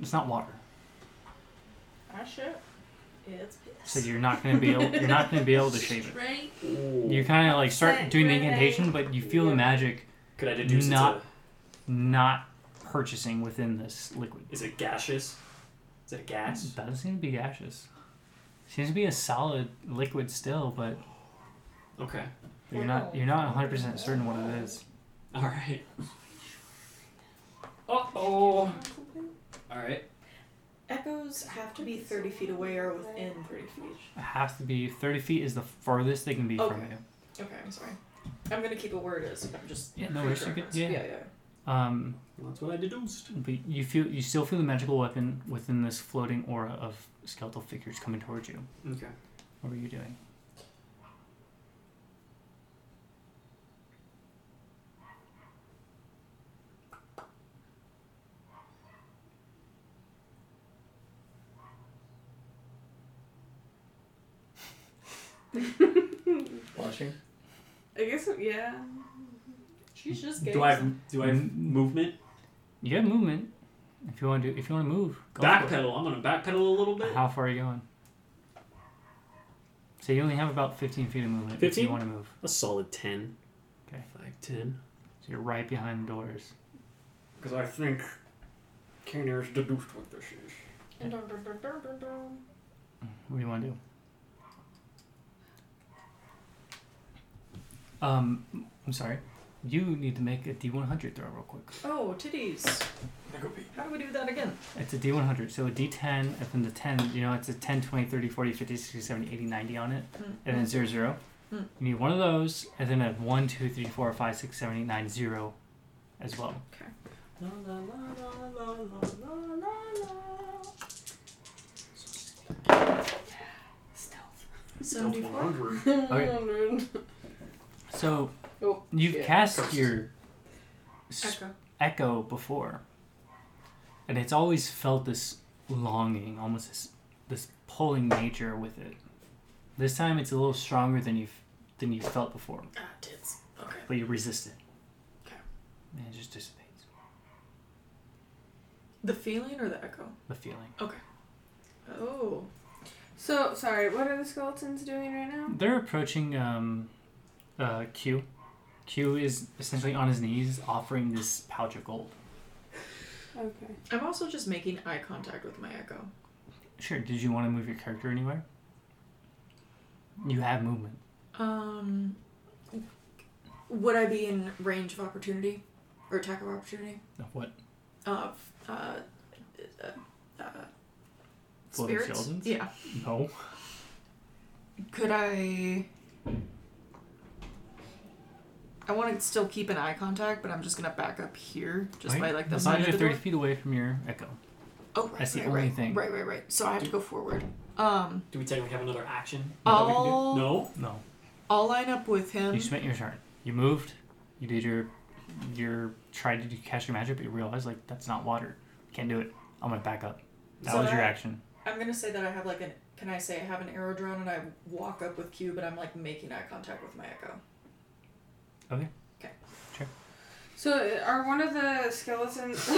It's not water. e- Ah, shit. It's piss. So you're not gonna be able. You're not gonna be able to shave it. Right? You kind of like start Right, doing the right. incantation, but you feel the magic Could I deduce Not- it's a not purchasing within this liquid. Is it gaseous? Is it a gas? Doesn't seem to be gaseous. Seems to be a solid liquid still, but Okay. you're not you're not 100 percent certain what it is. All right. Uh oh. All right. Echoes have to be 30 feet away or within 30 feet. It has to be 30 feet is the farthest they can be from Okay. you. Okay, I'm sorry. I'm gonna keep it where it is. I'm just. Yeah, no worries, you could- yeah. yeah, Um, Well, that's what I deduced. But you feel you still feel the magical weapon within this floating aura of skeletal figures coming towards you. Okay. What are you doing? Watching. I guess, yeah. She's just getting. Do I have do I have Mm. movement? You have movement. If you want to, if you want to move, go for it. Backpedal. I'm gonna backpedal a little bit. How far are you going? So you only have about 15 feet of movement if 15? you want to move. A solid ten. Okay. Five ten. So you're right behind the doors. Because I think Kaner's deduced what this is. What do you want to do? Um, I'm sorry. You need to make a D100 throw real quick. Oh, titties. How do we do that again? It's a D100, so a D10, and then the 10, you know, it's a 10, 20, 30, 40, 50, 60, 70, 80, 90 on it, and then 0, 0. Hmm. You need one of those, and then a 1, 2, 3, 4, 5, 6, 7, 8, 9, 0 as well. La la la la la la la la la. Stealth. Stealth 100. Okay. So, Oh, you've shit. cast Cursed. your s- Echo. echo before, and it's always felt this longing, almost this, this pulling nature with it. This time it's a little stronger than you've than you felt before. Ah, tits. Okay. But you resist it. Okay. And it just dissipates. The feeling or the echo? The feeling. Oh. So sorry. What are the skeletons doing right now? They're approaching um, uh, Q. Q is essentially on his knees offering this pouch of gold. Okay. I'm also just making eye contact with my echo. Sure, did you want to move your character anywhere? You have movement. Um, would I be in range of opportunity or attack of opportunity Of what? of uh, uh, uh, Floating spirits? skeletons? Yeah. No. Could I? I want to still keep an eye contact, but I'm just gonna back up here, just Right? by like the As long side as of you're the door. 30 feet away from your echo. Oh, right, That's the right, only right, thing. Right, right, right. So I have to go forward. Um, Do we technically have another action? that we can do? I'll No. No. I'll line up with him. You spent your turn. You moved. You did your. your tried to do- cast your magic, but you realized, like, that's not water. Can't do it. I'm going to back up. That So was your I- action. I'm gonna say that I have like an. Can I say I have an arrow drawn and I walk up with Q, but I'm like making eye contact with my echo? So uh, are one of the skeletons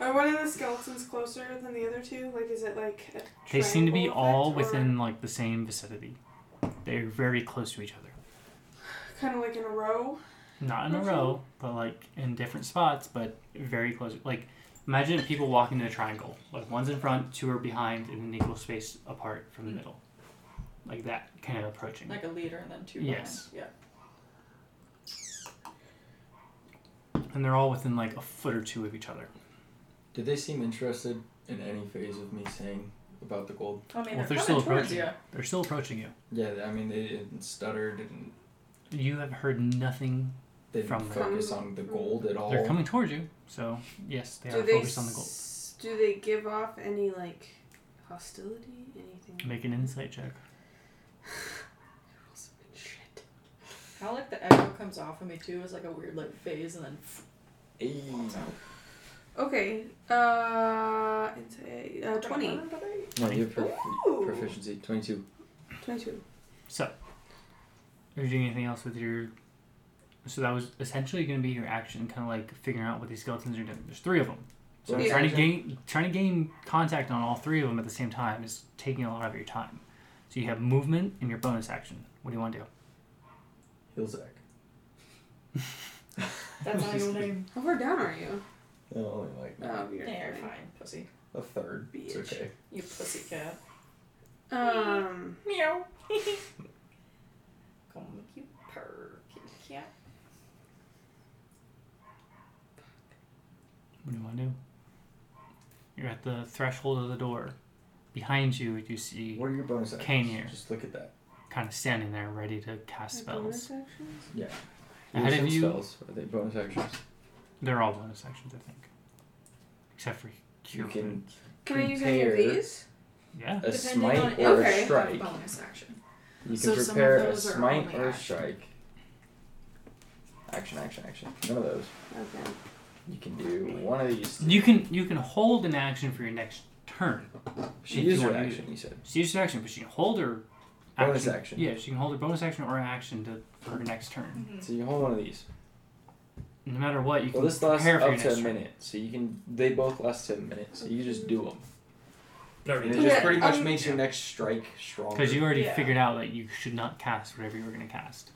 are one of the skeletons closer than the other two? Like, is it like a They seem to be triangle all effect, within like the same vicinity. They're very close to each other. or kind of like in a row? Not in a Okay. row, but like in different spots, but very close. Like imagine people walking in a triangle. Like one's in front, two are behind, and an equal space apart from the Mm. middle. Like that kind of approaching. Like a leader and then two. Yes. Behind. and they're all within like a foot or two of each other. Did they seem interested in any phase of me saying about the gold? I mean, Well, they're they're still coming towards approaching. you. They're still approaching you. Yeah, I mean they didn't stutter, didn't You have heard nothing. they didn't From the- focus on the gold at all. They're coming towards you, so yes, they do are they focused on the gold. s- do they give off any like hostility? Anything? Make an insight check. Shit. How like the echo comes off of me too is like a weird like phase and then Ayy. Okay. Uh, insight, uh, twenty. No, you have prof- Ooh. proficiency twenty two. Twenty-two. So, are you doing anything else with your? So that was essentially going to be your action, kind of like figuring out what these skeletons are doing. There's three of them, so Yeah. trying to gain trying to gain contact on all three of them at the same time is taking a lot of your time. So you have movement and your bonus action. What do you want to do? Hilzak. That's not your name. How far down are you? No, only like Oh, you're Yeah, you're fine. fine, pussy. a third. It's Bitch. okay. You pussy cat. Um, Meow. Gonna make you purr, kitty cat. What do you want to do? You're at the threshold of the door. Behind you, you see What are your bonus actions? Kane here. Just look at that. kind of standing there, ready to cast my bonus spells. actions? Yeah. Ahead There's of some you- spells. Are they bonus actions? They're all bonus actions, I think, except for You cure. can Can I use any of Compare. these? Yeah. a Depending smite on- or okay. a strike. Bonus action. You can So some of prepare a those are smite only or a action. strike. Action, action, action. None of those. Okay. You can do one of these. You can you can hold an action for your next turn. She if you used her wanna use action. You said. She uses action, but she can hold her Bonus action. Yeah, she can hold her bonus action or action to for her next turn. So you can hold one of these. No matter what, you Well, can this lasts prepare for up your to a next minute, so you can. They both last to a minute, so you just do them. And But already it did. just Yeah, pretty much um, makes your next strike stronger. Because you already Yeah. figured out that you should not cast whatever you were going to cast,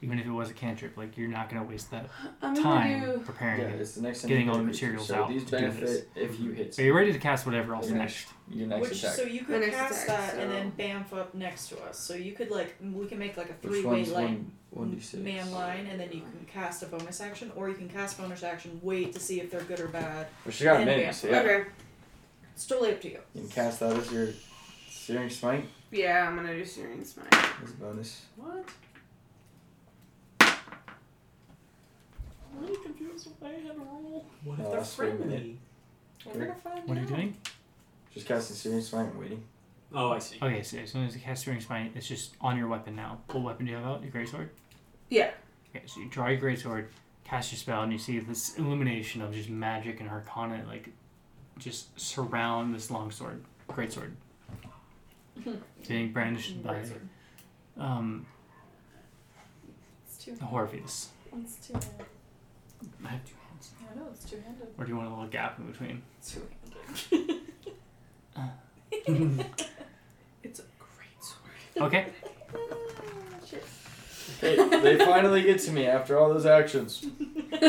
even if it was a cantrip. Like you're not going to waste that I'm time gonna do. Yeah, preparing it. it's the next. thing Getting you all do. the materials so out These to do this. benefit if you hit Are you ready to cast whatever else Yeah. next? your next Which attack. so you The could next cast attack, that and so- then bamf up next to us. So you could like m- we can make like a Which three way one's line one? One d six. man line and then you can cast a bonus action or you can cast bonus action, wait to see if they're good or bad. But she got a And minute, bam. so yeah. Okay. It's totally up to you. You can cast that as your searing smite Yeah, I'm gonna do Searing Smite. as a bonus. What? I'm really confused with why I had a roll. What if Oh, they're that's pretty friendly? We're gonna find What are out. you doing? Just casting searing smite and waiting. Oh, I see. Okay, so as soon as you cast Searing Smite, it's just on your weapon now. What weapon do you have out? Your greatsword? Yeah. Okay, so you draw your greatsword, cast your spell, and you see this illumination of just magic and arcana, like, just surround this longsword, greatsword, being brandished by Razor. um, It's two Horvius. It's two handed. I have two hands. I know, it's two handed. Or do you want a little gap in between? Two handed. It's a great sword. Okay, Ah, Shit. Hey, they finally get to me after all those actions. Bitch,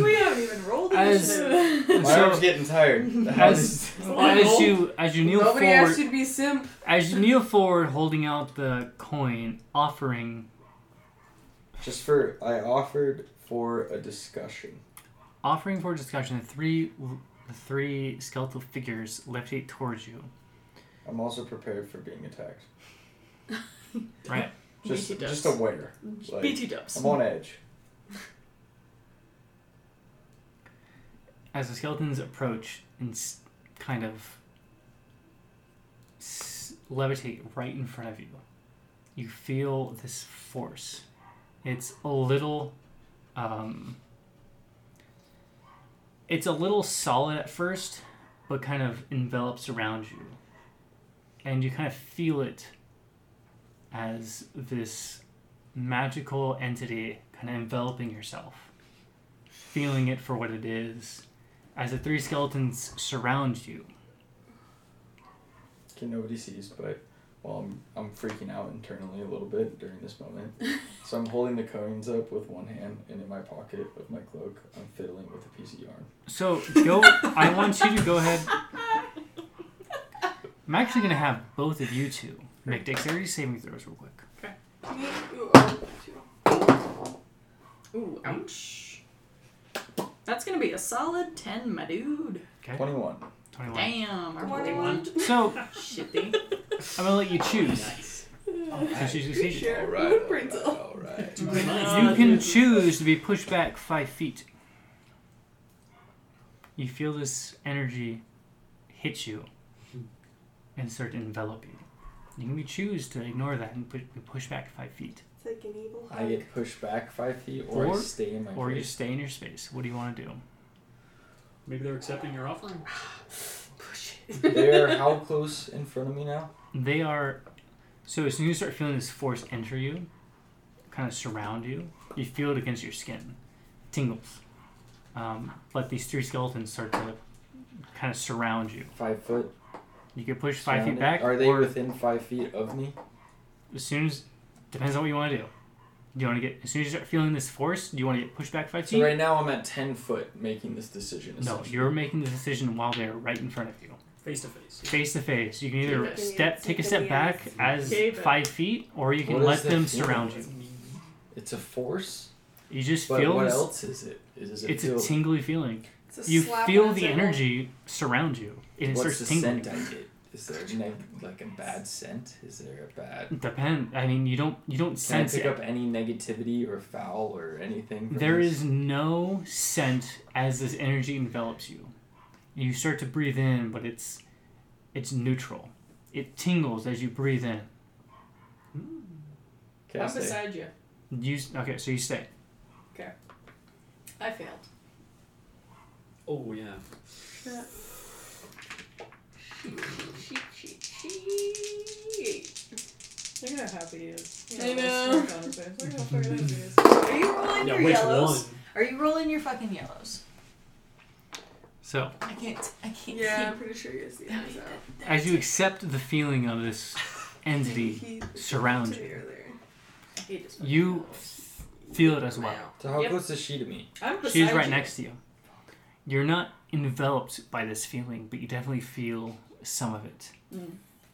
we haven't even rolled the As- initiative. My So- arm's getting tired. as, as you as you kneel Nobody forward, asked you to be a simp. as you kneel forward, holding out the coin, offering Just for I offered for a discussion. Offering for discussion, the three the three skeletal figures levitate towards you. I'm also prepared for being attacked. Right. Just BT dubs. just aware. Like, BT dubs. I'm on edge. As the skeletons approach and s- kind of s- levitate right in front of you, you feel this force. It's a little, um, it's a little solid at first, but kind of envelops around you, and you kind of feel it as this magical entity kind of enveloping yourself, feeling it for what it is, as the three skeletons surround you. Okay, nobody sees, but well, I'm, I'm freaking out internally a little bit during this moment. so I'm holding the coins up with one hand, and in my pocket of my cloak, I'm fiddling with a piece of yarn. So go. I want you to go ahead. I'm actually gonna have both of you two make dexterity saving throws real quick. Me- you are- Ooh, ouch. That's gonna be a solid 10, my dude. Okay. 21. 21. Damn, our boy Twenty-one. went So shitty. I'm gonna let you choose. So she succeeded. Sure. All Alright, right. Footprints alright, All right. Oh, You can choose to be pushed back five feet. You feel this energy hit you and start to envelop you. You can be choose to ignore that and pu- be pushed back five feet, It's like an evil I hug. get pushed back five feet, or, I Or- stay in my or you place. stay in your space. What do you want to do? Maybe they're accepting your offering. Push it. They're how close in front of me now? They are. So as soon as you start feeling this force enter you, kind of surround you, you feel it against your skin, tingles. Um, but these three skeletons start to kind of surround you. Five foot. You can push five surrounded? feet back. Are they or within five feet of me? as soon as depends on what you want to do. Do you want to get as soon as you start feeling this force? Do you want to get pushed back five So feet? right now I'm at ten foot making this decision. no, essentially. you're making the decision while they're right in front of you, Face to face. face to face. You can Keep either it. step, take a step Keep it. back as Keep it. five feet, or you can What let is the them feeling? surround you. It's a force. You just But feel what this. else is it? Is, is it It's feel? a tingly feeling. It's a You slap feel on the his elbow. energy surround you, and it What's starts the tingling. scent I get? Is there neg- like a bad scent? Is there a bad? Can Depend. I mean, you don't you don't sense I pick it. up any negativity or foul or anything? From There this? is no scent as this energy envelops you. You start to breathe in, but it's it's neutral. It tingles as you breathe in. Can I I'm say- beside you. You s- okay? So you stay. I failed. Oh yeah. She, she, she. Look at how happy he is. I You know. smirk on his face. Look how fucking happy he is. Are you rolling Yeah, your which yellows? one? Are you rolling your fucking yellows? So I can't. I can't. Yeah, I'm keep- pretty sure you see that. That- as you accept the feeling of this entity He surround to me you, earlier. I hate his fucking you nose. feel it as well. So how Yep. close is she to me? I'm beside She's right you. next to you. You're not enveloped by this feeling, but you definitely feel some of it. Mm.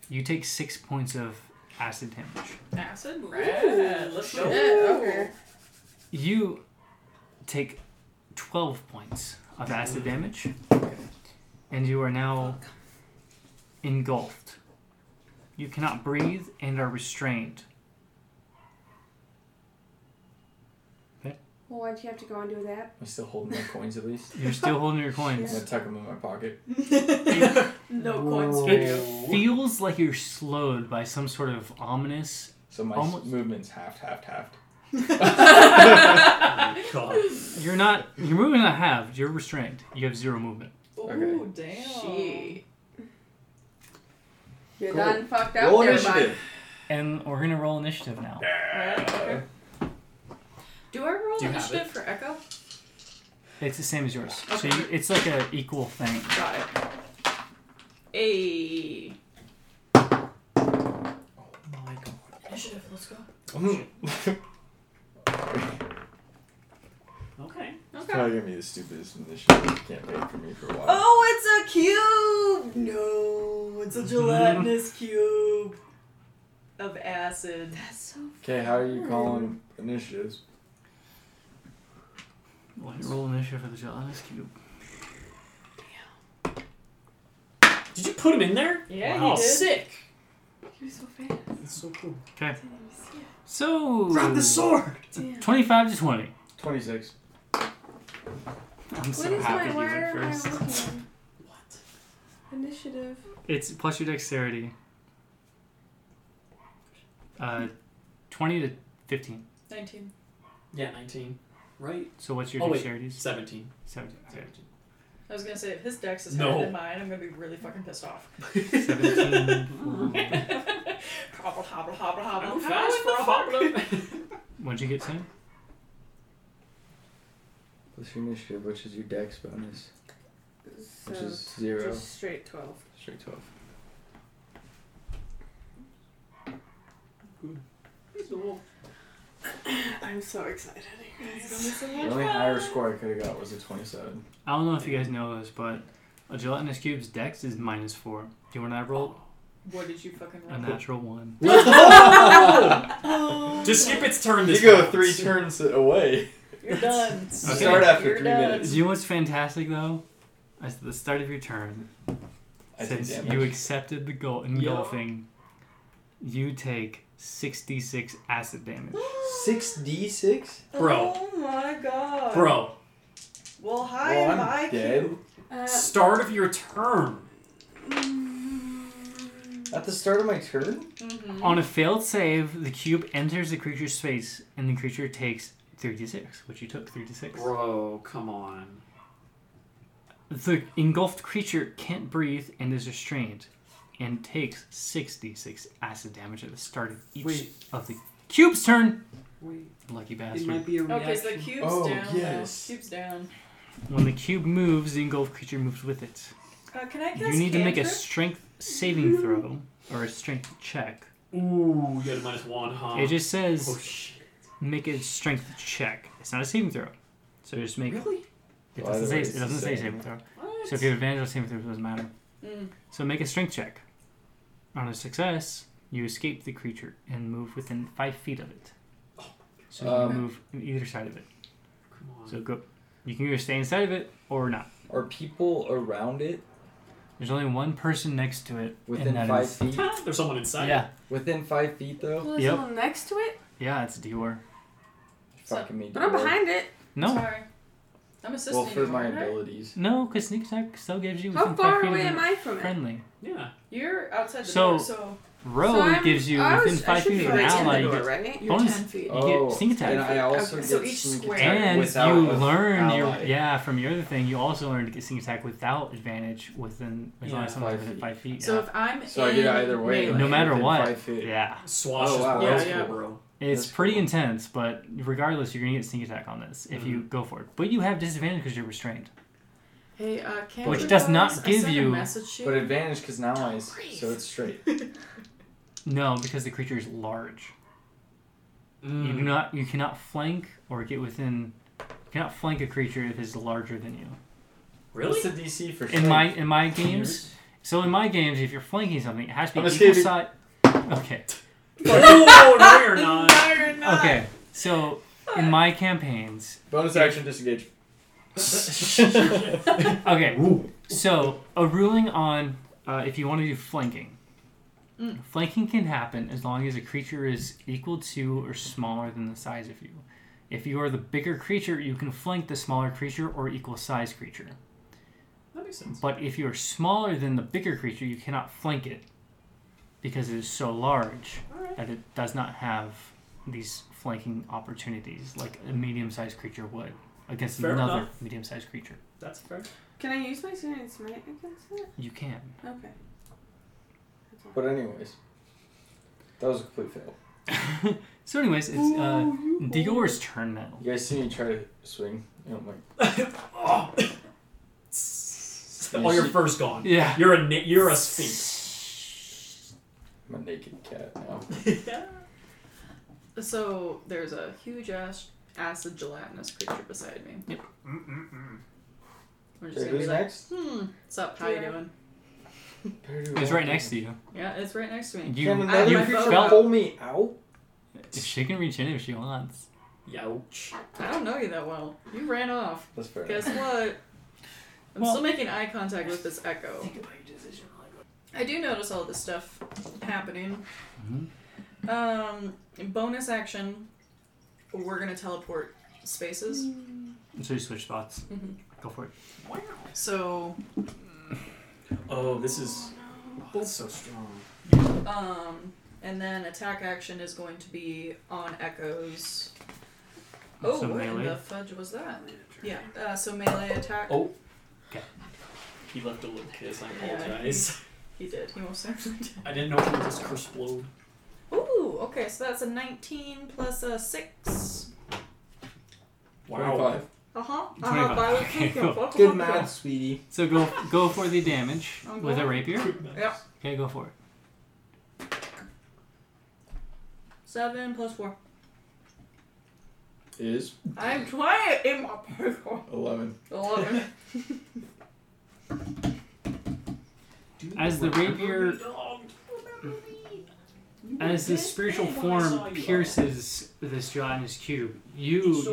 You take six points of acid damage. Acid red. Let's Yeah, go. okay. You take 12 points of acid damage, and you are now engulfed. You cannot breathe and are restrained. Well, why'd you have to go and do that? I still holding my coins at least. You're still holding your I'm coins. gonna tuck them in my pocket. no coins for you. It feels like you're slowed by some sort of ominous. So my Almost- movement's half, half, half. Oh, God. You're not. You're moving a half. You're restrained. You have zero movement. Ooh, damn. Shit. You're Cool. done fucked up Roll there, initiative. And we're gonna roll initiative now. Right, okay. Do I roll? Do you have Initiative it? for Echo? It's the same as yours. So you, it's like an equal thing. Got it. A. My God. Initiative, let's go. Okay. Okay. Probably gonna be the stupidest initiative. Can't wait for me for a while. Oh! Oh, it's a cube. No, it's a gelatinous cube of acid. That's so Okay, how are you calling initiatives? Well, you roll initiative for the gelatinous cube. Did you put him in there? Yeah, wow. you did. sick. You're so fast. That's so cool. Okay. I didn't even see it. So. Drop the sword. Damn. 25 to 20. Twenty six. I'm What so is happy my you went word? am I first. looking What? at? Initiative. It's plus your dexterity. Uh, 20 to 15. 19. Yeah, 19. Right? So what's your Oh, wait. dexterities? 17. 17. Okay. I was gonna say, if his dex is No. higher than mine, I'm gonna be really fucking pissed off. 17. Hobble, hobble, hobble, hobble. I'm How fast in for a the fuck? hobble. What'd you get, Sam? What's your initiative? Which is your dex bonus? So Which is zero. just straight twelve. Straight twelve. I'm so excited. you guys. The only higher score I could have got was a twenty seven. I don't know if you guys know this, but a gelatinous cube's dex is minus 4. Do you want to roll What did you fucking a roll? natural 1? Just skip its turn this you go round. three turns away. You're done. You Start after You're three done. minutes. You know what's fantastic though? At the start of your turn, I take since damage. you accepted the goal engulfing, you take 66 acid damage. Six D six. Bro. Oh my god. Bro, Well, hi, Oh, Well, am I I'm dead. Uh, start of your turn. mm, At the start of my turn. On a failed save, the cube enters the creature's space and the creature takes 36, which you took 36. Bro, come on. The engulfed creature can't breathe and is restrained and takes 66 acid damage at the start of each Wait. of the cube's turn. Wait, Lucky it bastard. might be a reaction. Okay, so the cube's Oh, down. now. yes. Cube's down. When the cube moves, the engulfed creature moves with it. Uh, can I You cast need to make a cantrip? strength saving throw or a strength check. Ooh, you got a minus one, huh? Uh, It just Oh says shit. make a strength check. It's not a saving throw. So just make Really? it Well, either doesn't say way, it's it the doesn't say same. saving throw. What? So if you have advantage on saving throw, it doesn't matter. Mm. So make a strength check. On a success, you escape the creature and move within five feet of it. So you Um, can move on either side of it. Come on. So go. You can either stay inside of it or not. Are people around it There's only one person next to it. within and that five is- feet? Ah, There's someone inside. Yeah, Within five feet though. well, there's Yep. someone next to it, yeah, it's Dior. So- Fucking me. but I'm Dora. behind it. No, Sorry. I'm assisting Well, for you, my aren't I? abilities. No, because sneak attack still gives you. How within five far feet of away am the I from it? Friendly. Yeah. You're outside the So- door, so Row so I'm- gives you I was- within I five should feet be of an right in the ally. You door, get, right? You're Bonus. Oh, 10 feet. you get sneak attack. Oh. And I also Okay, get so each sneak square- attack and without you a learn your ally. yeah from your other thing. You also learn to get sneak attack without advantage within as long Yeah, as someone's five within feet. five feet. So yeah. if I'm So I in get either way. melee- like, No matter within what. Five feet. yeah, Swash Oh, is wow. balls Yeah, cool, yeah. bro. it's That's pretty cool. intense, but regardless, you're gonna get sneak attack on this if Mm-hmm. you go for it. But you have disadvantage because you're restrained. Hey, uh, can't Which we does go- not I give sent you- A message to But you? advantage because now I s- breathe. so it's straight. No, because the creature is large. Mm-hmm. You do Mm. not. You cannot flank or get within. You cannot flank a creature if it's larger than you. What's Really? the DC for In strength? my in my games, So in my games, if you're flanking something, it has to be I'm equal escaping. side. Okay. oh no, you're not. no, you're Ah. not. Okay. So in my campaigns, Bonus action disengage. okay. So a ruling on uh, if you want to do flanking. Mm. Flanking can happen as long as a creature is equal to or smaller than the size of you. If you are the bigger creature, you can flank the smaller creature or equal size creature. That makes sense. But if you're smaller than the bigger creature, you cannot flank it because it is so large Alright. that it does not have these flanking opportunities like a medium sized creature would against Fair another enough. medium sized creature. That's fair. Can I use my Syrian smite against it? You can. Okay. But anyways, that was a complete fail. so, anyways, it's uh, Dior's turn now. You guys see me try to swing? You know, like oh. oh, your fur's gone. Yeah. You're a ni- you're a sphinx. I'm a naked cat now. So there's a huge ass acid gelatinous creature beside me. We're just Okay, gonna be who's like, next? hmm, what's up? How you Yeah. doing? It's right next to you. Yeah, it's right next to me. You, Can I- another you my creature phone felt. pull me out? She can reach in if she wants. Youch. I don't know you that well. You ran off. That's fair. Guess what? I'm Well- still making eye contact with this echo. about your decision. I do notice all this stuff happening. Mhm. Mm-hmm. Um, bonus action. We're gonna teleport spaces. So, you switch spots. Mhm. Go for it. Wow. So, Oh, this is oh, that's so strong. um, and then attack action is going to be on echoes. Oh, So what in melee. the fudge was that? Yeah. Uh, so melee attack. Oh. He left a little kiss. I apologize. He did. He most actually did. I didn't know if it was just curse blow. Ooh. Okay. So that's a 19 plus a six. Twenty-five. Uh huh. Uh huh. 25. Violet Okay, Pumpkin. cool. Fuck, Good fuck, math, fuck. sweetie. So, go go for the damage I'm with a going. rapier. Yep. Okay, go for it. Seven plus four. Is I'm quiet in my paper. eleven. Eleven. As the rapier- Dog. As this spiritual form pierces this gelatinous cube, you It's so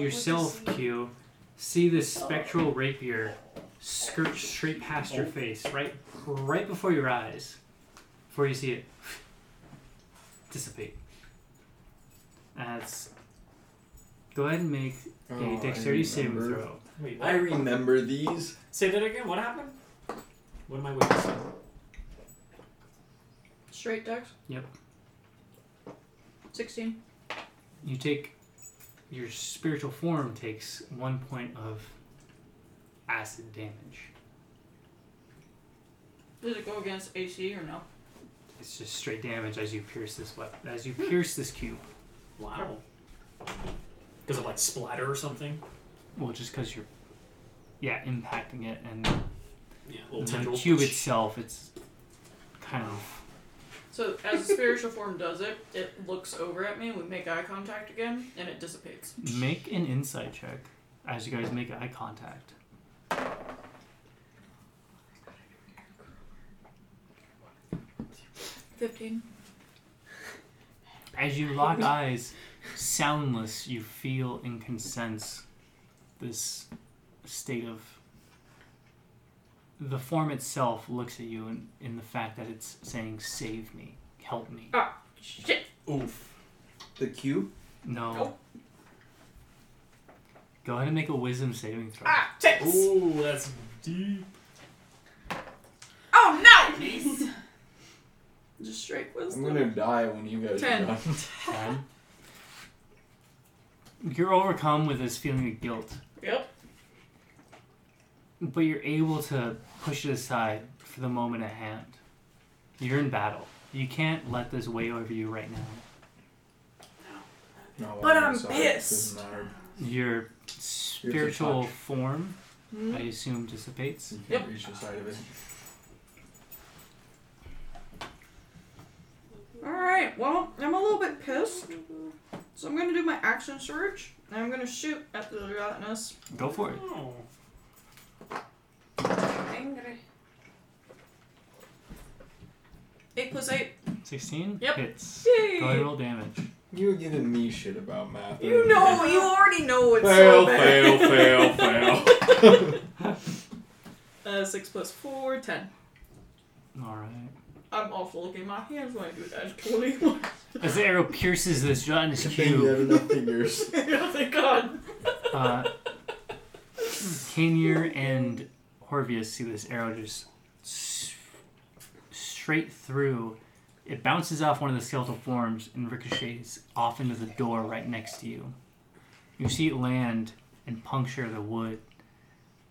good yourself, to see. Q, see this spectral rapier skirt straight past your face, right, right before your eyes, before you see it dissipate. As go ahead and make a Oh, I dexterity saving remember. throw. Wait, what? I remember these. Say that again. What happened? What am I witnessing? Straight ducks? Yep. 16. You take your spiritual form takes one point of acid damage. Does it go against AC or no? It's just straight damage as you pierce this weapon. As you pierce this cube. Wow. Does it like splatter or something? Well, just because you're, yeah, impacting it and Yeah, little the tendril. cube itself, it's kind of So as the spiritual form does it, it looks over at me, we make eye contact again, and it dissipates. make an insight check as you guys make eye contact. Fifteen. As you lock eyes, soundless, you feel and can sense this state of. The form itself looks at you in, in the fact that it's saying, Save me, help me. Shit. Oof. The cube. No. Nope. Go ahead and make a wisdom saving throw. Ah, six. Ooh, that's deep. Oh no! Just straight I'm wisdom. gonna die when you guys Ten. are done. Ten. You're overcome with this feeling of guilt, Yep. but you're able to push it aside for the moment at hand. You're in battle. You can't let this weigh over you right now. No, But I'm sorry, it pissed. doesn't matter. Your spiritual touch. form, Hmm. I assume, dissipates. You can't Yep. reach the side of it. Alright, well, I'm a little bit pissed. So I'm gonna do my action surge, and I'm gonna shoot at the gelatinous. Go for it. Oh. Angry. Eight plus eight. 16 Yep. hits. Yay. Go ahead and roll damage. You were giving me shit about math. You know, you already know it's Fail, so bad. fail, fail, fail. Uh, six plus four, ten. Alright. I'm awful looking. My hands when I do that. Twenty-one. As the arrow pierces this gelatinous Good thing you cube, have enough fingers. oh, thank God. uh, Kinnear and Horvius see this arrow just s- straight through. It bounces off one of the skeletal forms and ricochets off into the door right next to you. You see it land and puncture the wood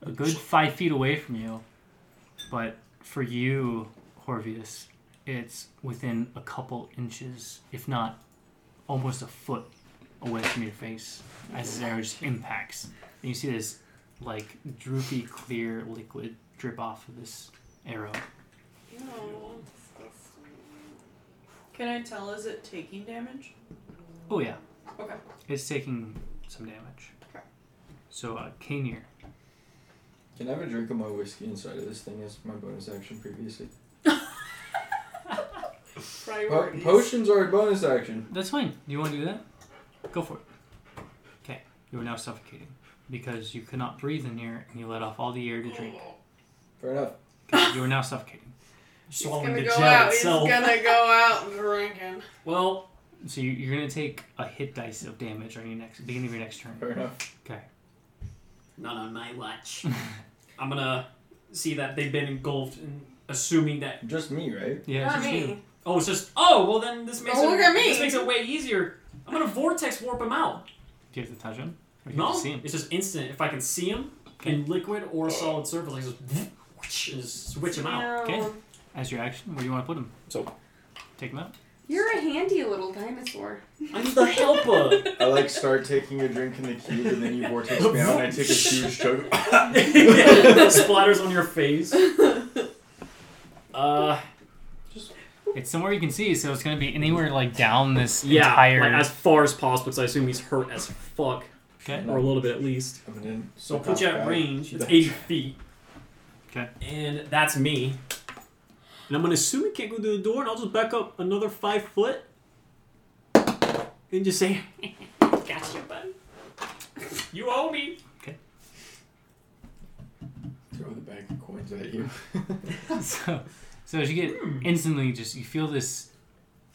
a good five feet away from you, but for you, Horvius, it's within a couple inches, if not almost a foot away from your face as his arrow just impacts. And you see this like droopy clear liquid drip off of this arrow. Can I tell? Is it taking damage? Oh yeah. Okay. It's taking some damage. Okay. So uh Kaneir. Can I have a drink of my whiskey inside of this thing as my bonus action previously? Po- Priorities. potions are a bonus action. That's fine. Do you want to do that? Go for it. Okay. You are now suffocating. Because you cannot breathe in here and you let off all the air to drink. Fair enough. Okay, you are now suffocating. He's Swallowing gonna the go gel out. itself. He's gonna go out drinking. Well, So you, you're gonna take a hit dice of damage on your next beginning of your next turn. Fair enough. not on my watch. I'm gonna see that they've been engulfed in assuming that. Just me, right? Yeah, it's Not just me. you. Oh, it's just. Oh, well then this makes Don't it. look at me. This makes it way easier. I'm gonna vortex warp them out. Do you have to touch him? Or do you No, have to see him? it's just instant. If I can see them in liquid or solid surface, I just whoosh, and just switch them out. Okay. No. As your action, where do you want to put him? So- take him out. You're a handy little dinosaur. I'm the helper. I like start taking a drink in the cube and then you vortex me out and I take a huge chug. Splatters on your face. Uh, It's somewhere you can see, so it's gonna be anywhere like down this yeah, entire. like as far as possible. So I assume he's hurt as fuck, okay. or a little bit at least. I'm in. So I'll put you at range. It's That's- eighty feet. 'Kay. And that's me. And I'm gonna assume it can't go through the door, and I'll just back up another five foot and just say, "Gotcha, bud. You owe me." Throw the bag of coins at you. so, so as you get instantly, just you feel this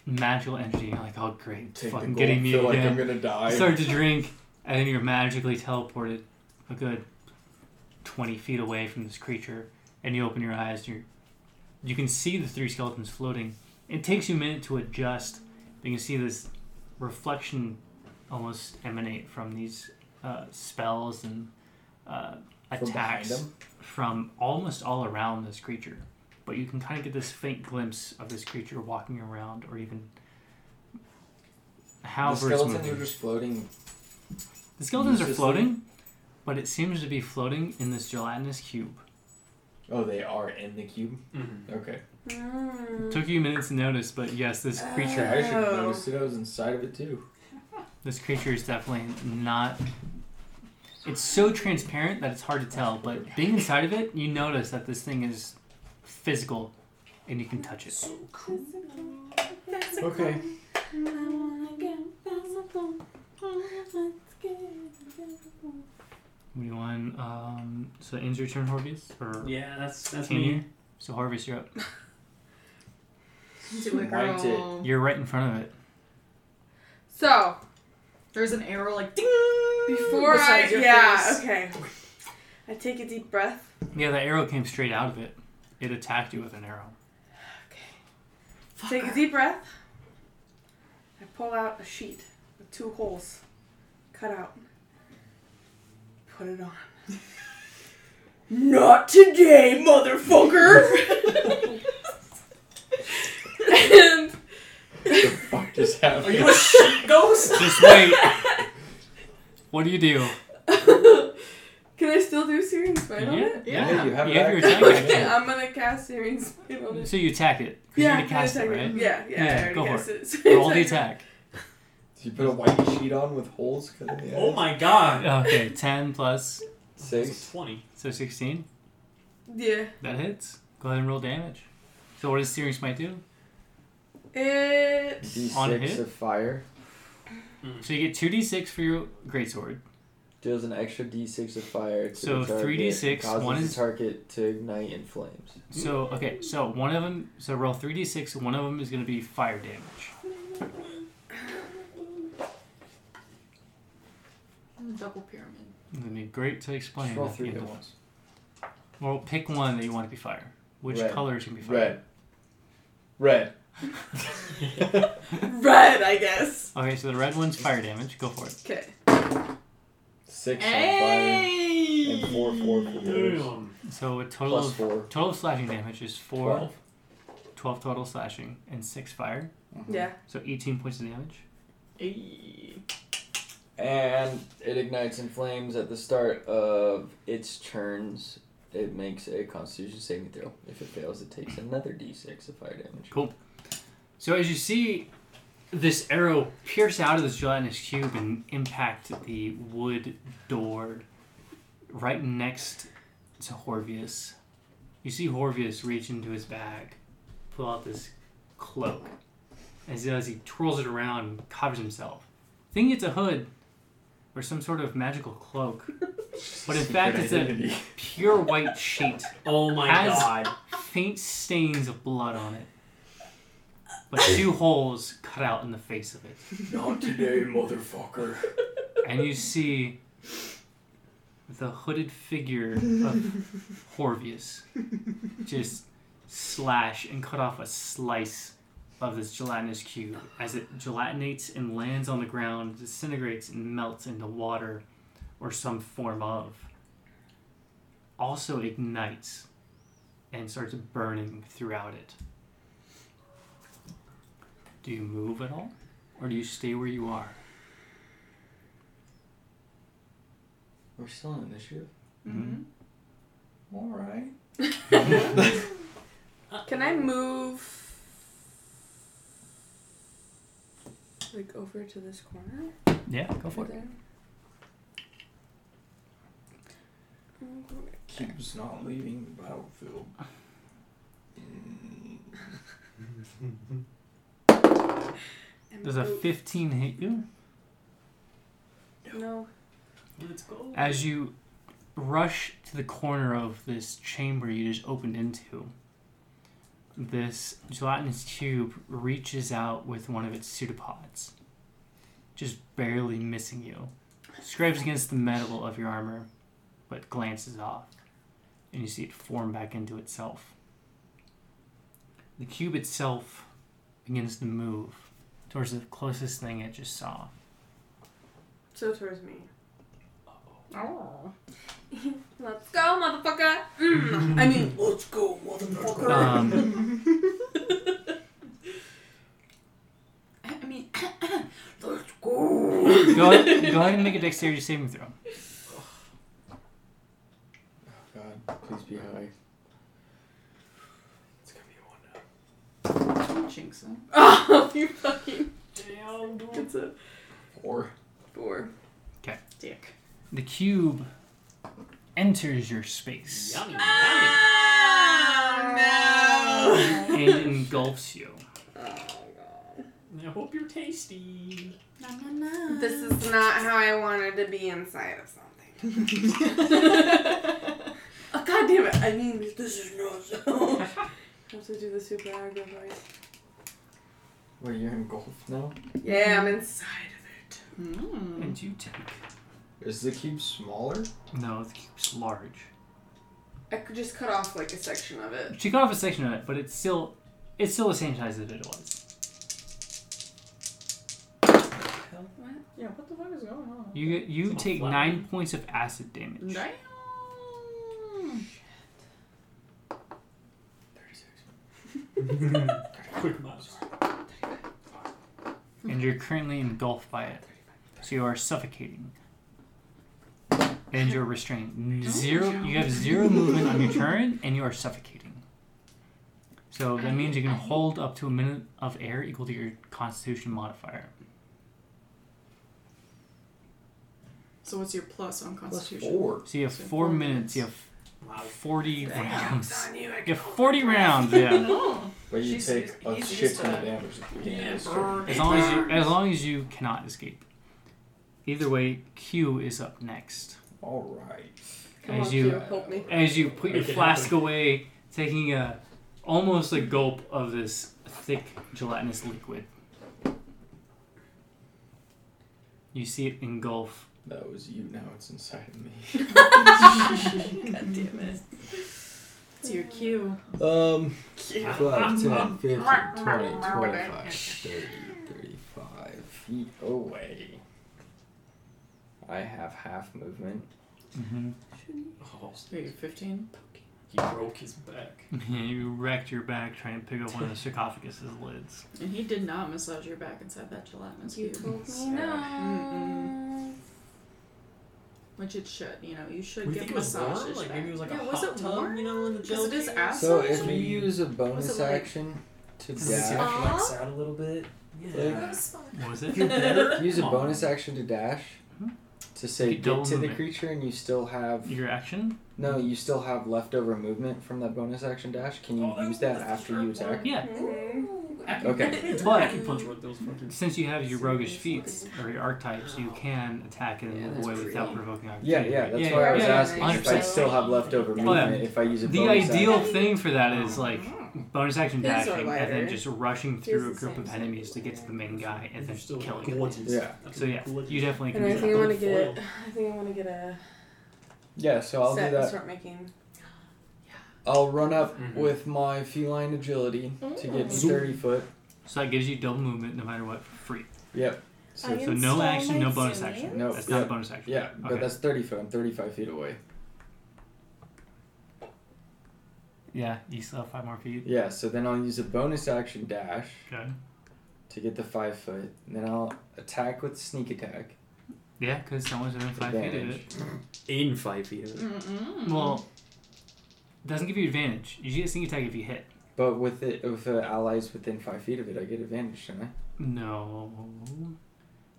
magical energy. and You're like, oh great, it's Take the fucking gold, getting me feel like I'm again. gonna die. Start to drink, and then you're magically teleported a good twenty feet away from this creature, and you open your eyes. You you can see the three skeletons floating. It takes you a minute to adjust, but you can see this reflection almost emanate from these uh, spells and uh, From behind attacks them? from almost all around this creature, but you can kind of get this faint glimpse of this creature walking around, or even The however it's skeletons moving. are just floating. the skeletons are uselessly- floating, but it seems to be floating in this gelatinous cube. Oh, they are in the cube. Okay. Mm. Took you minutes to notice, but yes, this creature, I should have Oh. noticed it. I was inside of it too. Uh. this creature is definitely not. It's so transparent that it's hard to tell, but being inside of it, you notice that this thing is physical, and you can touch it. Okay. What do you want? Um, so that ends your turn, Horvius, or Yeah, that's that's Can me. you? so Horvius, you're up. Do it, Wiped it. girl. You're right in front of it. So There's an arrow like ding before I beside your yeah face. okay, I take a deep breath. Yeah, the arrow came straight out of it. It attacked you with an arrow. Take a deep breath. I pull out a sheet with two holes cut out. Put it on. Not today, motherfucker! and What the fuck just happened? Are you a sheep ghost? Just wait. what do you do? can I still do Searing Spite on it? Yeah, you have it your active. attack. Okay, action. I'm gonna cast Searing Spite on it. So you attack it. 'cause Yeah, you're gonna can I cast it, attack right? Yeah, yeah, Yeah, I already go for cast it. So Roll the it's like- attack. Did you put a white sheet on with holes cut in the Oh end? my god. Okay, ten plus That's a Six. Twenty. so sixteen. Yeah. That hits. Go ahead and roll damage. So what does Searing Smite do? It. D6 On hit? of fire. So you get two d six for your greatsword. Deals an extra D6 of fire to So the target. 3d6, Causes one the is- target to ignite in flames. So Mm. okay, so one of them. So roll three d six. One of them is gonna be fire damage. Double pyramid. It's gonna be great to explain. Just roll at the three end good of- ones. Well, pick one that you want to be fire. Which Red. color is gonna be fire? Red. Red. Red, I guess. Okay, so the red one's fire damage. Go for it. Okay. Six Hey! on fire. And four, four, four. Damn. So a total Plus of four. total of slashing damage is four, Twelve. 12 total slashing, and six fire. Yeah. So eighteen points of damage. And it ignites in flames at the start of its turns. It makes a constitution saving throw. If it fails, it takes another d6 of fire damage. Cool. So as you see, this arrow pierce out of this gelatinous cube and impact the wood door right next to Horvius. You see Horvius reach into his bag, pull out this cloak. As he does, he twirls it around and covers himself. Think it's a hood or some sort of magical cloak. But in fact, it's a Identity. pure white sheet Oh my Has- god. faint stains of blood on it, but two holes cut out in the face of it. Not today, motherfucker. And you see the hooded figure of Horvius just slash and cut off a slice of this gelatinous cube as it gelatinates and lands on the ground, disintegrates and melts into water or some form of. Also ignites and starts burning throughout it. Do you move at all? Or do you stay where you are? We're still in initiative? Mhm. Mm-hmm. Alright. Can I move like over to this corner? Yeah, go for it. There. Okay. Cube's not leaving the battlefield. And Does a boot. 15 hit you? No. Let's go. As you rush to the corner of this chamber you just opened into, this gelatinous cube reaches out with one of its pseudopods, just barely missing you. Scrapes against the metal of your armor, but glances off, and you see it form back into itself. The cube itself begins to move towards the closest thing it just saw. So towards me. Oh. Let's go, motherfucker! Mm. I mean, Let's go, motherfucker! Um, I I mean, Let's go! go, ahead, go ahead and make a dexterity saving throw. God, please be high. It's gonna be a one now. jinx them. Oh, you fucking. Damn, dude. It's a Four. four. Dick. The cube enters your space Yummy, yummy. Ah, and engulfs you. no! Oh, I hope you're tasty. Na, na, na. God. This is not how I wanted to be inside of something. Oh, God damn it! I mean, this is no zone. I have to do the super aggro voice. Wait, you're engulfed now? Yeah, I'm inside of it. Mm. And you take. Is the cube smaller? No, the cube's large. I could just cut off like a section of it. She cut off a section of it, but it's still it's still the same size that it was. Yeah, what the fuck is going on? You you It's a take flat nine points of acid damage. Damn. Quick mouse. And you're currently engulfed by it. So you are suffocating. And you're restrained. Zero you have zero movement on your turn and you are suffocating. So that means you can hold up to a minute of air equal to your constitution modifier. So what's your plus on Plus Constitution? four. So you have So four, four minutes. You Wow. have forty rounds. Jokes on you, I You can have forty rounds. Yeah. Oh. But you She's- take a he's shit used ton of to- damage if you Yeah, can't. As long as you, as long as you cannot escape. Either way, Q is up next. Alright. Come as on, you- Q, help me. As you put your Make it flask happen. away, taking a almost a gulp of this thick gelatinous liquid. You see it engulf. That was you, now it's inside of me. God damn it. It's your cue. Um, Q. 5, 10, 15, 20, 25, 30, 35 feet away. I have half movement. Mm-hmm. Oh, Are you 15? he broke his back. you wrecked your back trying to pick up one of the sarcophagus's lids. And he did not massage your back inside that gelatinous You cube. told me Sad. no. Which it should, you know, you should We get think it was massages. warm? Like back. maybe it was like Yeah, a was hot it tub, warm? you know, in the Because gel. it is cube? acid. So if we Absolutely. use a bonus like- action to Does it dash, actually flex out a little bit? Like- Yeah. What was it? Feel better? use a Come on. Mm-hmm. bonus action to dash to say You get double to the movement. creature, and you still have Your action? no, you still have leftover movement from that bonus action dash. Can you Oh, that use was that the after you attack? Yeah. Mm-hmm. Okay. But- I can punch with those fucking. Since you have your roguish feats or your archetypes, you can attack and Yeah, move that's away pretty without cool. provoking Yeah, opportunity. yeah, that's yeah, why I yeah, was yeah. asking if I 100%. still have leftover Yeah. movement if I use a The bonus ideal action. thing for that is like Mm-hmm. bonus action These are dashing and then lighter. just rushing Here's through a the group same of thing. enemies to get to the main guy and then still kill him. gorgeous. Yeah. So yeah, Gorgeous. you definitely can And I do think I that. want to get Foil. it. I think I want to get a Yeah, so I'll set do and that. start making. I'll run up Mm-hmm. Mhm. with my feline agility to get me Zoom. thirty foot. So that gives you double movement no matter what for free. Yep. So So no action, no bonus action. no, That's not yeah, a bonus action. yeah, but Okay. that's thirty foot. I'm thirty-five feet away. Yeah, you still have five more feet. Yeah, so then I'll use a bonus action dash Okay. to get the five foot. and Then I'll attack with sneak attack. Yeah, because someone's within five feet of advantage. it. In five feet. Mm-mm. Well, doesn't give you advantage. You get sneak attack if you hit. But with it, with uh, allies within five feet of it, I get advantage, don't I? No.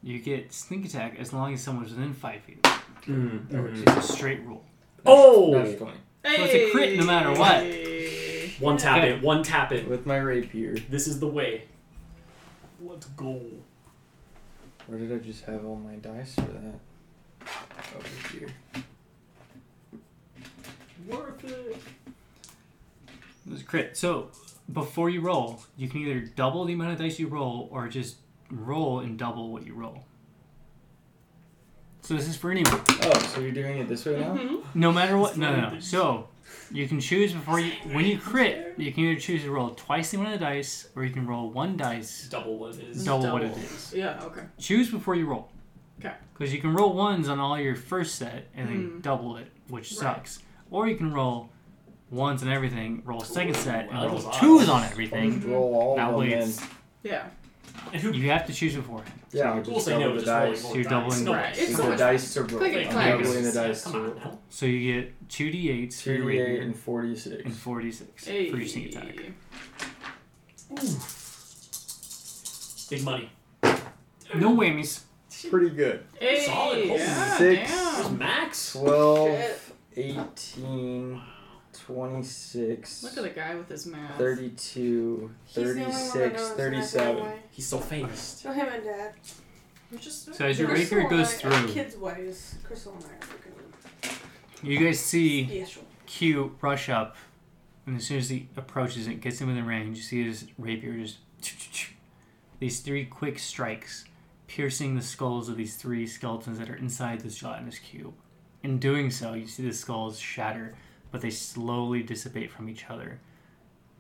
You get sneak attack as long as someone's within five feet. Mhm. It's a straight rule. Oh! Natural 20. So it's a crit no matter what. One tap Mm. Okay. it, one tap it. With my rapier. This is the way. Let's go. Where did I just have all my dice for that? Over here. Worth it. It was a crit. So before you roll, you can either double the amount of dice you roll or just roll and double what you roll. So this is for anyone. Oh, so you're doing it this way now? Mm-hmm. No matter what. No, no, no. So you can choose before you. When you crit, you can either choose to roll twice the amount of dice or you can roll one dice, Double what it is. double what it Double. is. Yeah, okay. Choose before you roll. 'Kay. Because you can roll ones on all your first set and then Mm. double it, which Right. sucks. Or you can roll ones on everything, roll a second Ooh, set, and that roll was odd. twos on I'll just everything. roll all Now of them in. bleeds. Yeah. And who You have to choose beforehand. Yeah, I'll We'll just say double no, the just dice. So roll you're your dice. doubling No, Right, it's it's Use so the much dice to roll. Click it, I'm click. doubling the Yeah, dice come to on roll. now. So you get 2d8s for your 2d8 rapier and 46. and 46 for your sneak attack. Hey. Ooh. Big money. No whammies. Pretty good. Hey, Solid. Holy yeah, six. There's damn. Ah, Max. 12, Shit. 18, 26, Look at the guy with his mask. 32, He's the only one that 36, knows that 37. way. He's so famous. So him and dad. We're just So as your Crystal rapier and goes I- our through, Kids' ways. Crystal and I are freaking you guys see special. Q rush up, and as soon as he approaches and gets him within range, you see his rapier just these three quick strikes, piercing the skulls of these three skeletons that are inside this gelatinous cube. In doing so, you see the skulls shatter, but they slowly dissipate from each other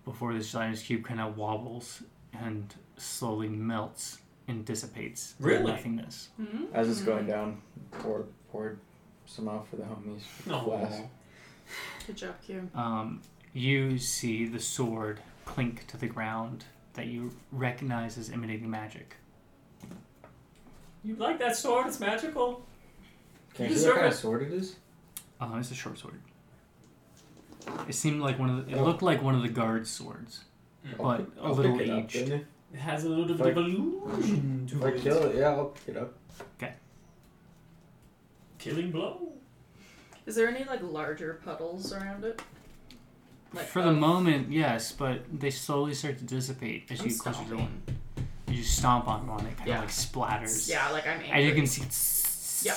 before this gelatinous cube kind of wobbles and slowly melts and dissipates into Really? nothingness. hmm As it's Mm-hmm. going down, poured, poured some out for the homies. No. Glass. Good job, Q. um, you see the sword clink to the ground that you recognize as emanating magic. You like that sword? It's magical. Can You you see what deserve kind it. of sword it is? Um, it's a short sword. It seemed like one of the, it looked like one of the guard's swords, I'll but pick- a I'll little pick it up, aged. then. It has a little bit Like- of illusion to If I it. kill it, yeah, I'll pick it up. Killing blow. Is there any like larger puddles around it? Like For the of- moment, yes, but they slowly start to dissipate as I'm you get closer to one. stomping. You just stomp on one, it kind of Yeah. like splatters. Yeah, like I'm angry. And you can see Yeah.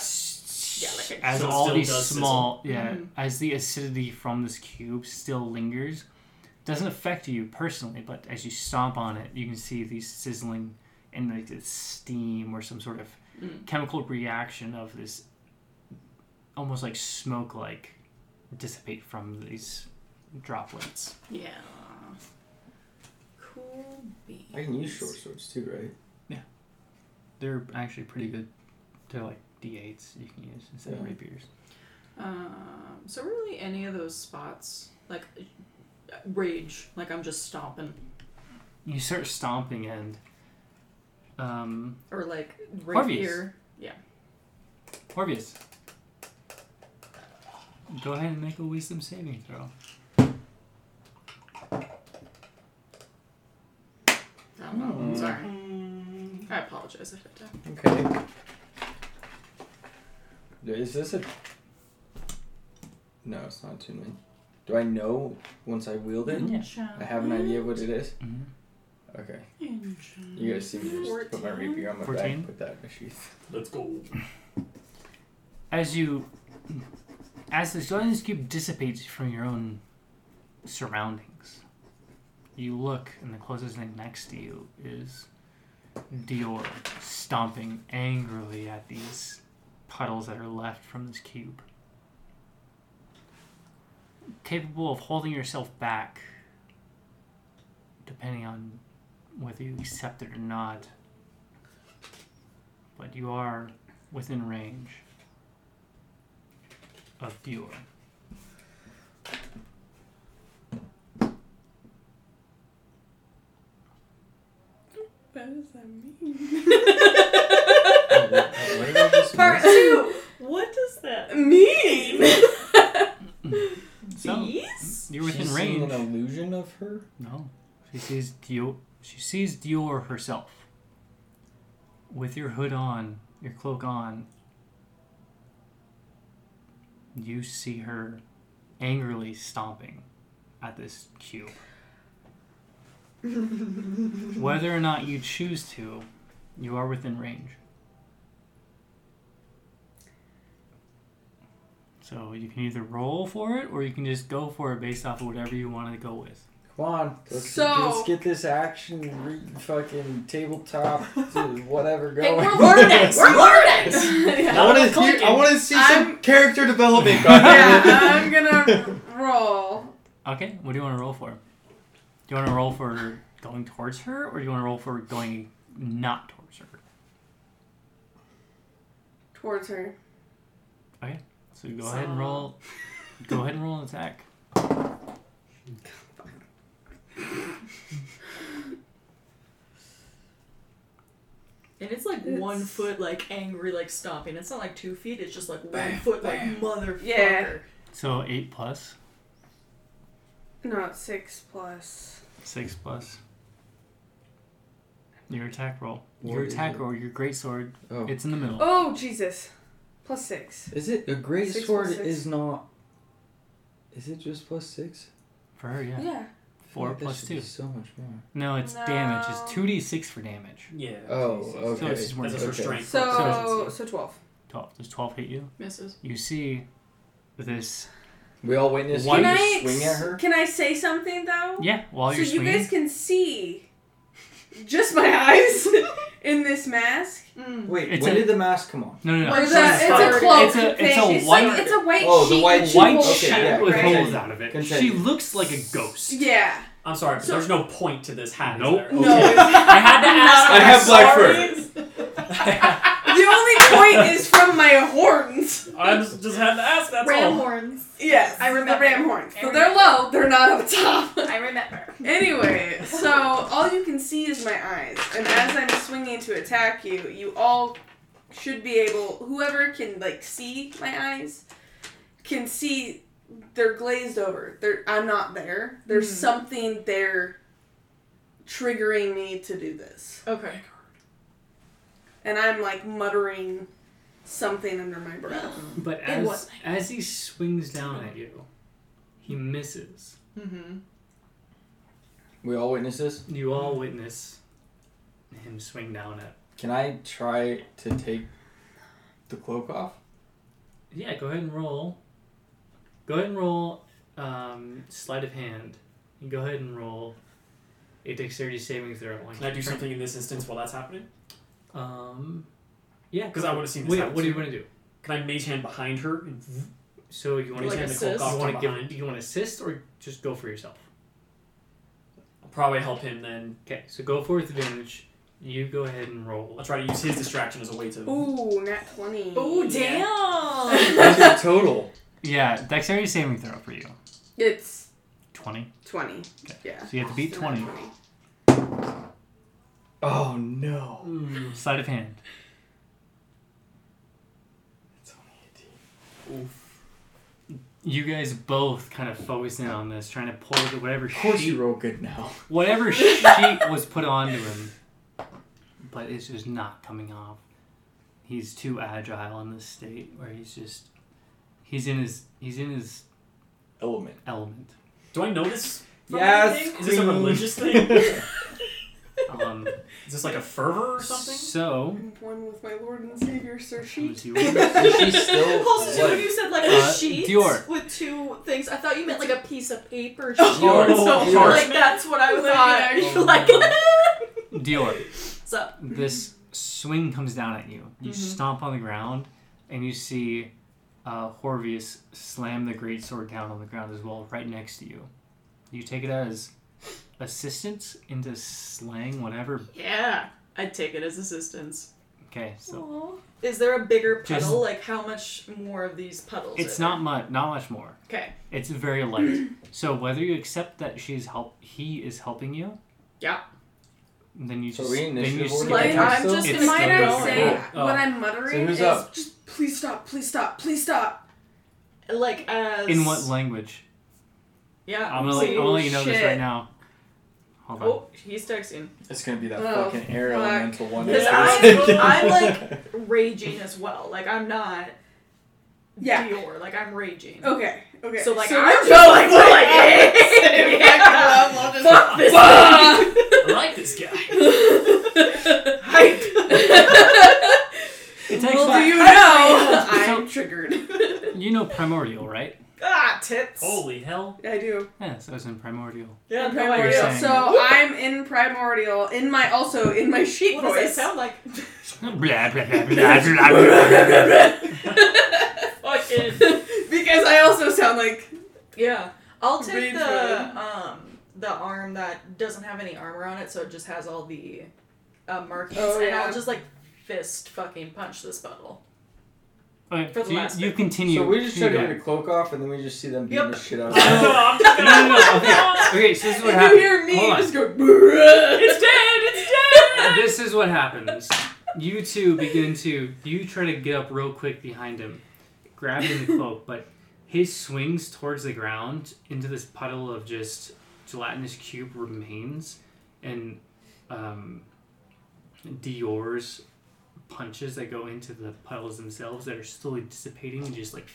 Yeah, like a- as So it all still these does small yeah, Mhm. as the acidity from this cube still lingers, doesn't affect you personally, but as you stomp on it, you can see these sizzling and like this steam or some sort of Mm. chemical reaction of this almost like smoke like dissipate from these droplets. Yeah. Cool beans. I can use short swords too, right? They're actually pretty good. They're like D8s you can use instead of Yeah. rapiers. Um, so really, any of those spots, like uh, rage, like I'm just stomping, You start stomping and um, or like right Harvey's. here. Orbius. Go ahead and make a wisdom saving throw. I don't know. Mm. Sorry, I apologize. I have to. Okay. Is this a? No, it's not too many. Do I know once I wield it? I have an idea what it is. Okay. You guys see me just put my rapier on my Fourteen? back, put that in my sheath. Let's go. As you, as the gelatinous cube dissipates from your own surroundings, you look, and the closest thing next to you is Dior stomping angrily at these puddles that are left from this cube. Capable of holding yourself back, depending on whether you accept it or not, but you are within range of Dior. What does that mean? Oh, what- what did I just Part miss? two. What does that Mean. So Bees? you're within She's seeing range. an illusion of her. No, she sees Dior. She sees Dior herself with your hood on, your cloak on. You see her angrily stomping at this cube. Whether or not you choose to, you are within range. So you can either roll for it or you can just go for it based off of whatever you want to go with. Come on, let's, So- let's get this action re- fucking tabletop to whatever going. Hey, we're learning. We're learning. I yeah. want to hear. I want to see some I'm- character development. yeah, goddamn it. I'm gonna roll. Okay, what do you want to roll for? Do you want to roll for going towards her or do you want to roll for going not towards her? towards her. So go ahead and roll. Go ahead and roll an attack. And it's like one It's- foot, like angry, like stomping. It's not like two feet. It's just like one Bam, foot, bam. like motherfucker. Yeah. So eight plus No, it's six plus. six plus your attack roll. What your is attack it? roll, your great sword. Oh. It's in the middle. Oh Jesus, plus six. Is it a great Six sword? plus six. Is not. Is it just plus six? For her, yeah. Yeah. Four That plus should be two. So much more. No, it's damage. It's Mm-hmm. No. two d six for damage. Yeah. Oh, Jesus. okay. So it's just more That's damage. her strength. So proficiency. so twelve. Twelve. Does twelve hit you? Misses. You see this? We all witnessed Why you Can do I swing at her. Can I say something though? Yeah. While so you're you swinging. guys can see just my eyes in this mask. Wait, It's when a- did the mask come on? no, no, no. Or Where's is that- that- it's a It's cloak a- it's thing. a It's white- like it's a white Oh, the sheet. white you sheet. White hold, Okay, sheet yeah, with right? holes out of it. Continue. She looks like a ghost. Yeah. I'm sorry, but So- there's no point to this hat. is Nope. there? No. Okay. I had to ask. I have black fur. the only point is from my horns. I just, just had to ask. That's Ram all. horns. Yes, I remember. the ram horns. I So they're low. They're not up top. I remember. Anyway, so all you can see is my eyes, and as I'm swinging to attack you, you all should be able. Whoever can like see my eyes can see they're glazed over. They're I'm not there. There's Hmm. Mhm. something there triggering me to do this, Okay. and I'm like muttering something under my breath. But It was as as he swings down at you, he misses. Mm-hmm. We all witnessed this. You all witness him swing down at. Can I try to take the cloak off? Yeah, go ahead and roll. Go ahead and roll um, sleight of hand. And go ahead and roll a dexterity saving throw. Can I do something in this instance while that's happening? Um, yeah, 'Cause I would've seen this Wait, happen what do you too. want to do? Can I mage hand behind her and So you want mage to Like hand the assist? cloak off you from want to behind? give you want to assist or just go for yourself? I'll probably help him then. Okay, so go for with advantage. You go ahead and roll. I'll try to use his distraction as a way to. Ooh, nat twenty. Oh Oh, damn! What's your total? Yeah, dexterity saving throw for you. It's Twenty. twenty. Okay. Yeah. So you have to beat Still not twenty. Oh no. Mm. Sleight of hand. It's you guys both kind of focus in on this, trying to pull the whatever Of course sheet, you roll good now. whatever sheet was put onto him, but it's just not coming off. He's too agile in this state where he's just he's in his he's in his Element. element. Do I know this? from anything? Yes. Is this a queen. religious thing? Um, Is this like a fervor or something? so I'm one with my Lord and Savior, Sir Sheet. she Is she still Also, like- when you said like a Uh, sheet Dior. with two things, I thought you meant like a piece of paper sheet. Dior, so Dior. Oh, like that's what I was Oh, thinking. Like, Dior, what's up? this swing comes down at you. You Mhm. stomp on the ground, and you see uh, Horvius slam the great sword down on the ground as well, right next to you. You take it as assistance into slang, whatever. Yeah, I'd take it as assistance. Okay, so Is there a bigger puddle? Just- like, how much more of these puddles? it's are there? not much, not much more. Okay. It's very light. so whether you accept that she's help, he is helping you. Yeah. Then you So just we then initiative you skip order? the Like, Like, turn. I'm I'm still- just it's gonna, might still I going. say Oh. what I'm So muttering who's is up? just please stop, please stop, please stop. Like as in what language? Yeah. I'm gonna, let, I'm see. gonna let you know this right shit. now. Hold on. Oh, he's texting. It's gonna be that Oh, fucking air fuck. elemental one. Because that I- goes- I'm like- Raging as well. Like I'm not Yeah. Dior. Like I'm raging. Okay. Okay. So like so I'm we're just both like, like, "Yes!" yeah. We'll just- Fuck this Fuck! I like this guy. It takes Little my- do you I- know, I- I'm triggered. You know Primordial, right? ah, tits. Holy hell. I do. Yes, I was in Primordial. yeah, In no, I- You're primordial. saying- So I'm in primordial. In my also in my sheep What does that voice. sound like? blah, blah, blah, blah, blah, blah, blah, blah, blah. Fucking because I also sound like yeah. I'll take Rage mode. the um the arm that doesn't have any armor on it, so it just has all the uh, markings, Oh, and yeah. I'll just like fist fucking punch this puddle. Okay, For the so you- last you, bit. continue. So we just You try to go. get a cloak off, and then we just see them beating Yep. the shit out of No, us. no, I'm no, no, no, okay. okay, so this is what if you happens. hear me Hold on. just go "Bruh." It's dead. It's dead. This is what happens. You two begin to. You try to get up real quick behind him, grab him the cloak, but his swings towards the ground into this puddle of just gelatinous cube remains, and um, Dior's punches that go into the puddles themselves that are slowly dissipating and just like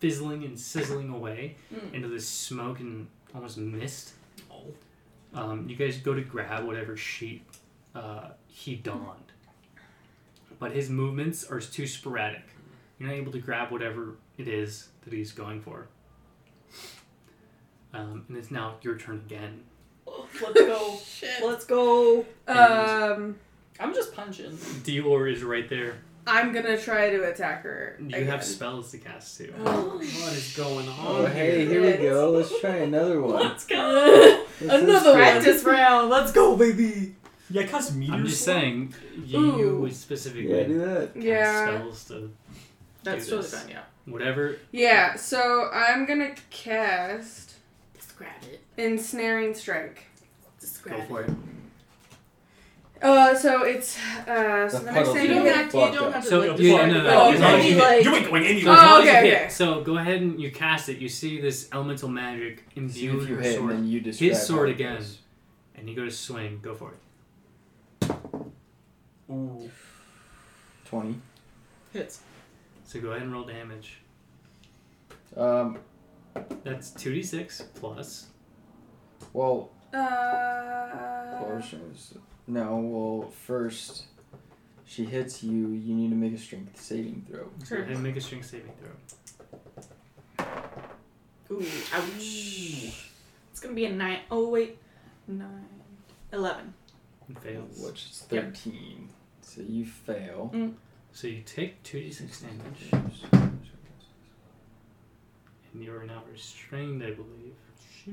fizzling and sizzling away Mm. into this smoke and almost mist. Um, you guys go to grab whatever sheet uh, he donned, but his movements are too sporadic. You're not able to grab whatever it is that he's going for. Um, and it's now your turn again. Let's go. Shit. Let's go. Um, I'm just punching. Dior is right there. I'm gonna try to attack her. You again. have spells to cast too. Oh, What is going on? Oh, hey, here we go. Let's try another one. Let's go. This is Another one. fun. Practice round. Let's go, baby. Yeah, I cast meteor. I'm just sword. saying, you Ooh. would specifically Yeah, do that. cast yeah. spells to That's Do totally this. fine. Yeah. whatever. Yeah, so I'm gonna cast Just grab it. Ensnaring Strike. Just Go grab it. for Oh, it. Uh, so it's, uh, so The the next puddle time You You don't know, have to. You fucked don't up. have to. So, like, yeah, decide- no, Oh, no, Oh, it's okay. not- You, like, You ain't going So, anywhere. as long as okay, you hit. okay. so go ahead and you cast it. You see this elemental magic See imbue if you your hit, and sword, then you describe His sword how it again. goes. and you go to swing. Go for it. Ooh. Twenty. hits. So go ahead and roll damage. Um. That's 2d6 plus. Well, Uh, portions. No. Well, first, she hits you. You need to make a strength saving throw. So go ahead and make a strength saving throw. Ooh, ouch. It's gonna be a nine. Oh wait, nine, eleven. It fails. Which is Yep. thirteen. So you fail. So you take 2d6 damage, and you are now restrained, I believe.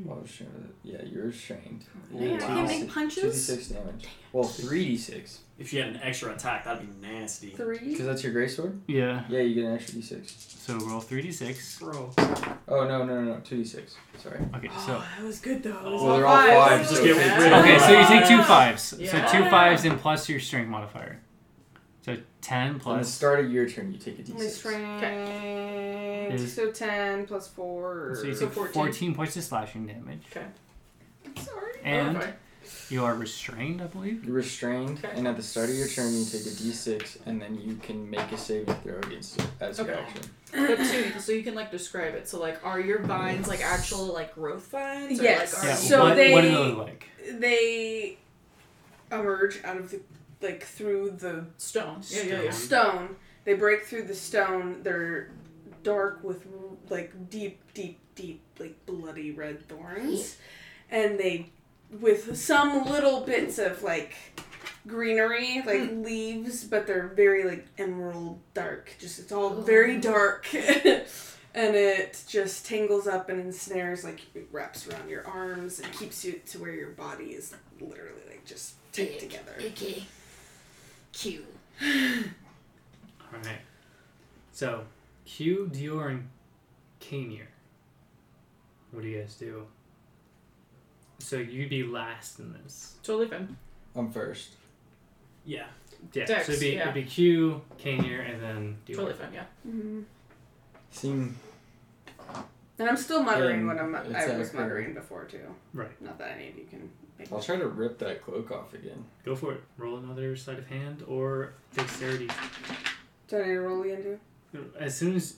Oh, sure. Yeah, you're shamed. Yeah, I Wow. can't make Two d punches. six damage. Well, three d six. If you had an extra attack, that'd be nasty. three? Because that's your gray sword. Yeah, Yeah, you get an extra d six. so roll 3d6. Bro. Oh no no no no two d six. Sorry. Okay, Oh, that was good though. Well, they're all fives, Just so get it's- rid of Okay, so you take two Yeah. fives. Yeah. So two fives and plus your strength modifier. So 10 On the plus. start of your turn, you take a d6. My strength. Is- So 10 plus 4. So you So take 14. 14 points of slashing damage. I'm sorry. And Okay. you are restrained, I believe. You're restrained, Okay. and at the start of your turn, you take a d6, and then you can make a saving throw against it as your Okay. action. But too, so you can like describe it. So like, are your vines like actual like growth vines? Or, Yes. Like, are Yeah, So what, they- what do they look like? They emerge out of the, like, through the stone. Yeah, yeah, yeah. stone. They break through the stone. They're dark with, like, deep, deep, deep, like, bloody red thorns. And they, with some little bits of, like, greenery, like Hmm. leaves, but they're very, like, emerald dark. Just, it's all very dark. and it just tangles up and ensnares, like, it wraps around your arms and keeps you to where your body is literally, like, just taped together. Okay. Cute. Alright. So, Q, Dior, and Kanier. What do you guys do? So you'd be last in this. Totally fine. I'm first. Yeah. Yeah. Dex, so it'd be, yeah. it'd be Q, Kanier, and then Dior. Totally fine. Yeah. Mhm. Seem And I'm still muttering what I'm, it's I was okay. muttering before too. Right. Not that any of you can. Make I'll try to rip that cloak off again. Go for it. Roll another sleight of hand or dexterity. Do I need to roll again too? As soon as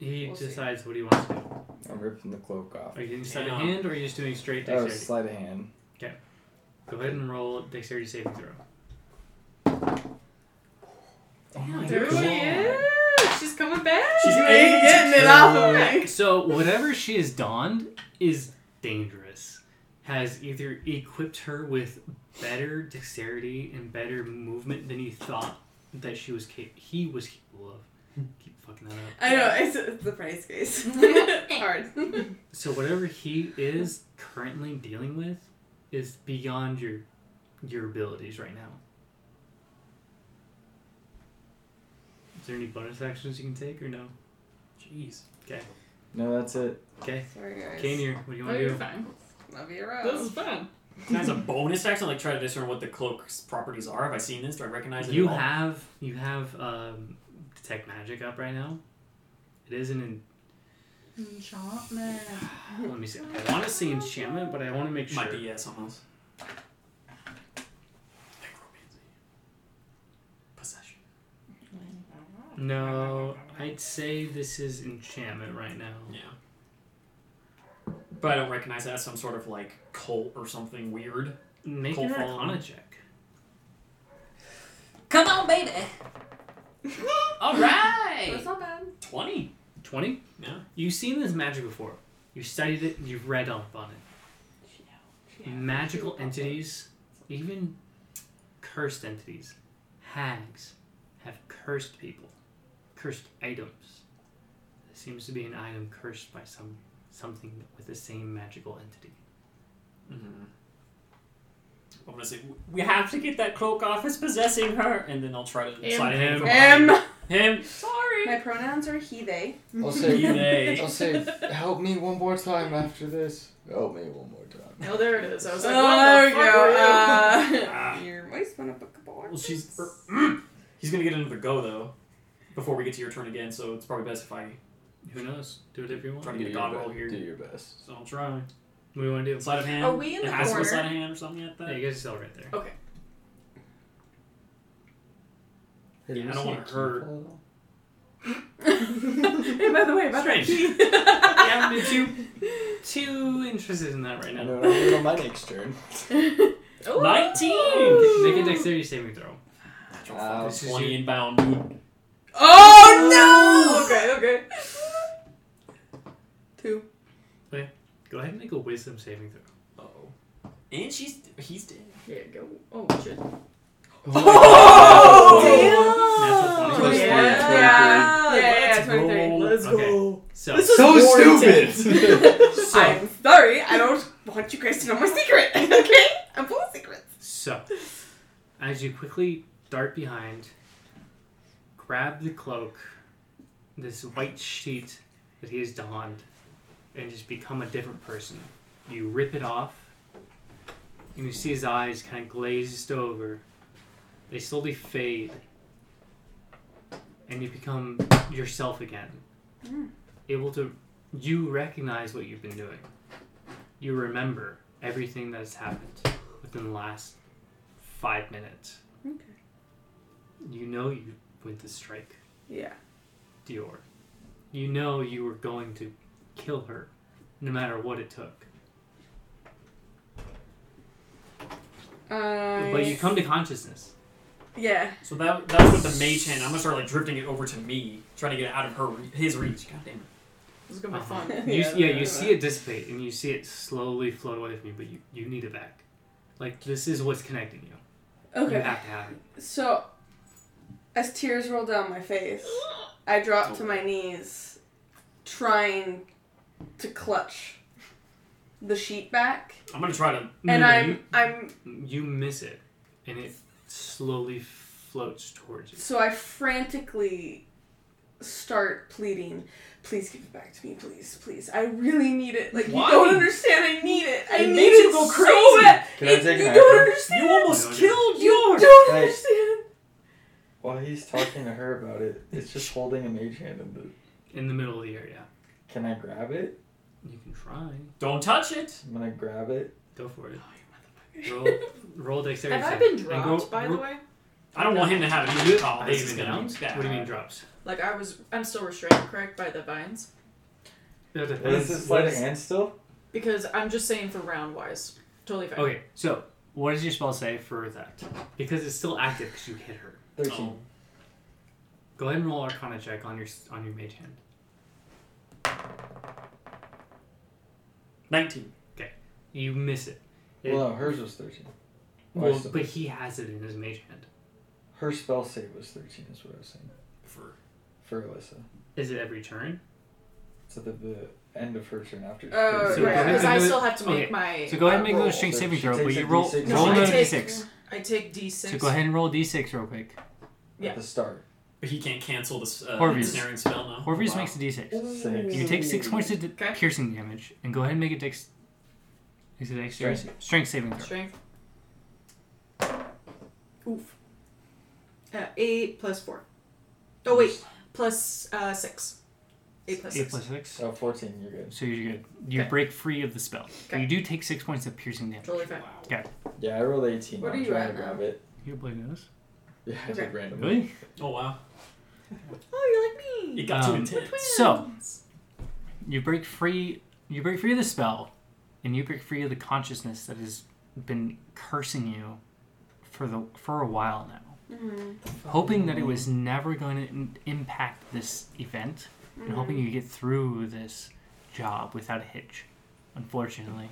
He We'll see. decides what he wants to do. I'm ripping the cloak off. Are you doing sleight Yeah. of hand or are you just doing straight That dexterity? was sleight of hand. Go ahead and roll dexterity saving throw. Oh my There God. she is. She's coming back. She's You eight. ain't getting it off of me. So whatever she is donned is dangerous. Has either equipped her with better dexterity and better movement than you thought that she was cap- he was capable of. Keep fucking that up. I know, it's, it's the price case. Hard. So whatever he is currently dealing with is beyond your your abilities right now. Is there any bonus actions you can take or no? Jeez. Okay. No, that's it. Okay. Sorry, guys. Kanier, what do you Oh, want to you're do? fine. Love you around. This is fun. That's a bonus action. Like try to discern what the cloak's properties are. Have I seen this? Do I recognize it? You at all? have you have um, detect magic up right now. It is an Enchantment. en- let me see. I want to say enchantment, but I want to make sure. Might be yeah, something else. Necromancy. Possession. No, I'd say this is enchantment right now. Yeah. But I don't recognize that as some sort of like cult or something weird. Make Cold an fall. arcana check. Come on, baby. All That's Right. not bad. Twenty. Twenty. Yeah. You've seen this magic before. You studied it. You've read up on it. Magical entities, even cursed entities, hags, have cursed people, cursed items. There seems to be an item cursed by some something with the same magical entity. Mm-hmm. I'm gonna say we have to get that cloak off as possessing her, and then I'll try to Him. slide him. Um, Him. Sorry. my pronouns are he, they. I'll He, say, they. I'll say, help me one more time after this. Help me one more time. No, there it is. I was like, Oh, what there we the fuck were you? go. Ah. Uh, your voice went up a couple Well, octaves. she's. er, he's gonna get another go though, before we get to your turn again. So it's probably best if I. Who knows? Do whatever you want. Try Do to get a your god be- roll here. Do your best. So I'll try. What do you want to do? Sleight of hand. Are we in It the has to be corner? sleight of hand or something like Yeah, that. you guys are still right there. Okay. Hey, Yeah, I was don't he wanna a hurt. pedophile? hey, by the way, about Strange. I haven't been too too interested in that right now. I know what I'll do on my next turn. Ooh. Nineteen. Make a dexterity saving throw. Uh, This is Twenty you- inbound, dude. Oh no! Okay, okay. Two. Go ahead and make a wisdom saving throw. Oh. And she's he's dead. Here you go. Oh shit. Oh, Natural 20. Plus Oh, yeah. yeah, one, yeah, yeah, Let's 23. roll. Let's Okay. go. So This is So boring. stupid! so, I'm sorry, I don't want you guys to know my secret, okay? I'm full of secrets. so as you quickly dart behind, grab the cloak, this white sheet that he has donned, and just become a different person. You rip it off, and you see his eyes kind of glazed over. They slowly fade, and you become yourself again. Mm. Able to, you recognize what you've been doing. You remember everything that has happened within the last five minutes. Okay. You know you went to strike Yeah. Dior. You know you were going to kill her, no matter what it took. Um, But you come to consciousness. Yeah. So that that's with the mage hand. I'm gonna start like drifting it over to me, trying to get it out of her re- his reach. God damn it. This is gonna be Uh-huh. fun. You, Yeah, yeah, I you know see that. it dissipate and you see it slowly float away from you, but you, you need it back. Like, this is what's connecting you. You Okay. have to have it. So, as tears roll down my face, I drop to my knees, trying to clutch the sheet back, I'm gonna try to. No, and no, I'm I'm you, you miss it, and it slowly floats towards you. so I frantically start pleading, please give it back to me, please, please. I really need it. Like Why? you don't understand. I need it. I It need makes you it go so crazy. bad. Can I It- take you an don't action? understand. You almost No, I killed You your. don't Hey. understand. While he's talking to her about it, it's just holding a mage hand in the. In the middle of the area. Can I grab it? You can try. Don't touch it. I'm gonna grab it. Oh, Go for it. Roll, roll dexterity. Have I save. been And go- dropped, by the roll- way? I don't want him to have to do it all. I This even is gonna be bad. What do you mean drops? Like I was, I'm still restrained, correct, by the vines What is this sleight of hand still? because I'm just saying for round wise, totally fine. Okay, so what does your spell say for that? Because it's still active because you hit her. Oh. Thirteen. Go ahead and roll Arcana check on your s- on your mage hand. 19. You miss it. It- Well, no, hers was thirteen. well, Why so- but he has it in his mage hand. Her spell save was thirteen. Is what I was saying For for Alyssa. Is it every turn? So the, the end of her turn after. Oh, So right. go ahead Because and I do it- still have to make okay. my. So go ahead and make roll. another strength So saving she throw, but takes you a roll D6. roll No, I another take- d6. I take D6. So go ahead and roll d6 real quick. yeah. At the start. But he can't cancel this uh, Orvis. ensnaring spell now. Orpheus Wow. makes a d6. Six. You take six points of d- Okay. piercing damage and go ahead and make a dex. Is it dexterity? Strength. saving throw. Strength. Oof. Uh, eight plus four. Oh wait, plus uh, six. Eight plus Eight six. plus six. Oh, 14, You're good. So you're good. You Okay. break free of the spell. Okay. You do take six points of piercing damage. Totally fine. Yeah, I rolled eighteen. What I'm are you trying at to now? grab it. You play this? Yeah, I Okay. did randomly. Really? Oh, wow. Oh, you're like me. It got Um, too intense. So you break free. You break free of the spell, and you break free of the consciousness that has been cursing you for the for a while now, hoping Mm. that it was never going to in- impact this event, and hoping you get through this job without a hitch. Unfortunately,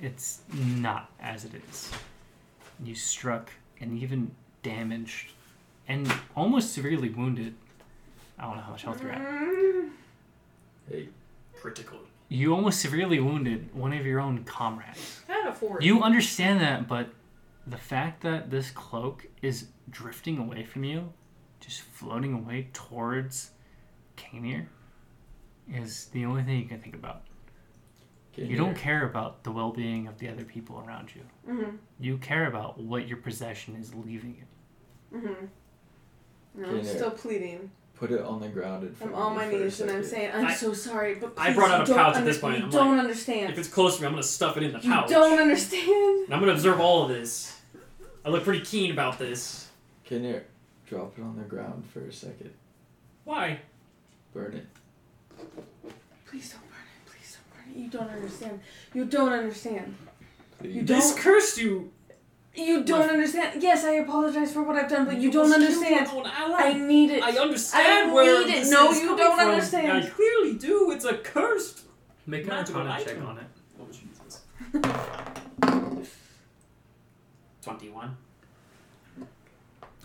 it's not as it is. You struck and even damaged, and almost severely wounded. I don't know how much health you're Mm. at. Mm-hmm. Critical. You almost severely wounded one of your own comrades. I had a four. You understand that, but the fact that this cloak is drifting away from you, just floating away towards Kanir, is the only thing you can think about. Get You don't here. care about the well being of the other people around you. Mm-hmm. You care about what your possession is leaving you. No, Get Mm-hmm. I'm in still pleading. Put it on the ground in front I'm of on you my for a knees and I'm second. saying, I'm I- so sorry, but I please, brought you out a don't pouch at this point, under- and You I'm don't If understand. it's close to me, I'm going to stuff it in the You pouch. don't understand. And I'm going to observe all of this. I look pretty keen about this. Can you drop it on the ground for a second? Why? Burn it. Please don't burn it. Please don't burn it. You don't understand. You don't understand. Please. You This don't. cursed you. You don't understand. Yes, I apologize for what I've done, but you don't almost killed understand. your own ally. I need it. I understand I where need it. this No, is you coming don't from. understand. I clearly do. It's a cursed. Make an Magical arcana item. check on it. Oh Jesus. Twenty-one.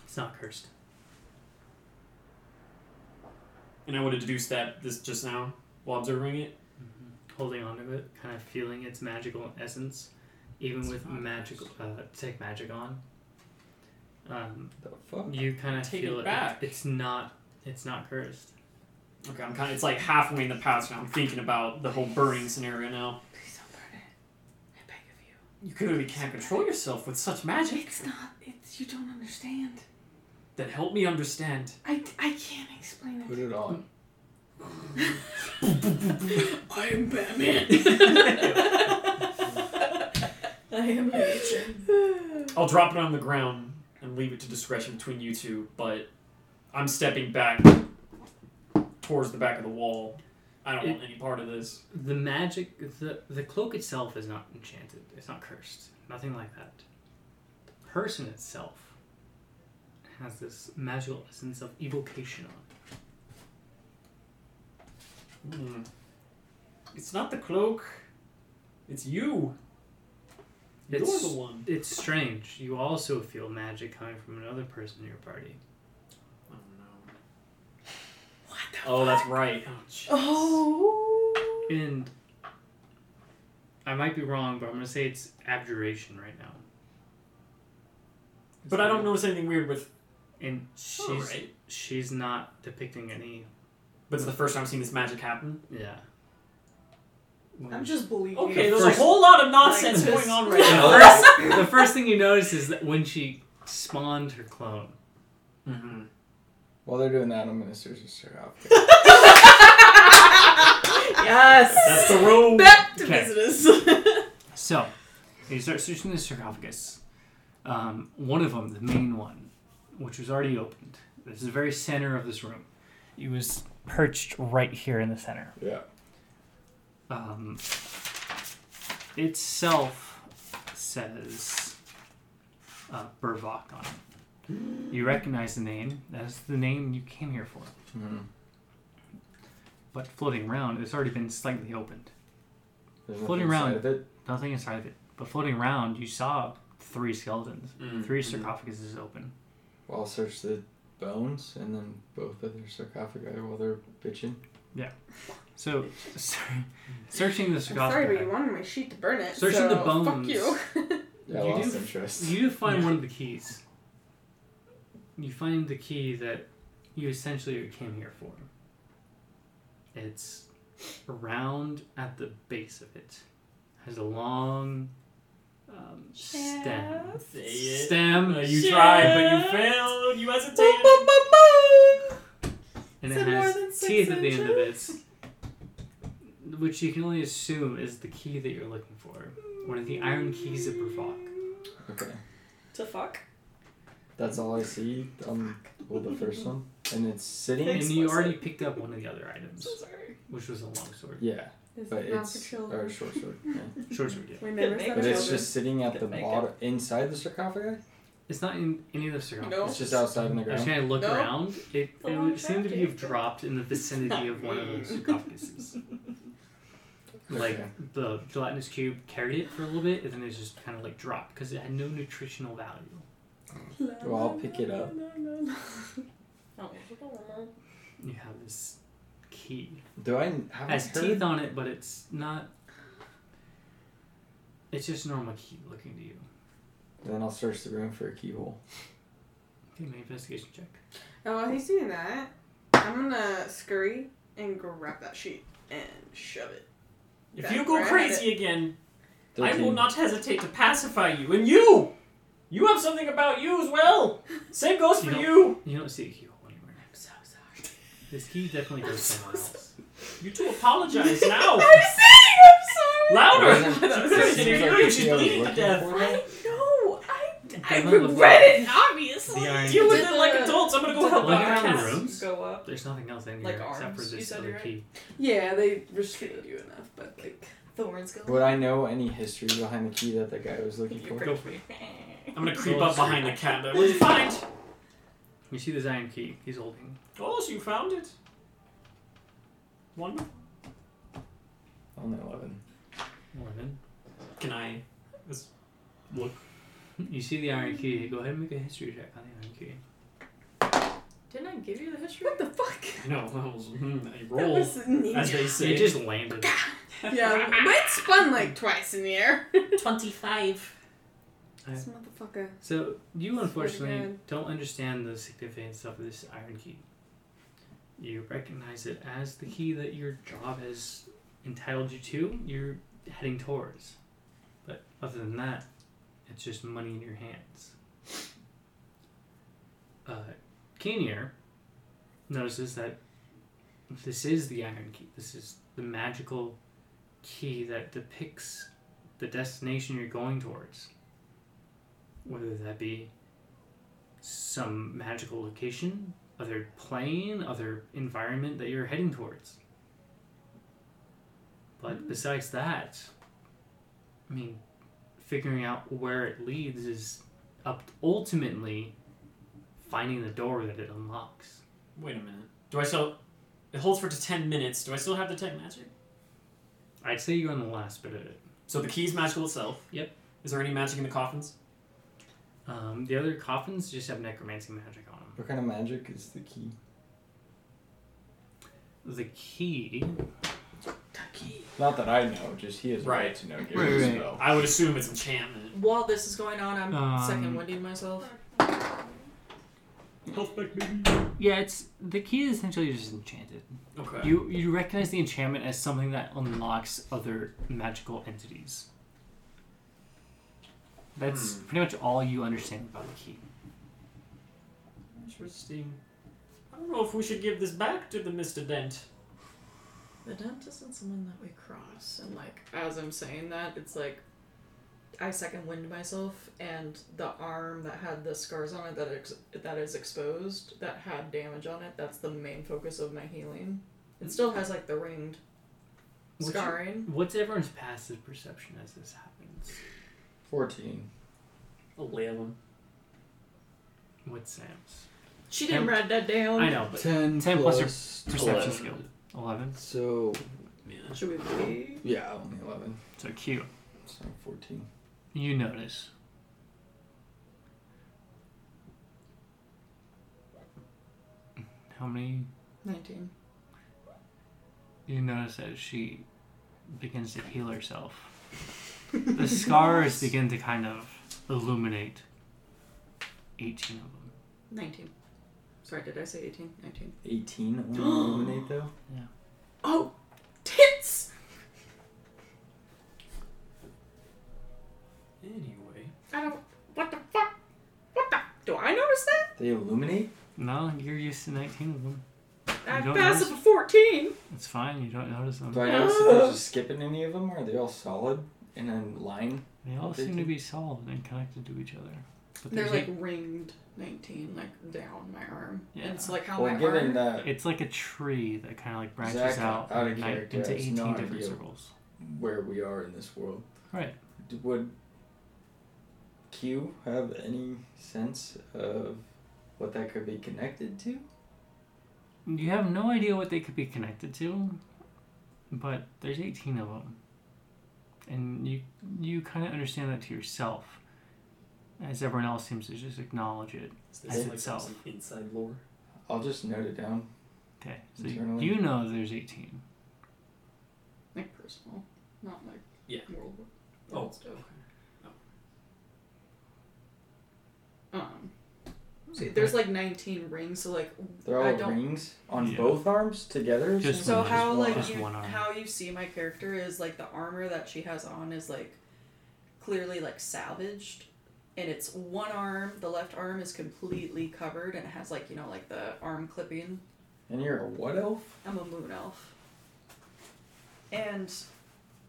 It's not cursed. And I would have deduced that this just now while observing it. holding onto it, kind of feeling its magical essence, even It's with not magical uh, take magic on. Um, The fuck? you kind of Take feel it it. back. It's not. It's not cursed. Okay, I'm kind of. It's like halfway in the past now. I'm thinking about the whole burning scenario now. Please don't burn it. I beg of you. You clearly can't control yourself with such magic. It's not. It's you don't understand. Then help me understand. I, I can't explain Put it. it on. I am Batman. I am raging. I'll drop it on the ground and leave it to discretion between you two, but I'm stepping back towards the back of the wall. I don't want any part of this. The magic, the the cloak itself is not enchanted. It's not cursed. Nothing like that. The person itself has this magical essence of evocation on it. Hmm. It's not the cloak. It's you. It's- You're the one. It's strange. You also feel magic coming from another person in your party. Oh no. Oh, that's right. Oh, jeez. Oh. And I might be wrong, but I'm gonna say it's abjuration right now. But I don't notice anything weird with. And she's All right. she's not depicting any. But it's the first time I've seen this magic happen. Yeah. I'm just believing. Okay, you. there's first- a whole lot of nonsense Like, going on right The now. first, the first thing you notice is that when she spawned her clone, Mm-hmm. While they're doing that, I'm gonna search this chair out. yes. That's the robe. Back to Okay. business. so you start searching the sarcophagus. Um, one of them, the main one, which was already opened. This is the very center of this room. It was perched right here in the center. Yeah. Um, itself says uh, Burvok on it. You recognize the name. That's the name you came here for. Mhm. But floating around, it's already been slightly opened. There's Floating nothing around. inside of it. Nothing inside of it. But floating around, you saw three skeletons. Mm-hmm. Mm. Three sarcophaguses open. Well, I'll search the bones and then both of their sarcophagi while they're bitching. So, searching the I'm sorry, but sarcophagi, you wanted my sheet to burn it. Searching so the bones. Fuck you. Yeah, You lost do- interest. you do find one of the keys. You find the key that you essentially came here for. It's round at the base of it. Has a long um, stem. Say it. Stem. Uh, you Shit. tried, but you failed. You hesitated. and Is it it more has than six teeth at the end of it, which you can only assume is the key that you're looking for. One of the iron keys of Bravok. Okay. To fuck. That's all I see on well, the first one. And it's sitting. And Thanks. you already picked up one of the other I'm items, so sorry. which was a long sword. Yeah, This but is not it's for children. or short sword. Yeah. Short sword, yeah. We never But said But it's children. just sitting at Good the makeup. bottom inside the sarcophagi. It's not in any of the circle. No. It's just outside in I the was ground. trying to look No. around. It, The it long would seem to be tragedy. dropped in the vicinity of one of those sarcophaguses. Like Okay. the gelatinous cube carried it for a little bit, and then it just kind of like dropped because it had no nutritional value. Well, I'll pick it up. You have this key. Do I have has heard? teeth on it, but it's not. It's just normal key looking to you. Then I'll search the room for a keyhole. Give me an investigation check. Oh, while he's doing that, I'm gonna scurry and grab that sheet and shove it. If That you go rat. crazy again, I will Thirteen. not hesitate to pacify you. And you! You have something about you as well! Same goes You for know- you! You don't see a keyhole anywhere. I'm so sorry. This key definitely goes somewhere else. You two apologize now! I'm saying I'm sorry. Louder! Wasn't- She's wasn't crazy, it you're like the she's key I was bleeding to looking death. for? I know. I, I Come on. regret it, obviously. The iron- Deal with Did it like the- adults. I'm gonna go Did help the out around our the cats. room? Go up. There's nothing else in here Like except arms, for you this said, other right? key. Yeah, they restricted you enough, but like, Thorns go. Would I know any history behind the key that the guy was looking for? Go for it. I'm gonna creep Go up behind the cat. but What'd you find? You see this iron key he's holding. Oh, so you found it. Wonderful. Only eleven. Morning. Can I just look? You see the iron key. Go ahead and make a history check on the iron key. Didn't I give you the history? what the fuck? No, that was mm, a That roll, was neat. as they say. It just landed. yeah, mine spun like twice in the air. Twenty-five. this motherfucker. So you Swear to unfortunately God. don't understand the significance of this iron key. You recognize it as the key that your job has entitled you to. You're heading towards, but other than that, it's just money in your hands. Uh, Kenier notices that this is the iron key. This is the magical key that depicts the destination you're going towards whether that be some magical location, other plane, other environment that you're heading towards. But besides that, I mean, figuring out where it leads is up ultimately finding the door that it unlocks. Wait a minute. Do I still? It holds for to ten minutes. Do I still have the tech magic? I'd say you're on the last bit of it. So the key's magical itself. Yep. Is there any magic in the coffins? Um, the other coffins just have necromancy magic on them. What kind of magic is the key? The key. Not that I know, just he is Right. to know. Right, it a right. spell. I would assume it's enchantment. While this is going on, I'm Um, second winding myself. Health back, baby. Yeah, it's the key is essentially just enchanted. Okay. You you recognize the enchantment as something that unlocks other magical entities. That's Hmm. pretty much all you understand about the key. Interesting. I don't know if we should give this back to the Mister Dent. The dentist isn't someone that we cross, and like as I'm saying that, it's like I second wind myself, and the arm that had the scars on it that ex- that is exposed that had damage on it. That's the main focus of my healing. It still has like the ringed What's your- scarring. What's everyone's passive perception as this happens? 14. Eleven. What's Sam's? She didn't Em- write that down. I know, but 10, 10 plus your perception skill. 11. So, Should we wait? yeah, only 11. So cute. So 14. You notice. How many? 19. You notice as she begins to heal herself, the scars begin to kind of illuminate 18 of them. 19. Sorry, did I say 18? 19. 18 only illuminate, though? Oh! Tits! anyway, I don't. What the fuck? What the? Do I notice that? They illuminate? No, you're used to 19 of them. I don't pass notice? up a 14! It's fine, you don't notice them. Do I notice if there's a skip in any of them, or are they all solid and in line? They all seem to be solid and connected to each other. But They're there's like ringed 19, like down my arm. Yeah. It's like how Well, Oh my given arm. that It's like a tree that kind of like branches Zach, out, out of and character, into it's 18 no different idea. circles. where we are in this world. Right. D- Would Q have any sense of what that could be connected to? You have no idea what they could be connected to, but there's 18 of them. And you you kind of understand that to yourself, as everyone else seems to just acknowledge it. As is this like itself. some inside lore? I'll just note it down. Okay, so you, Internally. you know there's 18. Like personal, not like Yeah. world war. Oh, and stuff. Um, see, there's like 19 rings, so like They're I all don't- rings on Yeah. both arms together. or Just so one. something? how Just one. like Just you, one arm. how you see my character is like the armor that she has on is like clearly like salvaged and it's one arm the left arm is completely covered and it has like you know like the arm clipping And you're a what elf? i'm a moon elf and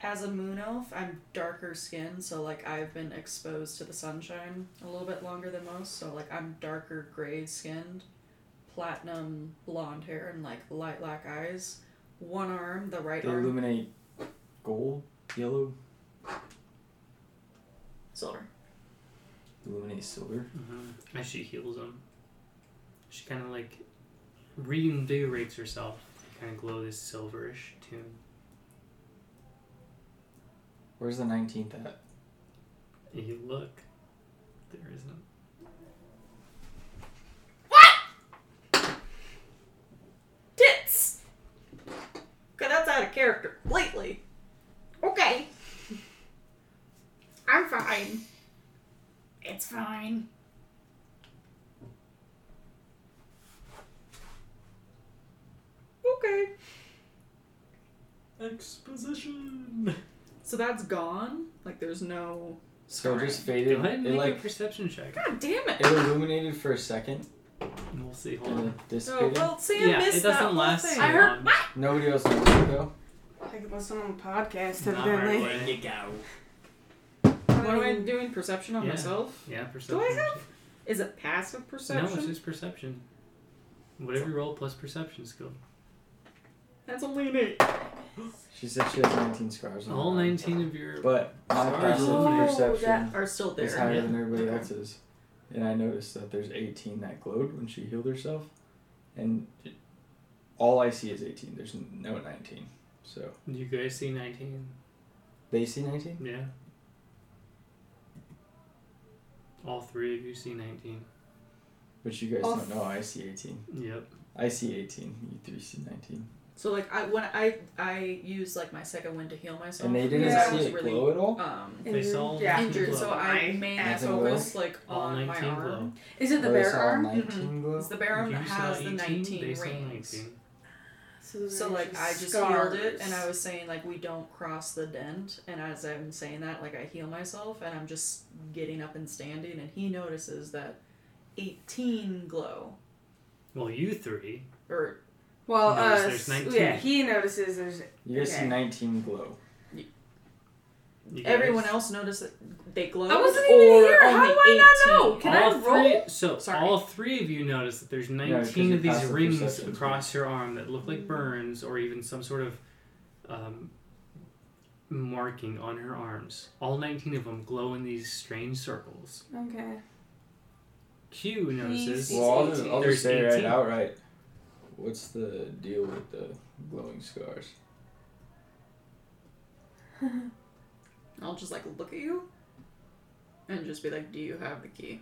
as a moon elf i'm darker skinned so like i've been exposed to the sunshine a little bit longer than most so like i'm darker gray skinned platinum blonde hair and like light black eyes one arm the right They arm illuminate gold, yellow, silver illuminate silver. As she heals them, she kind of like reinvigorates herself. Kind of glow this silverish tune. Where's the 19th at? And you look, there isn't. tits. Cause that's out of character lately. Okay. I'm fine. It's fine. Okay. Exposition. So that's gone. Like there's no. So it just Go faded. ahead and It make like a perception check. God damn it illuminated for a second And we'll see. Hold and on. then Oh dissipated. well, Sam yeah, missed it that doesn't whole last. thing. so I heard- long. Nobody else knows where to go. I could listen on the podcast, Not right evidently. away. There you go. What am I doing? Perception on Yeah. myself? Yeah, perception. have Is it passive perception? No, it's just perception. Whatever you roll plus perception skill. that's only an eight. She said she has 19 scars on her All arm. 19 of your. But my Scars passive illuminate. perception Are still is there. higher yeah. than everybody Okay. else's. And I noticed that there's 18 that glowed when she healed herself. And it- all I see is 18. There's no 19. So You guys see 19. they see 19? Yeah. All three of you see 19. But you guys All don't know. I see 18. Yep. I see 18. You three see 19. So like I when I I used like my second wind to heal myself. And they didn't because I see was it really glow at all? um They saw Yeah. 19 injured, glow. so I made my Nothing focus like All on my 19 arm. glow. Is it the Or they bear saw arm? 19 Mm-hmm. glow? It's the Baron you that saw has 18, the 19 they saw rings. 19. So like I just healed it, and I was saying like we don't cross the dent, and as I'm saying that, like I heal myself, and I'm just getting up and standing, and he notices that eighteen glow Well, you three. or Well, You uh, notice there's s- 19. yeah, he notices there's. You guys see Okay. 19 glow. You guys- Everyone else noticed that they glowed. I wasn't or even here. Only How do I not 18? know? Can all I roll? Three, so Sorry. all three of you notice that there's Yeah, 'cause 19 you of these passed the rings perception. across your arm that look like burns or even some sort of um, marking on her arms. All 19 of them glow in these strange circles. Okay. Q notices. He's Well, I'll just, 18. I'll There's just say right 18. outright. What's the deal with the glowing scars? I'll just like look at you and just be like, "Do you have the key?"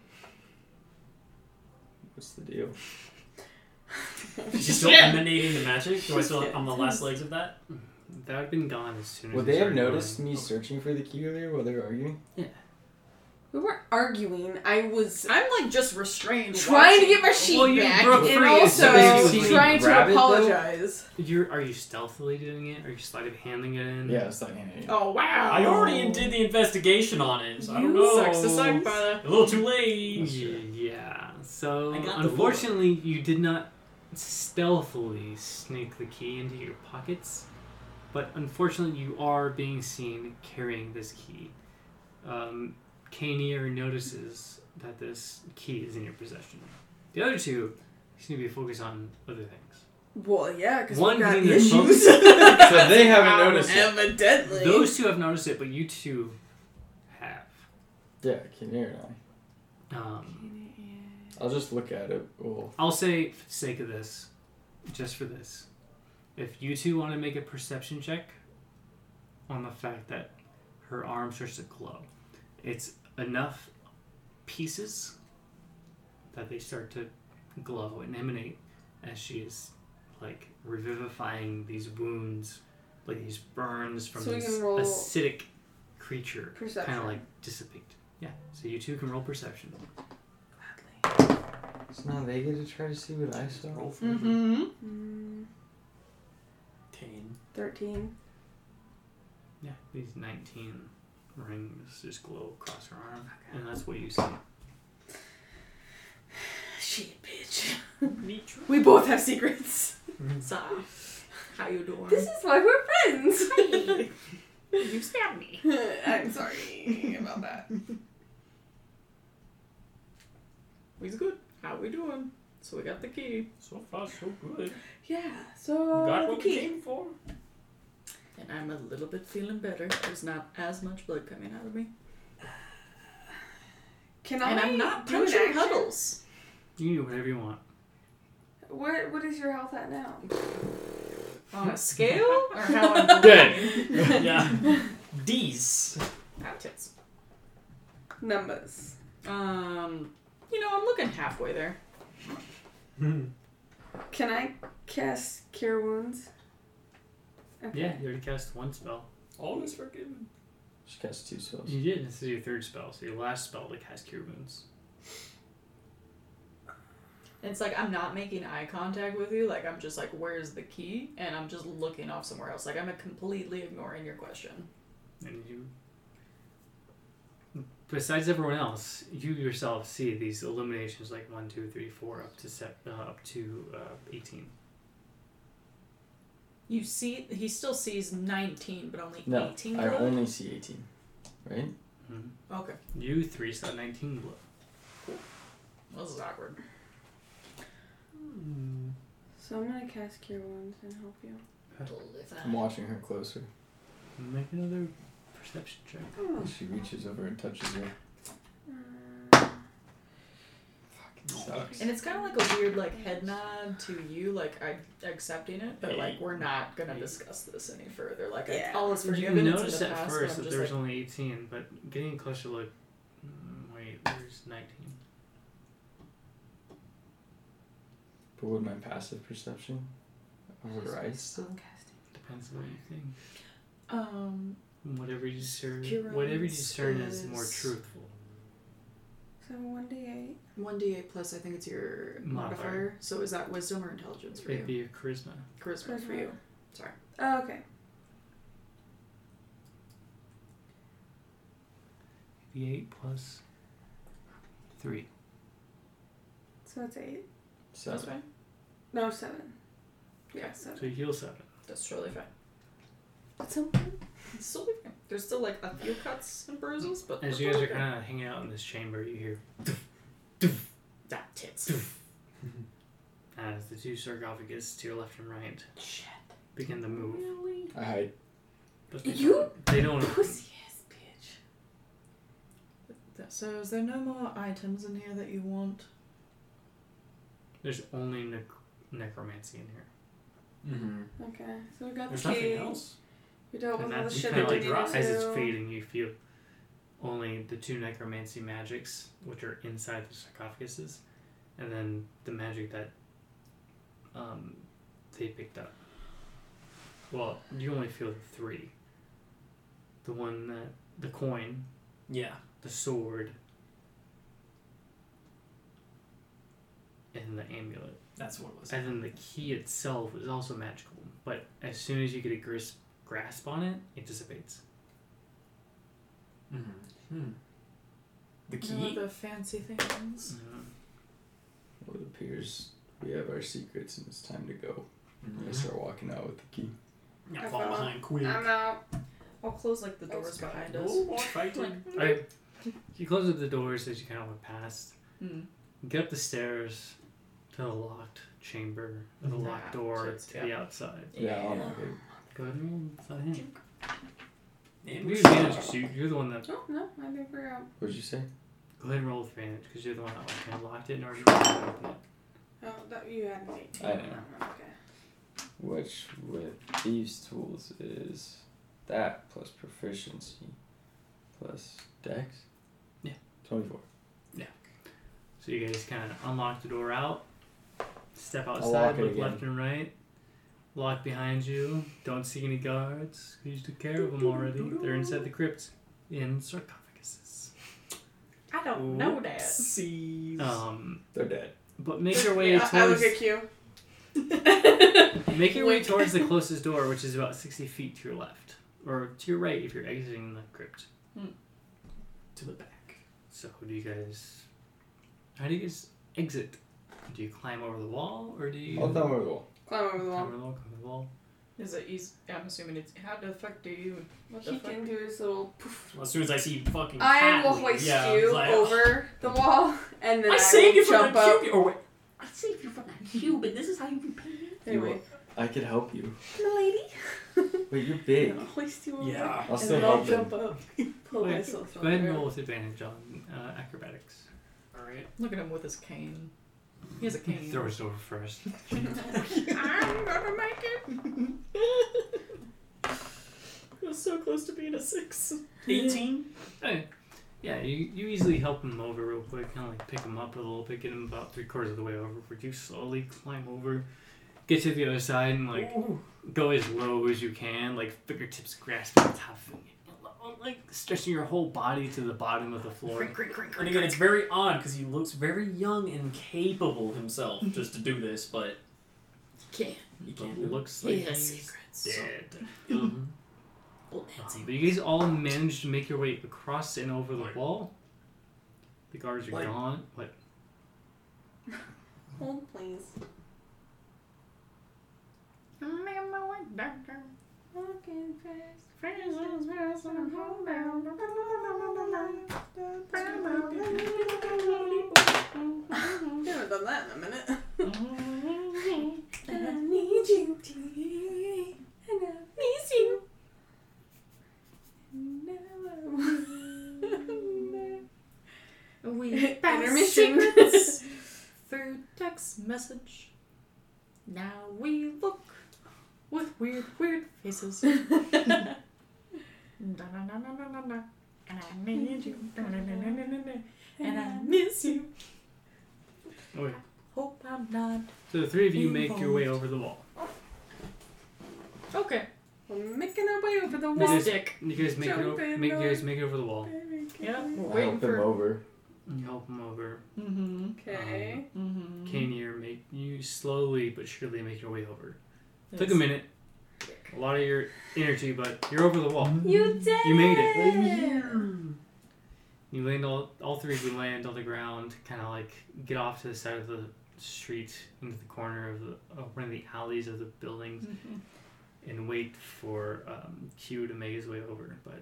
What's the deal? Is she still Yeah. emanating the magic? Do I still on the last legs of that? That would have been gone as soon as Would you they have started noticed glowing. me searching for the key earlier while they were arguing? We weren't arguing. I was I'm like just restrained. trying to get my sheet Well, you back broke and free, also so basically you trying grab to it, though? apologize. You're, are you stealthily doing it? Are you sleight of handing it in? Yeah, it's like hey, Oh wow! I already did the investigation on it. So I You don't know. Sucks to suck, brother. A little too late. Yeah. So I got the unfortunately, you did not stealthily sneak the key into your pockets, but unfortunately, you are being seen carrying this key. Um, Kanier notices that this key is in your possession. The other two seem to be focused on other things. Well, yeah, because One we got thing that's issues. So they haven't noticed it. Evidently. Those two have noticed it, but you two have. Yeah, Kinnear and Um, I. I'll just look at it. Well, I'll say, for the sake of this, just for this, if you two want to make a perception check on the fact that her arm starts to glow, it's enough pieces that they start to glow and emanate as she is like revivifying these wounds, like these burns from So we this can roll acidic creature, kind perception. of like dissipate. Yeah, so you two can roll perception. so now they get to try to see what I saw. Roll for Mm-hmm. Mm, ten. Thirteen. Yeah, these 19 rings just glow across her arm, and that's what you see. Shit, bitch. We both have secrets. So, how you doing? This is why we're friends. You stabbed me. I'm sorry about that. We's good. How we doing? So we got the key, So far, so good. Yeah. So we got the what we key. came for. and I'm a little bit feeling better. There's not as much blood coming out of me, Can I? and I'm not do an punching action? puddles. You can do whatever you want. What What is your health at now? On a scale, or how I'm yeah. D's. Out tits. Numbers. Um, you know, I'm looking halfway there. Can I cast Cure Wounds? Okay. Yeah, you already cast one spell. All is forgiven. She cast two spells. You did. This is your third spell, so your last spell to cast Cure Wounds. It's like I'm not making eye contact with you. Like I'm just like, where's the key? And I'm just looking off somewhere else. Like I'm completely ignoring your question. And you. Besides everyone else, you yourself see these illuminations like 1, 2, 3, 4, up to, set, uh, up to uh, 18. You see, he still sees 19, but only No, 18. I glow? only see 18. Right? Mm-hmm. Okay, You three saw 19 glow. this is awkward. Hmm, So I'm gonna cast Cure Wounds and help you. Uh. I'm watching her closer. Make another perception check. Oh. She reaches over and touches her. Uh, Sucks. And it's kind of like a weird like head nod to you, like I'm accepting it, but like we're not gonna discuss this any further. Like Yeah. I, all is You forgiven. it's in noticed the at past, but first I'm just that there was like, only 18, but getting closer, like, mm, wait, there's 19. But would my passive perception override still? Depends on what you think. um, Whatever you discern, Kiron's whatever you discern is more is- truthful. so one d eight. One d eight plus. I think it's your modifier. Modifier. So is that wisdom or intelligence for It'd be you? a charisma. charisma for you. Sorry. Oh, okay. It'd be eight plus three. So it's eight. So, fine. No, seven. Yeah. seven. So you heal seven. That's totally fine. It's okay. It's still different. There's still like a few cuts and bruises, but As but you they're guys are okay. kind of hanging out in this chamber, you hear that tits. as the two sarcophagus to your left and right begin to move. Really? I hide. But they You- don't, they don't Pussy ass bitch. That- So is there no more items in here that you want? There's only nec- necromancy in here. Mm-hmm. Okay, so we got There's the nothing key. else. We dealt and with all the that's shit kind that of we like needed as it's to. fading, you feel only the two necromancy magics, which are inside the sarcophaguses, and then the magic that um, they picked up. Well, you only feel three. The one that the coin, Yeah. the sword, and the amulet. That's what it was. And then the key itself is also magical, but as soon as you get a gris- grasp on it, it dissipates. Mm-hmm. The None of key? the fancy things. Well, it appears we have our secrets and it's time to go. I'm gonna Mhm. start walking out with the key. Yeah, fall behind quick. I'm out. I'll close like the doors That's fine. behind us. No more fighting. I, you close up the doors as you kind of went past. Hmm. Get up the stairs to the locked chamber, or the locked Nah, door it's- to the outside. Yeah, I'll knock it. Go ahead and roll inside hand. And You we have advantage 'cause you- you're the one that. Oh no, I think we're out. What'd you say? Go ahead and roll with advantage because you're the one that kind of locked it and already opened it. Oh, that you had me. I know. Okay. Which with these tools is that plus proficiency plus dex? Yeah. 24. So you guys kind of unlock the door out, step lock outside, it look again. left and right, lock behind you. Don't see any guards. 'cause You took care of them already. They're inside the crypt in sarcophaguses. I don't know that. Oopsies. Um, They're dead. but make your way I, I look towards at you. make your way towards the closest door, which is about sixty feet to your left or to your right if you're exiting the crypt. to the back. So do you guys? How do you guys exit? Do you climb over the wall or do you I'll thumb over the wall. Climb over the climb wall. over the wall? Climb over the wall. Is it easy? I'm assuming it's. How the fuck do you? What the He fuck? can do his little. Well, as soon as I see fucking I cat will leave, hoist yeah, you Oh, like, over the wall, and then I I, saved will you from jump the up. cube. Or wait, I saved you from that cube, and this is how you repay me. Anyway, I could help you. milady. But you're big. I'll hoist you over. Yeah. I'll and still then I'll help jump you. up, pull Okay. myself Go over. ahead and roll with advantage on uh, acrobatics. all right. Look at him with his cane. He has a cane. Throw us over first. Ah, I'm gonna make it. it was so close to being a six. 18? Hey, yeah, you, you easily help him over real quick, kind of like pick him up a little bit, get him about three quarters of the way over. But you slowly climb over, get to the other side, and like Ooh. go as low as you can, like fingertips grasping the top finger, like stretching your whole body to the bottom of the floor. And again, it's very odd because he looks very young and capable himself just to do this, but Can't. he can't It do it. looks like he's secrets. dead. Mhm. Um, but you guys all managed to make your way across and over the wall. The guards are Like- gone. What? Hold, please. Remember when Dr. Walking fast. I haven't done that in a minute. and I need you, dear. And I miss you. And now I wonder. We pass Intermission. secrets through text message. Now we look with weird, weird faces. da da da da da da da. And I need you. Da, da, da, da, da, da, da. And I miss you. Okay. Hope I'm oh, not. So the three of you make your way Involved. over the wall. Okay. We're making our way over the Miss wall. is- Dick. You guys make it Jump over, in make you on- guys make it over the wall. Yeah. We're I'll waiting help him for. over. You help him over. Mm-hmm. Okay. Mm-hmm. Can you make you slowly but surely make your way over? Took a minute. A lot of your energy, but you're over the wall. You did. Um, You made it. You land all all three of you land on the ground, kind of like get off to the side of the street into the corner of the uh, one of the alleys of the buildings, and wait for um, Q to make his way over, but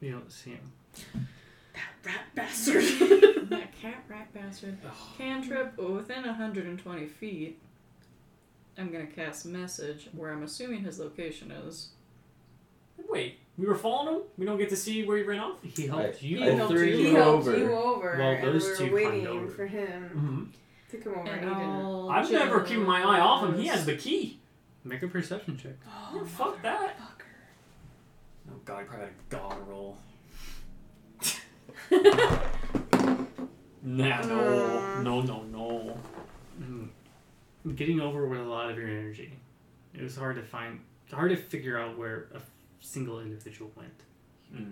you don't see him. Rat bastard. That cat rat bastard. Cantrip within 120 feet. I'm gonna cast message where I'm assuming his location is. Wait, we were following him? We don't get to see where he ran off? He helped Right. you. He I helped three. you. he Go helped over. you over, Well, those two and we were climbed waiting over. for him Mm-hmm. to come over. And and he didn't. I'll I've never kept my eye off him. He just- has the key. Make a perception check. Oh, fuck that. Oh god, I probably had a god roll. Nah, no. Mm. No, no, no. Mm. Getting over with a lot of your energy. It was hard to find, hard to figure out where a single individual went, Hmm.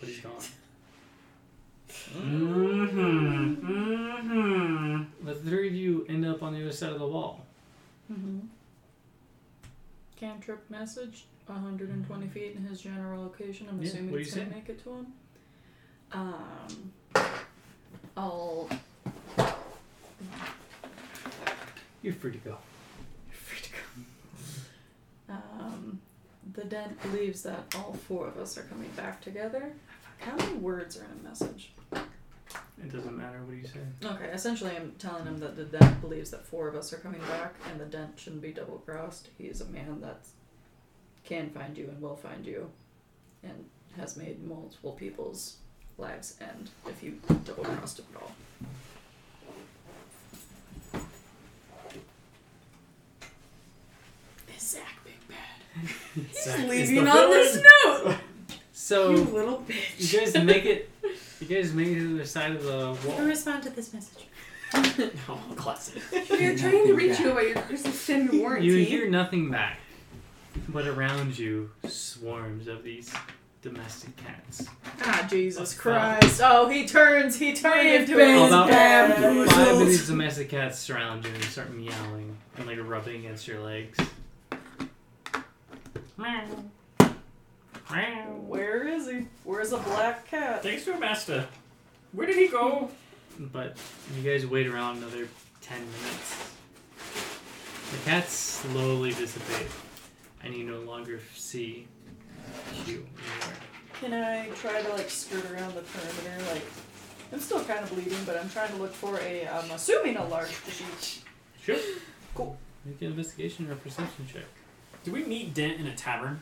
but he's gone. Mm-hmm. Mm-hmm. The three of you end up on the other side of the wall. Mm-hmm. Cantrip message, 120 feet in his general location. I'm Yeah, assuming what do it's you gonna say? make it to him. Um, I'll You're free to go. free to go. Um, the dent believes that all four of us are coming back together. How many words are in a message? It doesn't matter what you say. Okay, essentially, I'm telling him that the dent believes that four of us are coming back, and the dent shouldn't be double crossed. He is a man that can find you and will find you, and has made multiple people's lives end if you double crossed him at all. Is Zach big bad? Zach is He's leaving the Oh. on this note. So You little bitch. you guys make it. You guys make it to the other side of the wall. respond to this message. Oh, mm-hmm. classic. We are trying to reach you by your Christmas sin warranty. You hear nothing back, but around you swarms of these domestic cats. Ah, Jesus That's Christ. Oh, he turns, he turned We've into been a About bamboozled. Five of these domestic cats surround you and start meowing and like rubbing against your legs. Meow. Meow. Where is he? Where's the black cat? Thanks to our master. Where did he go? But you guys wait around another ten minutes. The cats slowly dissipate, and you no longer see Q anywhere. Can I try to like skirt around the perimeter? Like, I'm still kind of bleeding, but I'm trying to look for a. I'm assuming a large sheep. Sure. Cool. Make an investigation or perception check. Did we meet Dent in a tavern?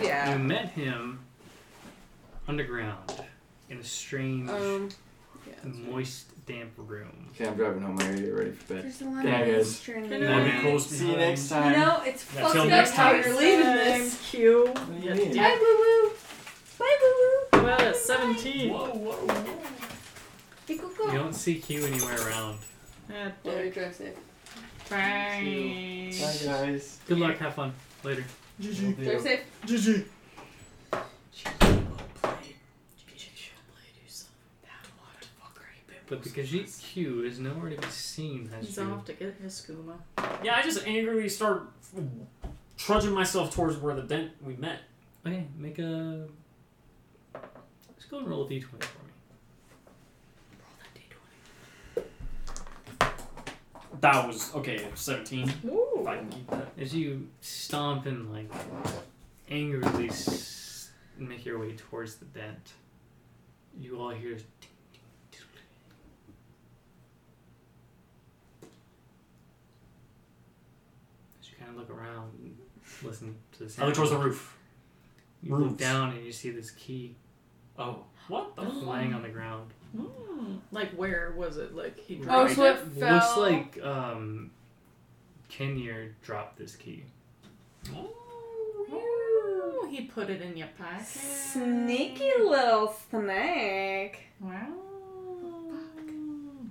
You Yeah. met him underground in a strange, Um. Yeah. moist, damp room. Okay, I'm driving home. I gotta get ready for bed. There's a lot Yeah, of guys. mystery. Good That'd be night. close See you next You time. know, it's Yeah, till fucked up next how time. you're leaving this. Q. What do you mean? Bye, woo woo. Bye, woo woo. Well, it's 17. Whoa, whoa, whoa. Pickle You don't see Q anywhere around. Ah, Well, you dick. drive safe. Bye. Bye, guys. Good luck. Have fun. Later. Drive safe. GG. But the Khajiit Q is nowhere to be seen as He's you. off to get his skooma. Yeah, I just angrily start trudging myself towards where the Dent we met. Okay, make a. Let's go and roll a d20 for me. That was okay. Seventeen. Ooh. If I can keep that. As you stomp and like angrily s- make your way towards the dent, you all hear ting, ting, ting. as you kind of look around and listen to the I sound. look Oh, towards the roof. You look roofs. down and you see this key Oh, what the? lying on the ground. Mm. Like, where was it? Like, he Oh, dropped so it it? fell. Looks like um, Kenyer dropped this key. Oh, Ooh, he put it in your pocket. Sneaky little snake. Wow.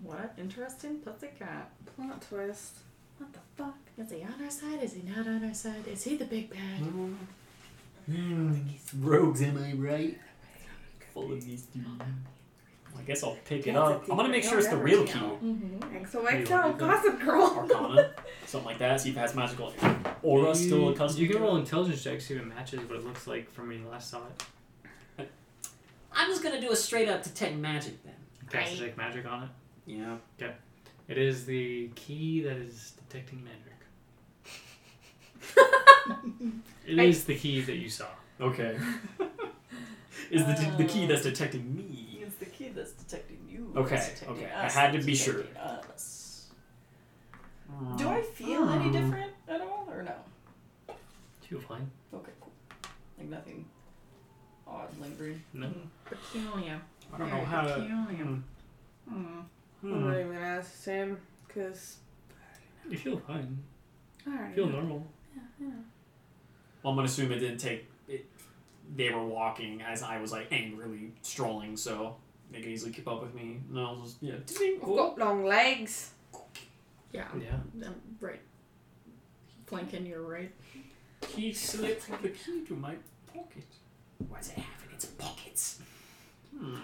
What interesting pussycat. Plot twist. What the fuck? Is he on our side? Is he not on our side? Is he the big bad? Mm. Rogues, am I right? Full of these dudes. I guess I'll pick it up. I'm gonna make sure it's the real key. Mm-hmm. XOXO, Gossip Girl. Arcana, something like that. See if it has magical aura still You- accustomed. You can to roll it. intelligence checks, see if it matches what it looks like from when you last saw it. I'm just gonna do a straight up detect magic then. Cast detect magic on it. Yeah. It is the key that is detecting magic. It is I- the key that you saw. Okay. Is the, the key that's Uh, detecting me? It's the key that's detecting you. Okay, It's detecting okay. I Us, had to it's be sure. detecting us. Do I feel any different at all, or no? Do you fine? Okay, cool. Like nothing odd lingering. Mm-hmm. No. Peculiar. I don't know how to. Hmm. I'm Hmm. not even gonna ask Sam because You feel fine. I You already feel know. normal. Well, I'm gonna assume it didn't take. It, they were walking as I was like angrily strolling, so they could easily keep up with me. And I was just yeah. I've got long legs. Yeah. Yeah. I'm right. Flanking, you're right. He slipped the key to my pocket. What does it have in its pockets? Hmm.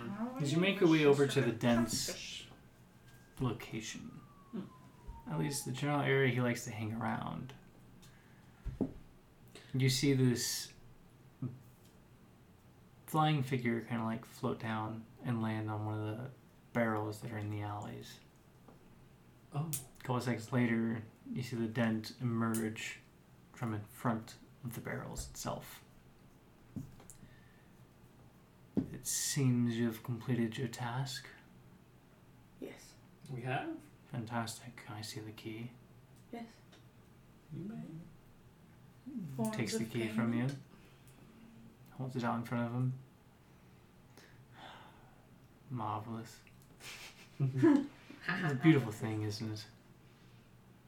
As you make your way over to the dense location, at least the general area he likes to hang around, you see this flying figure kind of like float down and land on one of the barrels that are in the alleys. Oh. A couple seconds later, you see the dent emerge from in front of the barrels itself. It seems you have completed your task. Yes. We have. Fantastic. I see the key. Yes. You may. Forms Takes the of key from you. Holds it out in front of him. Marvelous. It's a beautiful thing, isn't it?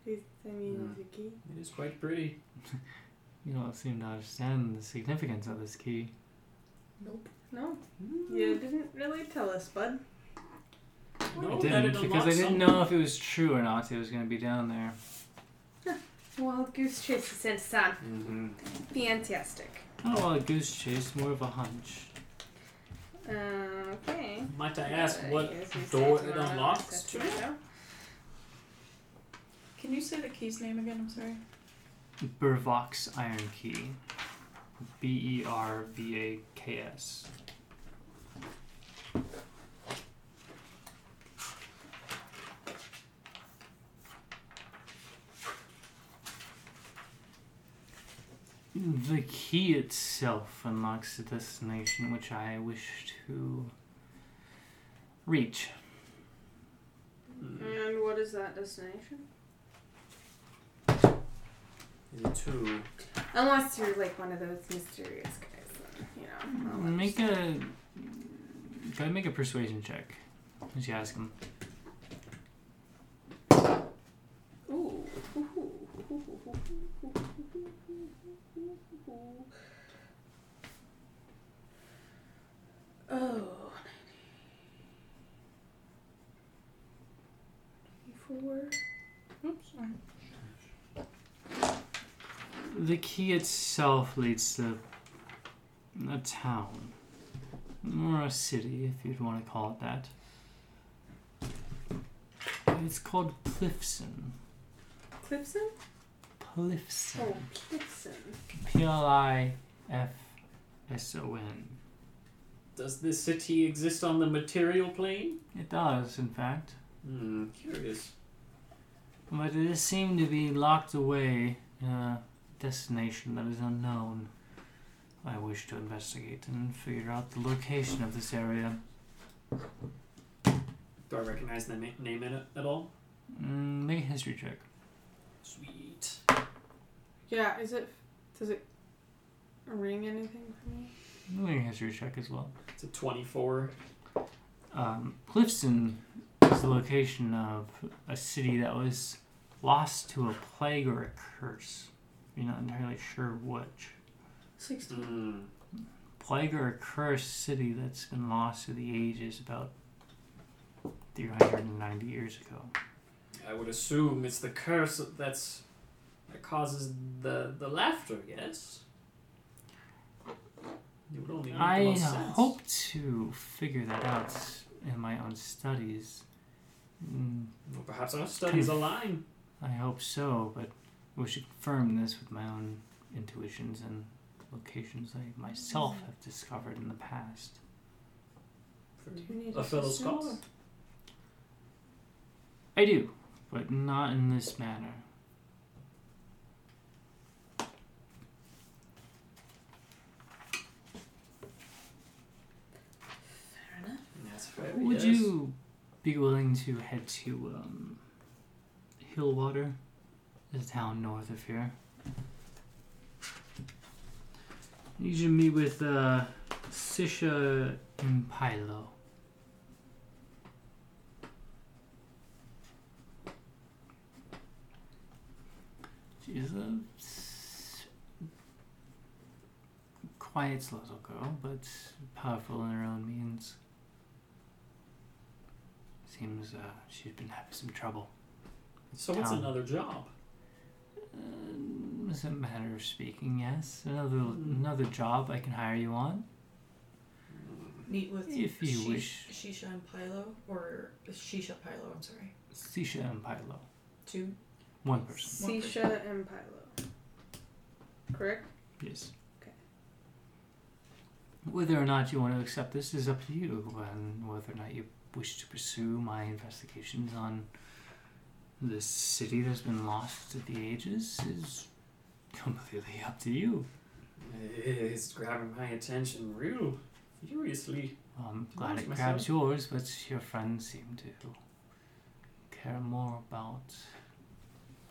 He's sending Hmm. the key. It is quite pretty. You don't seem to understand the significance of this key. No, Hmm. you didn't really tell us, bud. I No, that it didn't because I unlocks didn't some- know if it was true or not. It was going to be down there. Well, goose chases and sun. Mhm. Fantastic. Not a goose chase, more of a hunch. Uh, okay. Might I ask Uh, what yes, we door said it tomorrow, unlocks said to? tomorrow. Can you say the key's name again? I'm sorry. Bervox Iron Key. B E R V A K S. The key itself unlocks a destination which I wish to reach. Hmm. And what is that destination? Is it two? Unless you're like one of those mysterious guys, then, you know. I'll let Make a. Try to make a persuasion check. As you ask him. you- Ooh. Oh. 94. Oops, sorry. The key itself leads to a town. Or a city, if you'd want to call it that. It's called Plifson. Clipson? Plifson. Oh, Clipson. P L I F S O N. Does this city exist on the material plane? It does, in fact. Hmm. Curious. But it does seem to be locked away in a destination that is unknown. I wish to investigate and figure out the location of this area. Do I recognize the na- name in it at all? Mm, make a history check. Sweet. Yeah, is it. Does it ring anything for me? Make a history check as well. It's a 24. um, Clifton is the location of a city that was lost to a plague or a curse. You're not entirely sure which. 16. Mm. Plague or a curse city that's been lost to the ages about 390 years ago. I would assume it's the curse that's that causes the the laughter. Yes. It would only make the I most sense. hope to figure that out in my own studies. Mm, Well, perhaps our studies align. I hope so, but I wish to confirm this with my own intuitions and locations I myself have discovered in the past. Do you need A fellow assistance? scholar. I do, but not in this manner. I Would guess. you be willing to head to um, Hillwater, the town north of here? You should meet with uh, Sisha and Pilo. She's a s- quiet little girl, but powerful in her own means. Seems uh, she's been having some trouble. So what's Town. another job? Um, as a matter of speaking, yes. Another Mm. another job I can hire you on. Meet with If you Shish- wish. Shisha and Pilo, or Shisha Pilo. I'm sorry. Sisha and Pilo. Two. One person. Sisha and Pilo. Correct? Yes. Okay. Whether or not you want to accept this is up to you, and whether or not you wish to pursue my investigations on this city that's been lost to the ages is completely up to you. It's grabbing my attention real furiously. Well, I'm Um, glad Ask it myself. grabs yours, but your friends seem to care more about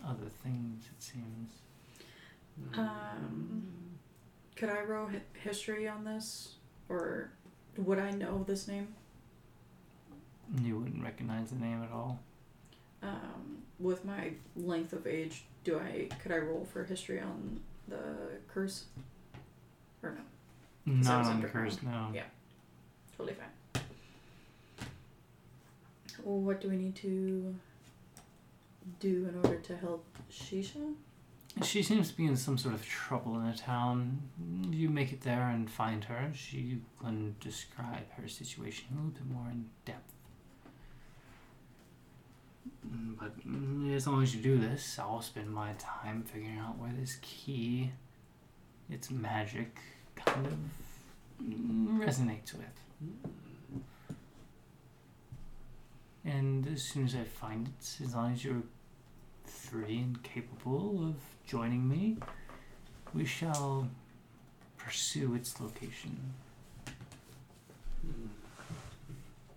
other things, it seems. Uh. Um, could I roll hi- history on this, or would I know this name? You wouldn't recognize the name at all. Um, with my length of age, do I could I roll for history on the curse? Or no, Not it's on under- curse, no. yeah. totally fine. What do we need to do in order to help Shisha? She seems to be in some sort of trouble in the town. You make it there and find her. She can describe her situation a little bit more in depth. Mm, But mm, as long as you do this, I'll spend my time figuring out where this key, its magic, kind of mm, resonates with. And as soon as I find it, as long as you're free and capable of joining me, we shall pursue its location.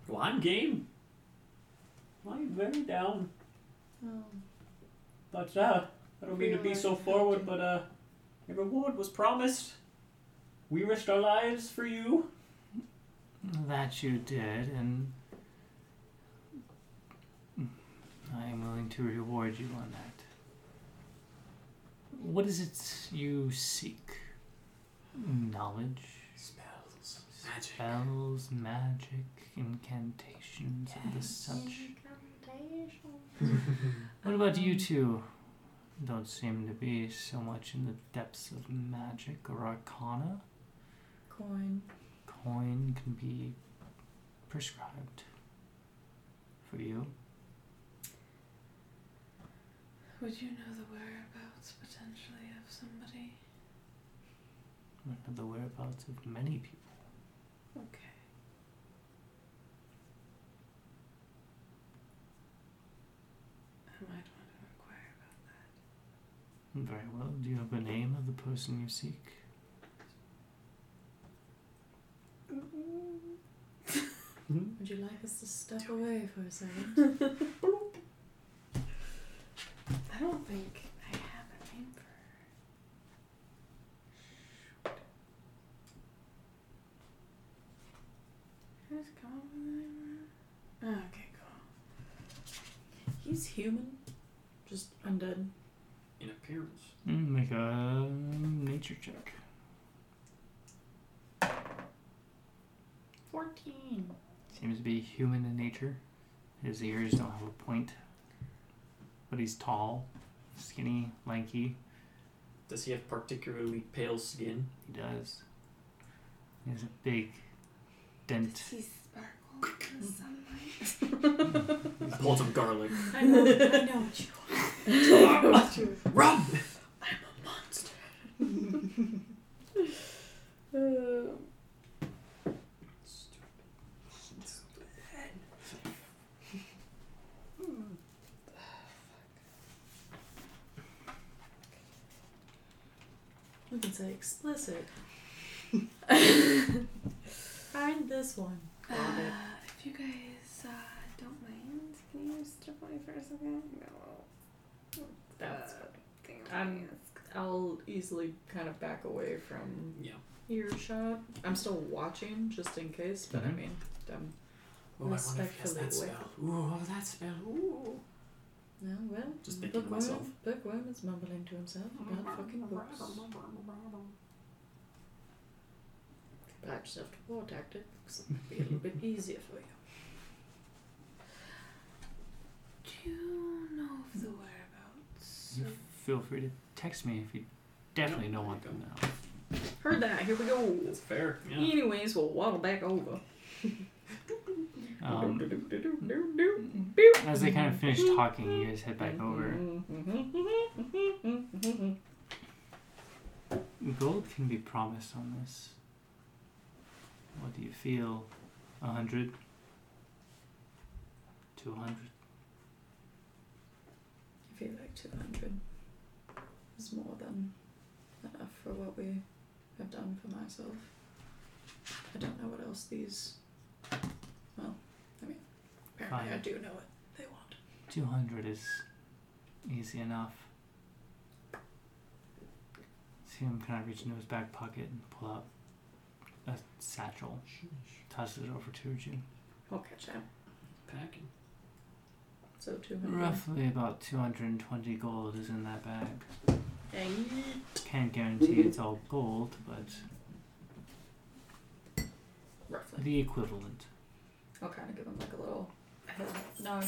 Well, I'm game. I'm very down. Um, But uh, I don't mean to be so forward, but uh, a reward was promised. We risked our lives for you. That you did, and I am willing to reward you on that. What is it you seek? Knowledge, Spells, spells, magic, incantations, and the such. What about you two? Don't seem to be so much in the depths of magic or arcana. Coin. Coin can be prescribed for you. Would you know the whereabouts potentially of somebody? I know the whereabouts of many people. I might want to inquire about Very well. Do you have a name of the person you seek? Would you like us to step away for a second? I don't think I have a name for her. Shoot. Who's gone with the name? Oh, okay, cool. He's human, just undead. In appearance. Mm, Make a nature check. 14. Seems to be human in nature. His ears don't have a point. But he's tall, skinny, lanky. Does he have particularly pale skin? He does. He has a big dent. Does he sparkle in the sunlight? Pull some garlic. I know, I know what you Rub! We can say explicit. Find this one. Uh, If you guys uh, don't mind, can you step away for a second? No. Uh, That's thing on I'm- I'll easily kind of back away from Yeah. earshot. I'm still watching just in case, but Mm-hmm. Mhm. I mean, I'm, Oh, I wonder if he has Respectfully that spell. Ooh, oh, that spell. Ooh. no, well, Just thinking to bookworm, myself. bookworm is mumbling to himself about fucking books. Apply yourself to war tactics. It'll be a little bit easier for you. Do you know of the whereabouts? You feel free to text me if you definitely don't want them now. Heard that. Here we go. That's fair. Yeah. Anyways, we'll waddle back over. Um, as they kind of finish talking, you guys head back over. Gold can be promised on this. What do you feel? A hundred? Two hundred? I feel like 200 is more than enough for what we have done for myself. I don't know what else these. Well, I mean, apparently I Fine. do know what they want. Two hundred is easy enough. See him kind of reach into his back pocket and pull out a satchel. Tosses it over towards you. I'll catch up. Packing. So 200. Roughly about two hundred and twenty gold is in that bag. Dang. Can't guarantee it's all gold, but Roughly. the equivalent. I'll kind of give them like a little. No.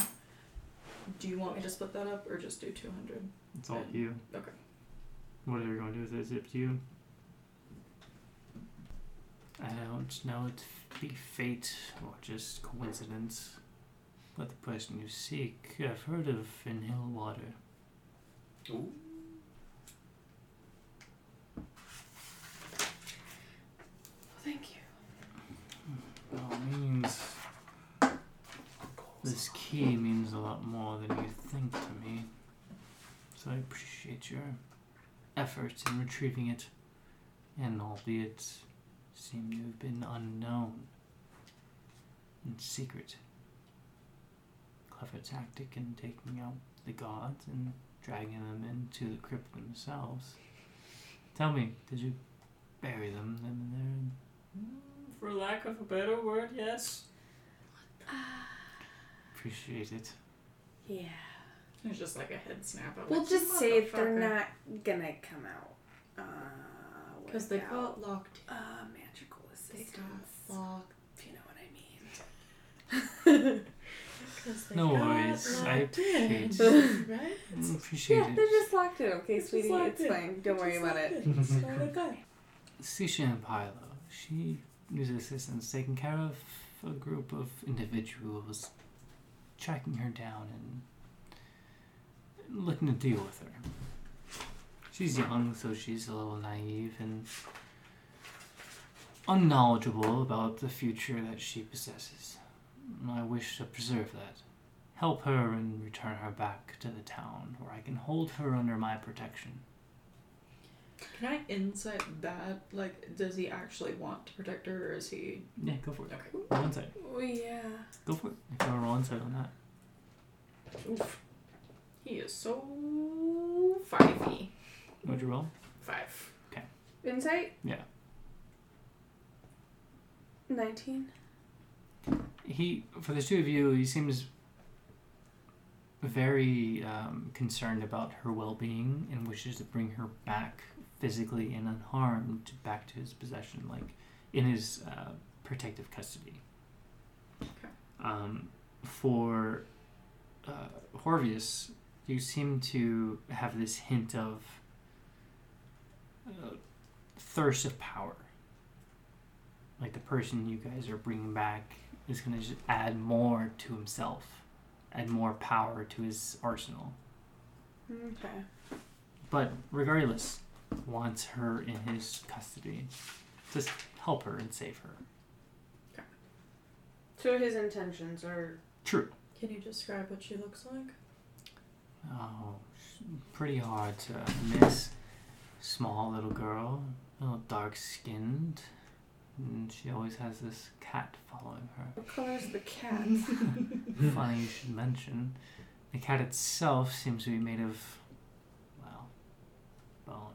Do you want me to split that up or just do 200? It's all you. Okay. Whatever you're going to do with it, it's up to you. I don't know it be fate or just coincidence, but the person you seek, I've heard of in Hillwater. Ooh. Thank you. By all means, this key means a lot more than you think to me. So I appreciate your efforts in retrieving it, and albeit seem to have been unknown and secret. Clever tactic in taking out the gods and dragging them into the crypt themselves. Tell me, did you bury them in there? Mm, For lack of a better word, yes. Uh, Appreciate it. Yeah. It's just like a head snap. I'm We'll like, just say if they're "Motherfucker." not gonna come out. Uh, Because they without, got locked. uh, magical They assistance. got locked. If you know what I mean. Because they No got worries. I locked in, appreciate- "Ah, right? Mm, Appreciate Yeah, they're just locked in. Okay, Just sweetie, locked it's in. fine. Don't worry Just about locked it. in. It's not a gun. it. Sisha Pilo, she needs assistance taking care of a group of individuals, tracking her down and looking to deal with her. She's young, so she's a little naive and unknowledgeable about the future that she possesses. And I wish to preserve that. Help her and return her back to the town, where I can hold her under my protection. Can I insight that? Like, does he actually want to protect her, or is he? Yeah, go for it. Okay. Roll insight. Oh, yeah. Go for it. If you want to roll insight on that. Oof. He is so fivey. What'd you roll? Five. Insight? Yeah. 19. He, for the two of you, he seems very um, concerned about her well being and wishes to bring her back physically and unharmed back to his possession, like in his uh, protective custody. Okay. Um, for uh, Horvius, you seem to have this hint of uh, thirst of power. Like the person you guys are bringing back is going to just add more to himself, add more power to his arsenal. Okay. But regardless, wants her in his custody. Just help her and save her. So his intentions are. True. Can you describe what she looks like? Oh, sh- pretty hard to miss. Small little girl, a little dark skinned, and she always has this cat following her. What color is the cat? Funny you should mention. The cat itself seems to be made of, well, bone.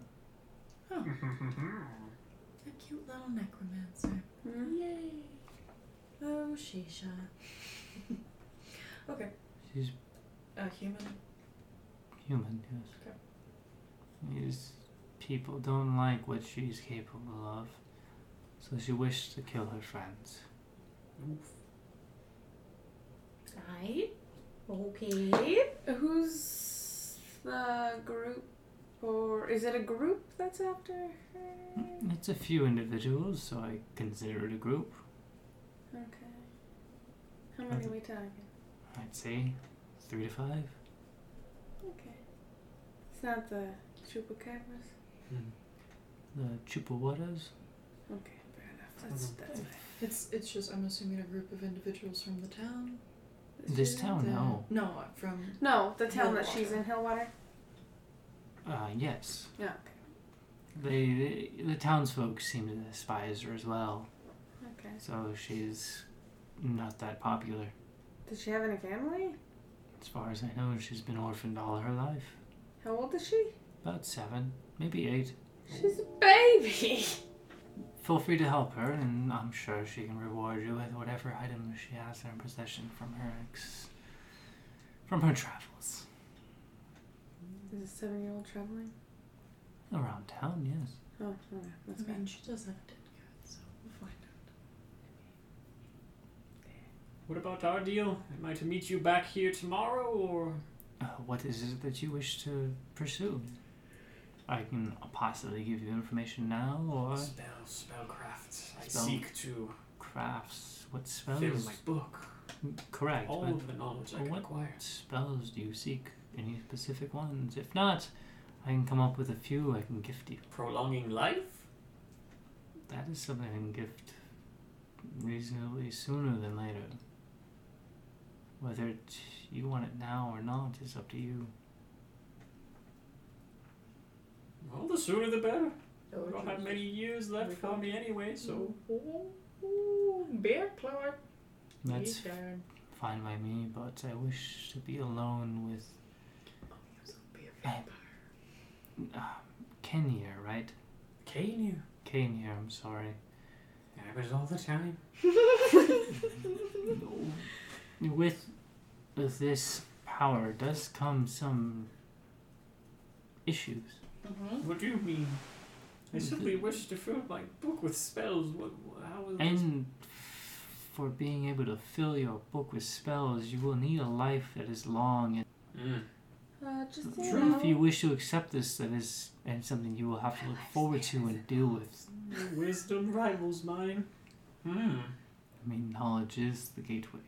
A cute little necromancer. Hmm? Yay! Oh, Shisha. okay. She's A human. human, yes. These people don't like what she's capable of, so she wished to kill her friends. Right. Okay. Who's the group? Or is it a group that's after her? It's a few individuals, so I consider it a group. Okay. How many are we talking? I'd say three to five. Okay. It's not the chupacabras. The Chupawatas. Okay, fair enough. That's that's Mm-hmm. fine. It's it's just I'm assuming a group of individuals from the town. This town, The- no. No, from No, the town that Hillwater. she's in, Hillwater. Uh, yes. Yeah. They, they, the townsfolk seem to despise her as well, Okay. so she's not that popular. Does she have any family? As far as I know, she's been orphaned all her life. How old is she? About seven, maybe eight. She's a baby. Feel free to help her, and I'm sure she can reward you with whatever item she has in her possession from her ex, from her travels Is a seven-year-old traveling? around town. Yes. Oh, okay, that's I fine. mean, she does have a dead cat, so we'll find out. What about our deal? Am I to meet you back here tomorrow, or Uh, what is it that you wish to pursue? I can possibly give you information now, or spell spellcraft? I Spell. seek to crafts. What fill spells? my book. Correct. All but of the knowledge I can what- acquire. spells do you seek? Any specific ones? If not, I can come up with a few I can gift you. Prolonging life. That is something I can gift reasonably sooner than later. Whether it, you want it now or not is up to you. Well, the sooner the better. I don't have many years left for me anyway, so Bear plug. That's fine by me, but I wish to be alone with uh, Kenya, Ah, right? can you? Kenya, I'm sorry. I was all the time. With with this power does come some issues. Mm-hmm. What do you mean? I simply wish to fill my book with spells. What? How was And for being able to fill your book with spells, you will need a life that is long. And Mm. Uh, just so True. if you wish to accept this, that is and something you will have to look forward to and deal with. Your wisdom rivals mine. Hmm. I mean, knowledge is the gateway.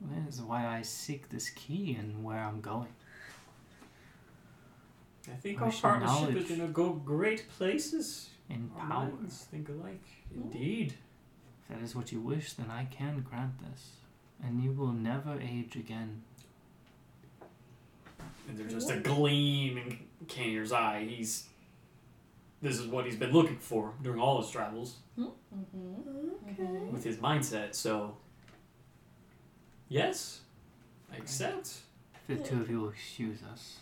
That is why I seek this key and where I'm going. I think I our should partnership knowledge. is gonna go great places. And Our power. minds think alike. Indeed. If that is what you wish, then I can grant this. And you will never age again. And there's just a gleam in Kanier's eye. He's. This is what he's been looking for during all his travels Mm-hmm. Okay. with his mindset, so. Yes, I accept. If the two of you will excuse us,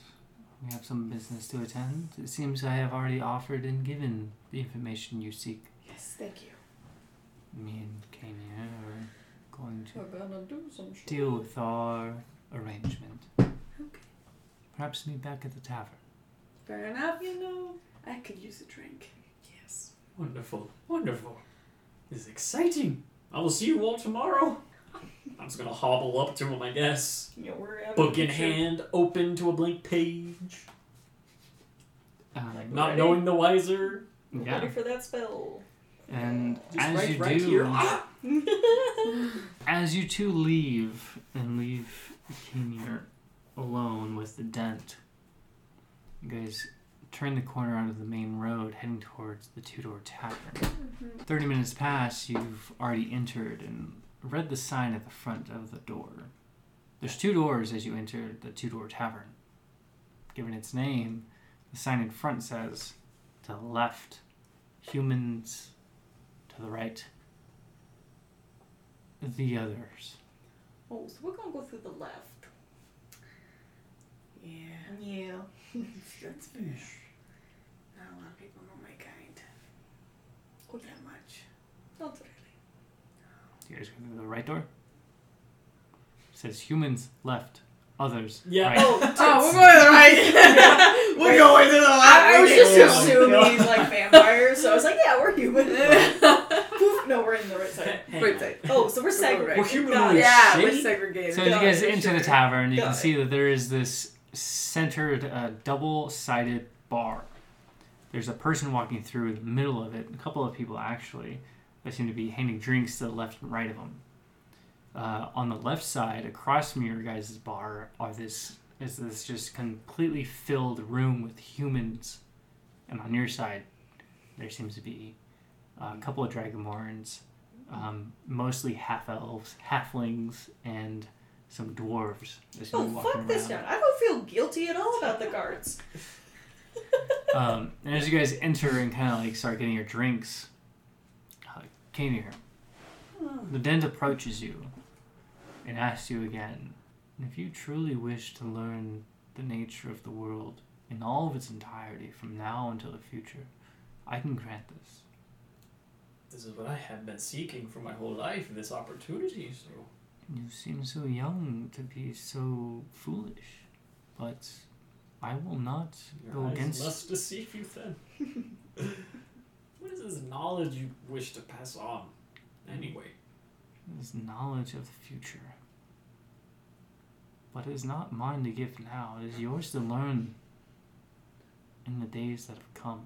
we have some business to attend. It seems I have already offered and given the information you seek. Yes, thank you. me and Kenya are going to Mm-hmm. We're gonna do some shit. deal with our arrangement. Okay. Perhaps meet back at the tavern. Fair enough. You know, I could use a drink. Yes. Wonderful, wonderful. This is exciting. I will see you all tomorrow. I'm just gonna hobble up to him, I guess. Yeah, we're out Book in hand, open to a blank page. Um, Not Ready? knowing the wiser. yeah, for that spell. and Just as right, you right do, here. Ah! as you two leave and leave Kenya alone with the dent, you guys turn the corner onto the main road, heading towards the Tudor Tavern. 30 minutes pass, you've already entered and read the sign at the front of the door. There's two doors as you enter the Two Door Tavern. Given its name, the sign in front says, to the left, humans to the right. The others. Oh, so we're gonna go through the left. Yeah. Yeah. That's fair. Not a lot of people know my kind. Oh, that much. Not really. You guys go through the right door? It says humans left, others Yeah. right. Oh, Oh, we're going to the right. Oh, we're going to the left. I, I was just Yeah. assuming he's like vampires, so I was like, yeah, we're human. Poof, no, we're in the right side. hang Wait, on. wait. Oh, so we're segregated. We're human Got it. Holy yeah, shit. we're segregated. So as you Oh, Got guys it, enter sure. the tavern, you Got can it. see that there is this centered, uh, double-sided bar. There's a person walking through the middle of it, a couple of people actually, that seem to be handing drinks to the left and right of them. Uh, on the left side, across from your guys' bar, are this is this just completely filled room with humans, and on your side, there seems to be uh, a couple of dragonborns, um, mostly half elves, halflings, and some dwarves. that seem to Oh, be walking fuck this around. town. I don't feel guilty at all about the guards. Um, and as you guys enter and kind of like start getting your drinks, uh, came here. The dent approaches you and asks you again if you truly wish to learn the nature of the world in all of its entirety from now until the future. I can grant this. This is what I have been seeking for my whole life, this opportunity, so. You seem so young to be so foolish, but I will not Your go eyes against. must deceive you then. what is this knowledge you wish to pass on? Anyway, is knowledge of the future. But it is not mine to give now, it is yours to learn in the days that have come,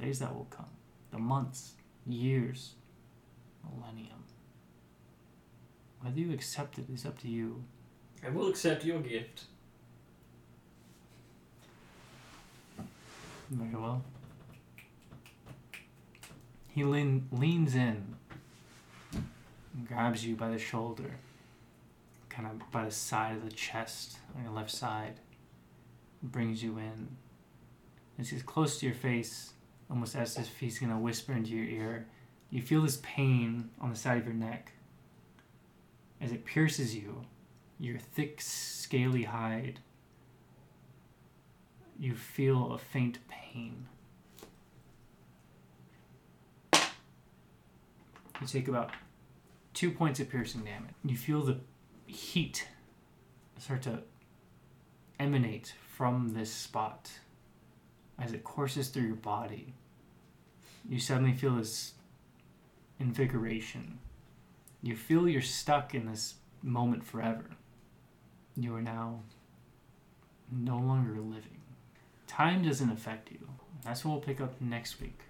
days that will come, the months, years, millennium. Whether you accept it is up to you. I will accept your gift. Very well. He lean, leans in, and grabs you by the shoulder, kind of by the side of the chest, on your left side, and brings you in. As he's close to your face, almost as if he's going to whisper into your ear, you feel this pain on the side of your neck. As it pierces you, your thick, scaly hide you feel a faint pain. You take about two points of piercing damage. You feel the heat start to emanate from this spot as it courses through your body. You suddenly feel this invigoration. You feel you're stuck in this moment forever. You are now no longer living time doesn't affect you. That's what we'll pick up next week.